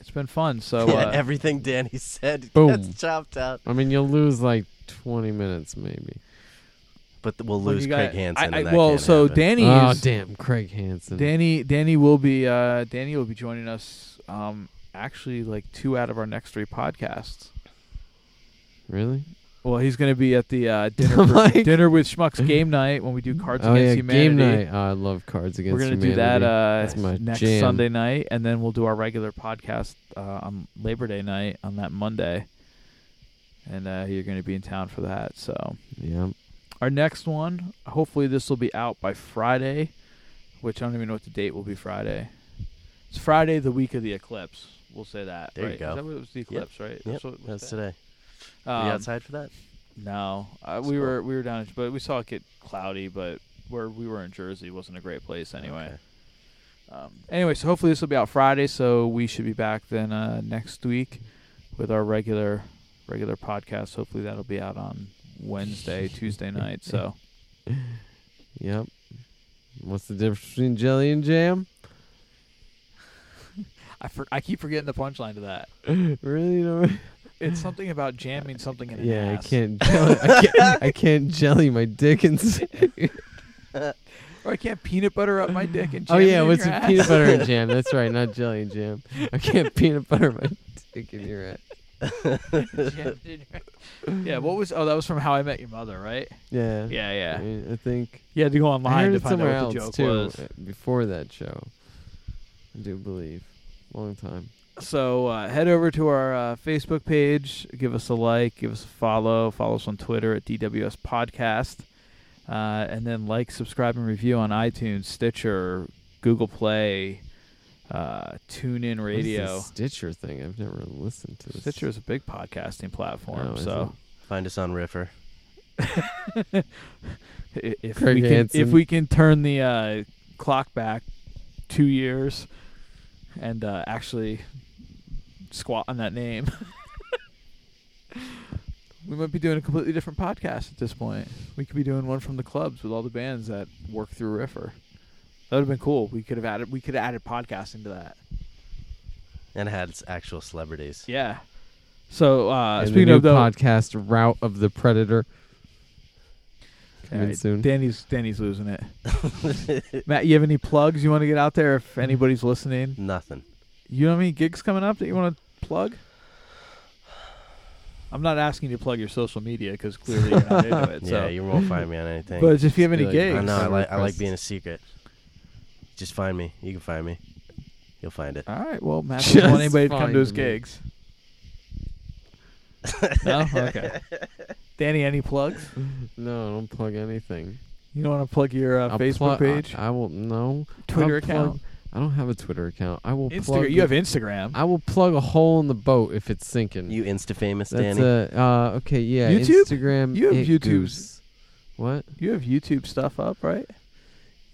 Speaker 1: it's been fun. So
Speaker 4: yeah,
Speaker 1: uh,
Speaker 4: everything Danny said
Speaker 3: Boom.
Speaker 4: gets chopped out.
Speaker 3: I mean, you'll lose like twenty minutes maybe.
Speaker 4: But th- we'll
Speaker 1: when
Speaker 4: lose
Speaker 1: you
Speaker 4: Craig
Speaker 1: got-
Speaker 4: Hansen.
Speaker 1: I- I-
Speaker 4: and that
Speaker 1: well,
Speaker 4: can't
Speaker 1: so
Speaker 4: happen.
Speaker 1: Danny
Speaker 3: Oh
Speaker 1: is
Speaker 3: damn, Craig Hansen.
Speaker 1: Danny. Danny will be uh, Danny will be joining us. Um, actually, like two out of our next three podcasts.
Speaker 3: Really?
Speaker 1: Well, he's going to be at the uh, dinner for-
Speaker 3: Like-
Speaker 1: dinner with Schmucks game night when we do Cards
Speaker 3: oh
Speaker 1: Against
Speaker 3: yeah,
Speaker 1: Humanity.
Speaker 3: game night. Oh, I love Cards Against
Speaker 1: we're gonna
Speaker 3: Humanity.
Speaker 1: do that
Speaker 3: That's my
Speaker 1: uh, next
Speaker 3: jam.
Speaker 1: Sunday night, and then we'll do our regular podcast uh, on Labor Day night on that Monday. And uh, you're going to be in town for that. So
Speaker 3: Yeah.
Speaker 1: our next one, hopefully this will be out by Friday, which I don't even know what the date will be Friday. It's Friday, the week of the eclipse. We'll say that.
Speaker 4: There you
Speaker 1: right?
Speaker 4: go.
Speaker 1: Is that what it was the eclipse, right?
Speaker 4: Yep,
Speaker 1: what it was
Speaker 4: that's
Speaker 1: that?
Speaker 4: today. Are
Speaker 1: Um,
Speaker 4: you outside for that?
Speaker 1: No, uh,
Speaker 4: That's
Speaker 1: we
Speaker 4: cool.
Speaker 1: were we were down, in- but we saw it get cloudy. But where we were in Jersey wasn't a great place anyway.
Speaker 4: Okay.
Speaker 1: Um, anyway, so hopefully this will be out Friday, so we should be back then uh, next week with our regular regular podcast. Hopefully that'll be out on Wednesday, Tuesday night. So
Speaker 3: Yep. What's the difference between jelly and jam?
Speaker 1: I for, I keep forgetting the punchline to that.
Speaker 3: Really? You know,
Speaker 1: It's something about jamming something in an
Speaker 3: yeah, I
Speaker 1: ass.
Speaker 3: can't, jelly, I can't. I can't jelly my dick and. s-
Speaker 1: Or I can't peanut butter up my dick and jam
Speaker 3: Oh
Speaker 1: it
Speaker 3: yeah,
Speaker 1: in
Speaker 3: what's
Speaker 1: your
Speaker 3: it?
Speaker 1: ass.
Speaker 3: peanut butter and jam? That's right, not jelly and jam. I can't peanut butter my dick in your ass.
Speaker 1: Jammed in your- yeah, what was? Oh, that was from How I Met Your Mother, right?
Speaker 3: Yeah.
Speaker 1: Yeah,
Speaker 3: I,
Speaker 1: yeah.
Speaker 3: mean, I think
Speaker 1: You had to go
Speaker 3: I
Speaker 1: online
Speaker 3: heard
Speaker 1: to
Speaker 3: it
Speaker 1: find
Speaker 3: somewhere
Speaker 1: out what the
Speaker 3: else
Speaker 1: joke
Speaker 3: too
Speaker 1: was.
Speaker 3: uh, before that show. I do believe, long time.
Speaker 1: So uh, head over to our uh, Facebook page, give us a like, give us a follow, follow us on Twitter at DWS Podcast, uh, and then like, subscribe, and review on iTunes, Stitcher, Google Play, uh, TuneIn
Speaker 3: What is this
Speaker 1: Radio.
Speaker 3: Stitcher thing. I've never listened to this.
Speaker 1: Stitcher is a big podcasting platform,
Speaker 3: Oh, is
Speaker 1: so
Speaker 4: Find us on Riffer.
Speaker 1: I- if
Speaker 3: Craig
Speaker 1: we can if
Speaker 3: Hansen.
Speaker 1: we can turn the uh, clock back two years and uh, actually squat on that name, we might be doing a completely different podcast at this point. We could be doing one from the clubs with all the bands that work through Riffer. That would have been cool. We could have added we could have added podcasting to that.
Speaker 4: and had s- actual celebrities.
Speaker 1: Yeah. So uh,
Speaker 3: And the
Speaker 1: speaking
Speaker 3: new
Speaker 1: of the
Speaker 3: podcast route of the predator coming
Speaker 1: Alright,
Speaker 3: soon.
Speaker 1: Danny's Danny's losing it. Matt, you have any plugs you want to get out there
Speaker 3: Mm-hmm.
Speaker 1: if anybody's listening?
Speaker 4: Nothing.
Speaker 1: You know any gigs coming up that you want to plug? I'm not asking you to plug your social media because clearly you're not into it.
Speaker 4: Yeah,
Speaker 1: so.
Speaker 4: you won't find me on anything.
Speaker 1: but if you have
Speaker 3: Be
Speaker 1: any
Speaker 3: like,
Speaker 1: gigs,
Speaker 4: I know. I
Speaker 3: Cyber
Speaker 4: like. I like
Speaker 3: presence.
Speaker 4: being a secret. Just find me. You can find me. You'll find it.
Speaker 1: all right. Well, Matt doesn't want
Speaker 3: Just
Speaker 1: anybody to come
Speaker 3: find
Speaker 1: to his
Speaker 3: me.
Speaker 1: gigs. no, okay. Danny, any plugs?
Speaker 3: No, don't plug anything.
Speaker 1: You don't want to plug your uh,
Speaker 3: I'll
Speaker 1: Facebook
Speaker 3: plug-
Speaker 1: page,
Speaker 3: I, I will no
Speaker 1: Twitter
Speaker 3: I'll plug-
Speaker 1: account,
Speaker 3: I don't have a Twitter account. I will plug.
Speaker 1: Instagram? You have Instagram.
Speaker 3: I will plug a hole in the boat if it's sinking.
Speaker 4: You insta famous,
Speaker 3: That's
Speaker 4: Danny.
Speaker 3: a uh, okay. Yeah,
Speaker 1: YouTube?
Speaker 3: Instagram.
Speaker 1: You have
Speaker 3: it
Speaker 1: YouTube's-
Speaker 3: goose. What?
Speaker 1: you have YouTube stuff up, right?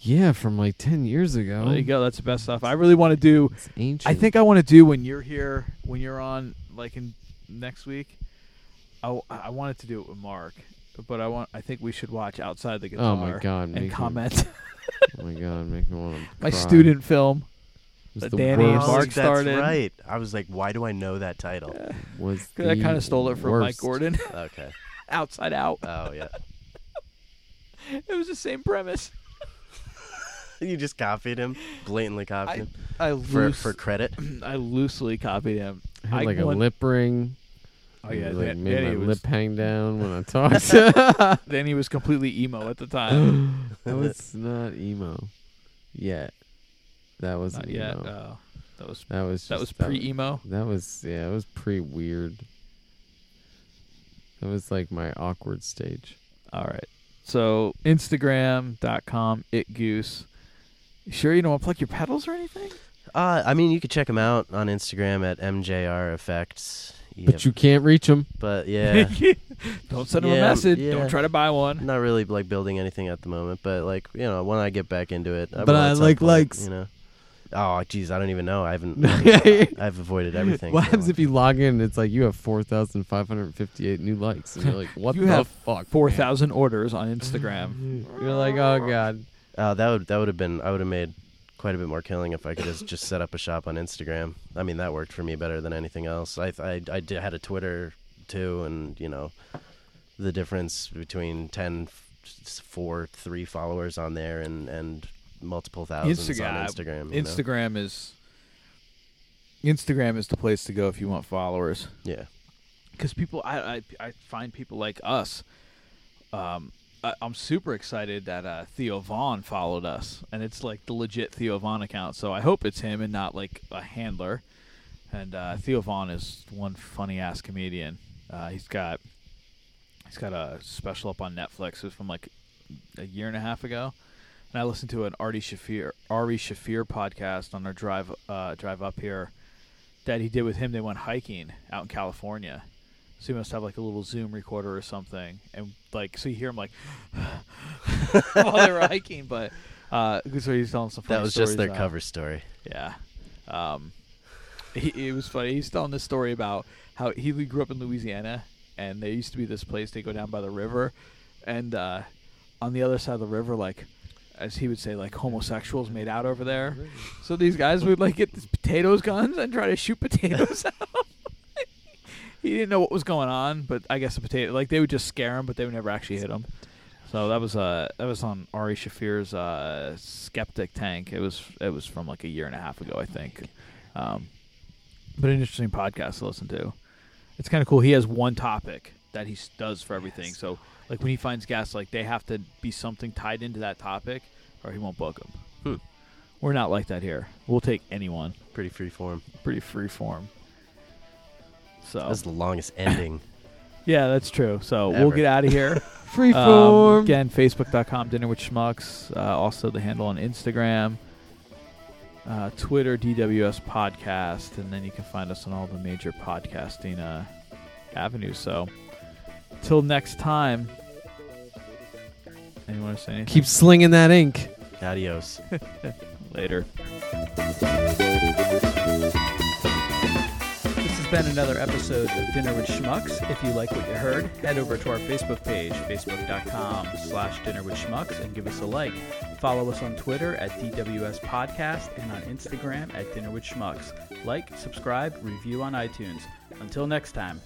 Speaker 3: Yeah, from like ten years ago.
Speaker 1: There you go. That's the best stuff. I really want to do.
Speaker 3: It's ancient.
Speaker 1: I think I want to do when you're here, when you're on, like in next week. I, w- I wanted to do it with Mark, but I want. I think we should watch outside the guitar.
Speaker 3: Oh my god!
Speaker 1: And
Speaker 3: make me-
Speaker 1: comment
Speaker 3: Oh my god! Make me want to.
Speaker 1: my student film.
Speaker 3: was
Speaker 1: that
Speaker 3: the
Speaker 1: Danny and
Speaker 3: worst-
Speaker 1: Mark
Speaker 4: Oh, that's
Speaker 1: started.
Speaker 4: right. I was like, why do I know that title?
Speaker 3: was.
Speaker 1: I kind
Speaker 3: the
Speaker 1: of stole it from Mike
Speaker 3: worst.
Speaker 1: Gordon.
Speaker 4: okay.
Speaker 1: outside out.
Speaker 4: Oh yeah.
Speaker 1: It was the same premise.
Speaker 4: You just copied him, blatantly copied him
Speaker 1: I
Speaker 4: for
Speaker 1: loose,
Speaker 4: for credit.
Speaker 1: I loosely copied him.
Speaker 3: I had
Speaker 1: I
Speaker 3: like a
Speaker 1: want-
Speaker 3: lip ring.
Speaker 1: Oh yeah,
Speaker 3: like
Speaker 1: Dan-
Speaker 3: made
Speaker 1: Danny
Speaker 3: my
Speaker 1: was
Speaker 3: lip hang down when I talked. that
Speaker 1: Danny was completely emo at the time.
Speaker 3: was not emo. Yet. That wasn't
Speaker 1: Not yet.
Speaker 3: emo.
Speaker 1: Oh, that was
Speaker 3: that was
Speaker 1: that
Speaker 3: just-
Speaker 1: was pre emo.
Speaker 3: That was yeah, it was pretty weird. That was like my awkward stage.
Speaker 1: All right. So Instagram.com it goose. You Sure, you don't want to pluck your pedals or anything.
Speaker 4: Uh, I mean, you could check him out on Instagram at mjr effects.
Speaker 3: But you can't reach them.
Speaker 4: but yeah,
Speaker 1: don't send them a
Speaker 4: Yeah,
Speaker 1: message.
Speaker 4: yeah.
Speaker 1: Don't try to buy one.
Speaker 4: not really like building anything at the moment. But like, you know, when I get back into it,
Speaker 3: But
Speaker 4: will at
Speaker 3: I
Speaker 4: some
Speaker 3: like
Speaker 4: point,
Speaker 3: likes.
Speaker 4: You know. Oh, geez, I don't even know. I haven't.
Speaker 3: what
Speaker 4: I've avoided everything. so-
Speaker 3: happens if you log in? and It's like you have four thousand five hundred fifty-eight new likes, and you're like, "What
Speaker 1: You
Speaker 3: the
Speaker 1: have
Speaker 3: fuck?"
Speaker 1: Four thousand Um, orders on Instagram.
Speaker 3: man? You're like, "Oh god."
Speaker 4: Uh, that would that would have been. I would have made quite a bit more killing if I could have just set up a shop on Instagram. I mean, that worked for me better than anything else. I I, I did, had a Twitter too, and you know, the difference between 10, f- s- four, three followers on there and and multiple thousands on
Speaker 1: Instagram.
Speaker 4: Instagram. you know?
Speaker 1: Instagram is Instagram is the place to go if you want followers.
Speaker 4: Yeah.
Speaker 1: because people I, I I find people like us. Um, I, I'm super excited that uh, Theo Vaughn followed us, and it's like the legit Theo Vaughn account. So I hope it's him and not like a handler. And uh, Theo Vaughn is one funny ass comedian. Uh, he's got he's got a special up on Netflix. It was from like a year and a half ago. And I listened to an Artie Shafir Ari Shafir podcast on our drive uh, drive up here that he did with him. They went hiking out in California, so he must have like a little Zoom recorder or something. And like, so you hear him like while they were hiking, but uh, so he's telling some.
Speaker 4: That
Speaker 1: funny
Speaker 4: was just
Speaker 1: stories uh,
Speaker 4: their
Speaker 1: about-
Speaker 4: cover story.
Speaker 1: yeah. Um, he, it was funny. He's telling this story about how he grew up in Louisiana, and there used to be this place they go down by the river, and uh, on the other side of the river, like as he would say, like homosexuals made out over there. So these guys would like get these potatoes guns and try to shoot potatoes out. he didn't know what was going on, but I guess the potato like they would just scare him, but they would never actually hit him. So that was uh that was on Ari Shafir's uh, Skeptic Tank. It was it was from like a year and a half ago, I think. Um, but an interesting podcast to listen to. It's kind of cool. He has one topic that he s- does for everything. So like when he finds guests, like they have to be something tied into that topic, or he won't book them.
Speaker 4: Hmm.
Speaker 1: We're not like that here. We'll take anyone.
Speaker 4: Pretty free form.
Speaker 1: Pretty free form.
Speaker 4: That
Speaker 1: So
Speaker 4: was the longest ending.
Speaker 1: yeah, that's true. So we'll
Speaker 4: Ever.
Speaker 1: get out of here.
Speaker 3: Freeform.
Speaker 1: Um, again, facebook.com, dinner with schmucks. Uh, also, the handle on Instagram, uh, Twitter, DWS Podcast. And then you can find us on all the major podcasting uh, avenues. So, till next time, Anyone want to say anything?
Speaker 3: Keep slinging that ink.
Speaker 4: Adios.
Speaker 1: Later. This has been another episode of Dinner with Schmucks. If you like what you heard, head over to our Facebook page, facebook.com slash dinner with schmucks, and give us a like. Follow us on Twitter at DWS Podcast and on Instagram at Dinner with Schmucks. Like, subscribe, review on iTunes. Until next time.